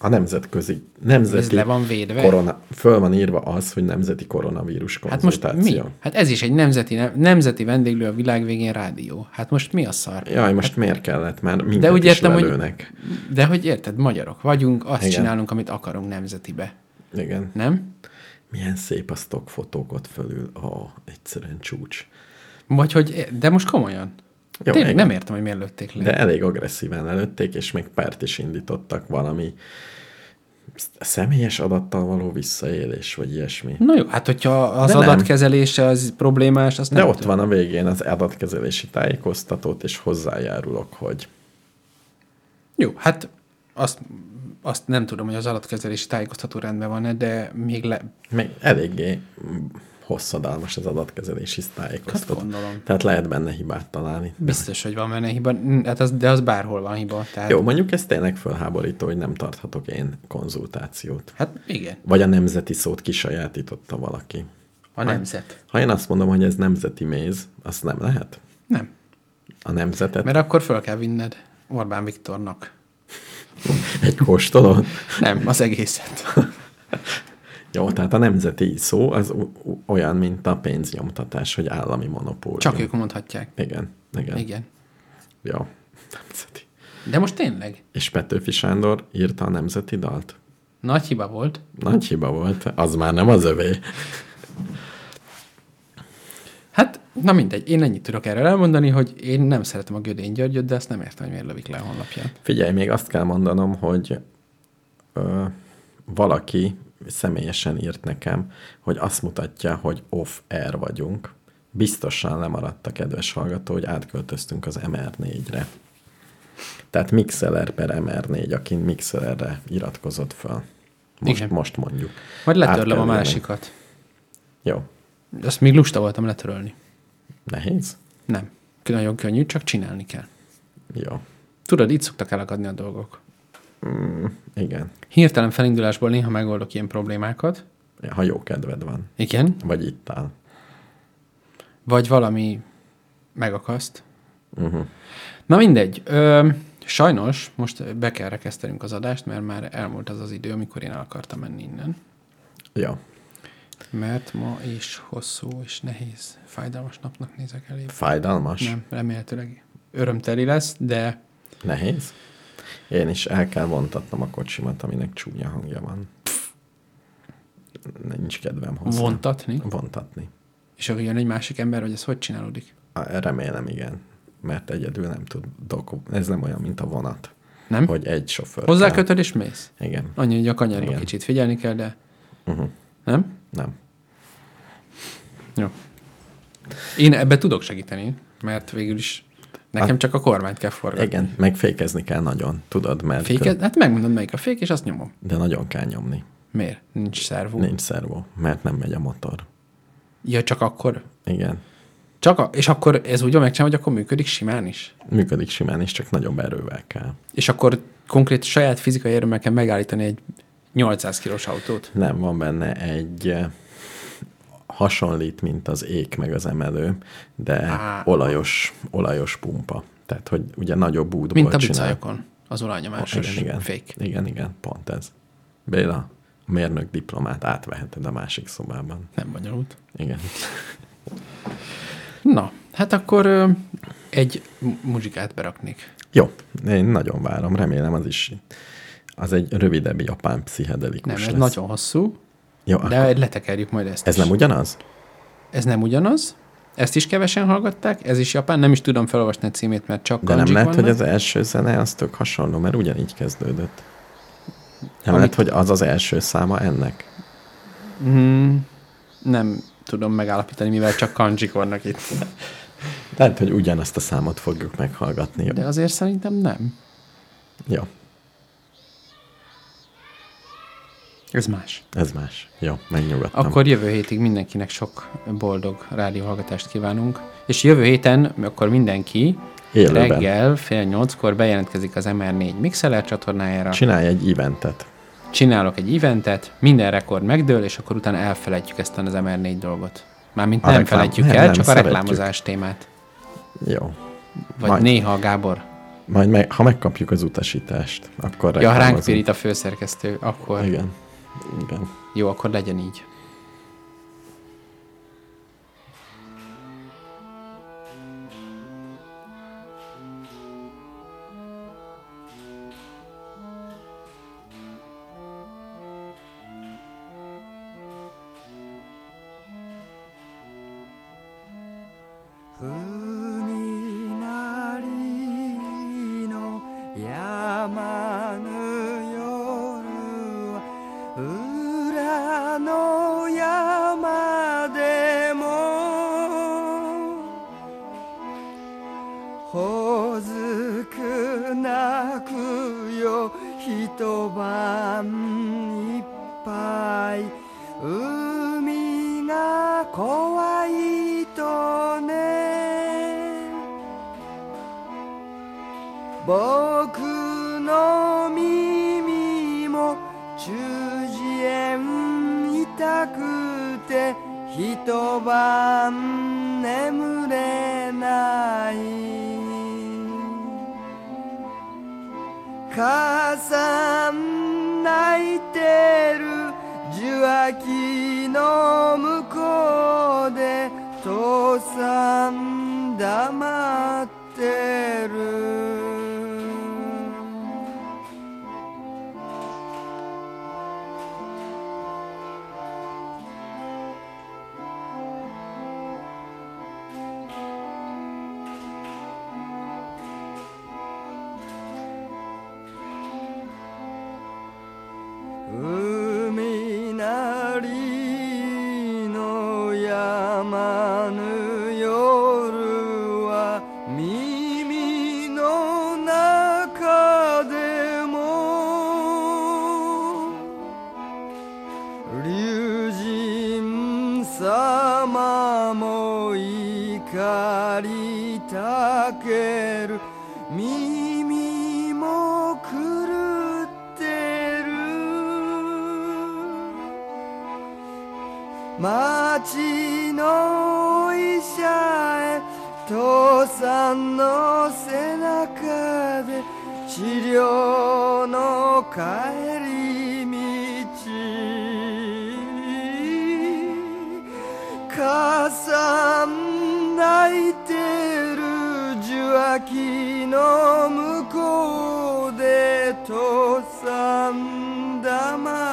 [SPEAKER 2] A nemzetközi,
[SPEAKER 1] Ez
[SPEAKER 2] nemzeti
[SPEAKER 1] le van védve?
[SPEAKER 2] korona, föl van írva az, hogy nemzeti koronavírus
[SPEAKER 1] Hát most
[SPEAKER 2] konzultáció.
[SPEAKER 1] mi? Hát ez is egy nemzeti, nem, nemzeti vendéglő a világ végén rádió. Hát most mi a szar?
[SPEAKER 2] Jaj, most miért kellett? Már mindent
[SPEAKER 1] Hát- De
[SPEAKER 2] De
[SPEAKER 1] úgy értem, hogy-
[SPEAKER 2] lelőnek.
[SPEAKER 1] De hogy érted, magyarok vagyunk, azt Igen.
[SPEAKER 2] Igen.
[SPEAKER 1] csinálunk, amit akarunk nemzetibe.
[SPEAKER 2] Hogy... Igen.
[SPEAKER 1] Nem?
[SPEAKER 2] Milyen szép a stock fotók ott fölül. Ó, oh, egyszerűen csúcs.
[SPEAKER 1] Vagy hogy, de most komolyan. Jó,
[SPEAKER 2] Jó,
[SPEAKER 1] Tényleg
[SPEAKER 2] igen.
[SPEAKER 1] nem értem, hogy miért lőtték le.
[SPEAKER 2] De elég agresszíven előtték, és még párt is indítottak valami személyes adattal való visszaélés, vagy ilyesmi.
[SPEAKER 1] Na jó, hát hogyha az
[SPEAKER 2] De nem.
[SPEAKER 1] adatkezelése az problémás, azt
[SPEAKER 2] De
[SPEAKER 1] nem
[SPEAKER 2] ott
[SPEAKER 1] tudom.
[SPEAKER 2] van a végén az adatkezelési tájékoztatót, és hozzájárulok, hogy
[SPEAKER 1] Jó, hát azt, azt nem tudom, hogy az adatkezelési tájékoztató rendben van-e, de még le...
[SPEAKER 2] Még eléggé mm, hosszadalmas az adatkezelési tájékoztató.
[SPEAKER 1] Hát gondolom.
[SPEAKER 2] Tehát lehet benne hibát találni.
[SPEAKER 1] Biztos, hogy van benne hiba, Mm, hát az, de az bárhol van hiba. Tehát,
[SPEAKER 2] Jó, mondjuk ez tényleg fölháborító, hogy nem tarthatok én konzultációt.
[SPEAKER 1] Hát igen,
[SPEAKER 2] Vagy a nemzeti szót kisajátította valaki.
[SPEAKER 1] a nemzet.
[SPEAKER 2] Ha én azt mondom, hogy ez nemzeti méz, azt nem lehet?
[SPEAKER 1] Nem.
[SPEAKER 2] A nemzetet? Mert...
[SPEAKER 1] Mert akkor föl kell vinned Orbán Viktornak.
[SPEAKER 2] Egy kóstolót?
[SPEAKER 1] Nem, az egészet.
[SPEAKER 2] Jó, tehát a nemzeti szó az o- o- olyan, mint a pénznyomtatás, hogy állami monopólium.
[SPEAKER 1] Csak ők mondhatják.
[SPEAKER 2] Igen, igen. igen.
[SPEAKER 1] Igen.
[SPEAKER 2] Jó, nemzeti.
[SPEAKER 1] De most tényleg,
[SPEAKER 2] És Petőfi Sándor írta a nemzeti dalt?
[SPEAKER 1] nagy hiba volt.
[SPEAKER 2] Nagy hiba volt, az már nem az övé.
[SPEAKER 1] Hát, na mindegy, én ennyit tudok erről elmondani, hogy én nem szeretem a Gödény Györgyöt, de azt nem értem, hogy miért lövik le a honlapját.
[SPEAKER 2] Figyelj, még azt kell mondanom, hogy ö, valaki személyesen írt nekem, hogy azt mutatja, hogy off-air vagyunk. Biztosan lemaradt a kedves hallgató, hogy átköltöztünk az MR4-re. Tehát Mixeler per MR4, aki Mixelerre iratkozott fel. Most,
[SPEAKER 1] Igen.
[SPEAKER 2] most mondjuk.
[SPEAKER 1] Majd
[SPEAKER 2] Át kell
[SPEAKER 1] letörlöm a
[SPEAKER 2] élni.
[SPEAKER 1] másikat.
[SPEAKER 2] Jó.
[SPEAKER 1] Azt még lusta voltam letörölni.
[SPEAKER 2] Nehéz?
[SPEAKER 1] Nem. Nagyon könnyű, csak csinálni kell.
[SPEAKER 2] Jó.
[SPEAKER 1] Tudod, itt szoktak elakadni a dolgok.
[SPEAKER 2] Mm, igen.
[SPEAKER 1] Hirtelen felindulásból néha megoldok ilyen problémákat.
[SPEAKER 2] Ha jó kedved van.
[SPEAKER 1] Igen.
[SPEAKER 2] Vagy ittál.
[SPEAKER 1] Vagy valami megakaszt.
[SPEAKER 2] Uh-huh.
[SPEAKER 1] Na mindegy. Ö, sajnos most be kell rekesztenünk az adást, mert már elmúlt az az idő, amikor én el akartam menni innen.
[SPEAKER 2] Ja.
[SPEAKER 1] Mert ma is hosszú és nehéz, fájdalmas napnak nézek elébe.
[SPEAKER 2] Fájdalmas?
[SPEAKER 1] Nem, remélhetőleg örömteli lesz, de
[SPEAKER 2] Nehéz? Én is el kell vontatnom a kocsimat, aminek csúnya hangja van. Nincs kedvem hozzá.
[SPEAKER 1] vontatni.
[SPEAKER 2] Vontatni.
[SPEAKER 1] És akkor jön egy másik ember, hogy ez hogy csinálódik.
[SPEAKER 2] Á, Remélem, igen. Mert egyedül nem tudok. Ez nem olyan, mint a vonat.
[SPEAKER 1] Nem?
[SPEAKER 2] Hogy egy sofőr. kell.
[SPEAKER 1] Hozzákötöd és mész.
[SPEAKER 2] Igen.
[SPEAKER 1] Annyi, hogy a kanyarba
[SPEAKER 2] Igen.
[SPEAKER 1] kicsit figyelni kell, de
[SPEAKER 2] Uh-huh.
[SPEAKER 1] nem?
[SPEAKER 2] Nem.
[SPEAKER 1] Jó. Én ebbe tudok segíteni, mert végül is nekem csak a kormányt kell forgatni.
[SPEAKER 2] Hát, Igen, meg fékezni kell nagyon, tudod, mert...
[SPEAKER 1] Féket? Hát megmondod, melyik a fék, és azt nyomom.
[SPEAKER 2] De nagyon kell nyomni.
[SPEAKER 1] Miért? Nincs szervú.
[SPEAKER 2] Nincs szervó, mert nem megy a motor.
[SPEAKER 1] Ja, csak akkor.
[SPEAKER 2] Igen.
[SPEAKER 1] Csak a, és akkor ez úgy van megcsinálva, hogy akkor működik simán is.
[SPEAKER 2] Működik simán, és csak nagyobb erővel kell.
[SPEAKER 1] És akkor konkrét saját fizikai erőmmel kell megállítani egy 800 kilós autót.
[SPEAKER 2] Nem, van benne egy eh, hasonlít, mint az ék meg az emelő, de
[SPEAKER 1] Á.
[SPEAKER 2] olajos, olajos pumpa. Tehát, hogy ugye nagyobb útból
[SPEAKER 1] Mint a
[SPEAKER 2] csinál.
[SPEAKER 1] bicajokon. Az
[SPEAKER 2] Igen,
[SPEAKER 1] olajnyomásos
[SPEAKER 2] igen.
[SPEAKER 1] fék.
[SPEAKER 2] Igen, igen, pont ez. Béla, a mérnök diplomát átveheted a másik szobában.
[SPEAKER 1] Nem bonyolult.
[SPEAKER 2] Igen.
[SPEAKER 1] Na, hát akkor ö, egy mu- muzsikát beraknék.
[SPEAKER 2] Jó, én nagyon várom, remélem az is. Az egy rövidebb japán
[SPEAKER 1] Nem,
[SPEAKER 2] pszichedelikus
[SPEAKER 1] ez
[SPEAKER 2] lesz.
[SPEAKER 1] nagyon hosszú,
[SPEAKER 2] Jó,
[SPEAKER 1] de
[SPEAKER 2] akkor-
[SPEAKER 1] letekerjük majd ezt
[SPEAKER 2] ez
[SPEAKER 1] is.
[SPEAKER 2] nem ugyanaz?
[SPEAKER 1] ez nem ugyanaz. Ezt is kevesen hallgatták, ez is japán, nem is tudom felolvasni a címét, mert csak
[SPEAKER 2] De nem
[SPEAKER 1] kanjik
[SPEAKER 2] lehet, hogy
[SPEAKER 1] vannak.
[SPEAKER 2] az első zene az tök hasonló, mert ugyanígy kezdődött. Nem
[SPEAKER 1] Amit-
[SPEAKER 2] lehet, hogy az az első száma ennek.
[SPEAKER 1] Mm, nem tudom megállapítani, mivel csak kanjik vannak itt.
[SPEAKER 2] Lehet, hogy ugyanazt a számot fogjuk meghallgatni. Jó.
[SPEAKER 1] De azért szerintem nem.
[SPEAKER 2] Jó,
[SPEAKER 1] Ez más.
[SPEAKER 2] ez más. Jó, megnyugodtam.
[SPEAKER 1] Akkor jövő hétig mindenkinek sok boldog rádióhallgatást kívánunk. És jövő héten akkor mindenki
[SPEAKER 2] Élőben.
[SPEAKER 1] reggel fél nyolckor bejelentkezik az MR4 Mixeler csatornájára.
[SPEAKER 2] Csinálj egy eventet.
[SPEAKER 1] Csinálok egy eventet, minden rekord megdől, és akkor utána elfelejtjük ezt az MR4 dolgot. Mármint
[SPEAKER 2] A
[SPEAKER 1] nem
[SPEAKER 2] reklám-
[SPEAKER 1] felejtjük
[SPEAKER 2] nem,
[SPEAKER 1] el,
[SPEAKER 2] nem,
[SPEAKER 1] csak
[SPEAKER 2] szeretjük.
[SPEAKER 1] a reklámozás témát.
[SPEAKER 2] Jó.
[SPEAKER 1] Vagy
[SPEAKER 2] Majd.
[SPEAKER 1] néha a Gábor.
[SPEAKER 2] Majd meg, ha megkapjuk az utasítást, akkor
[SPEAKER 1] Ja, ha ránk
[SPEAKER 2] reklámozunk.
[SPEAKER 1] pirít a főszerkesztő, akkor
[SPEAKER 2] Igen. Igen.
[SPEAKER 1] jó, akkor legyen így.
[SPEAKER 3] 海なりの山ぬ夜は裏の山でもほずく泣くよ一晩いっぱい海が怖いとね僕の耳も中耳炎痛くて一晩眠れない母さん泣いてる受話器の向こうで父さん黙ってる海なりの山ぬ夜は耳の中でも竜神様も怒りたける耳町のお医者へ父さんの背中で治療の帰り道母さん泣いてる受話器の向こうで父さん黙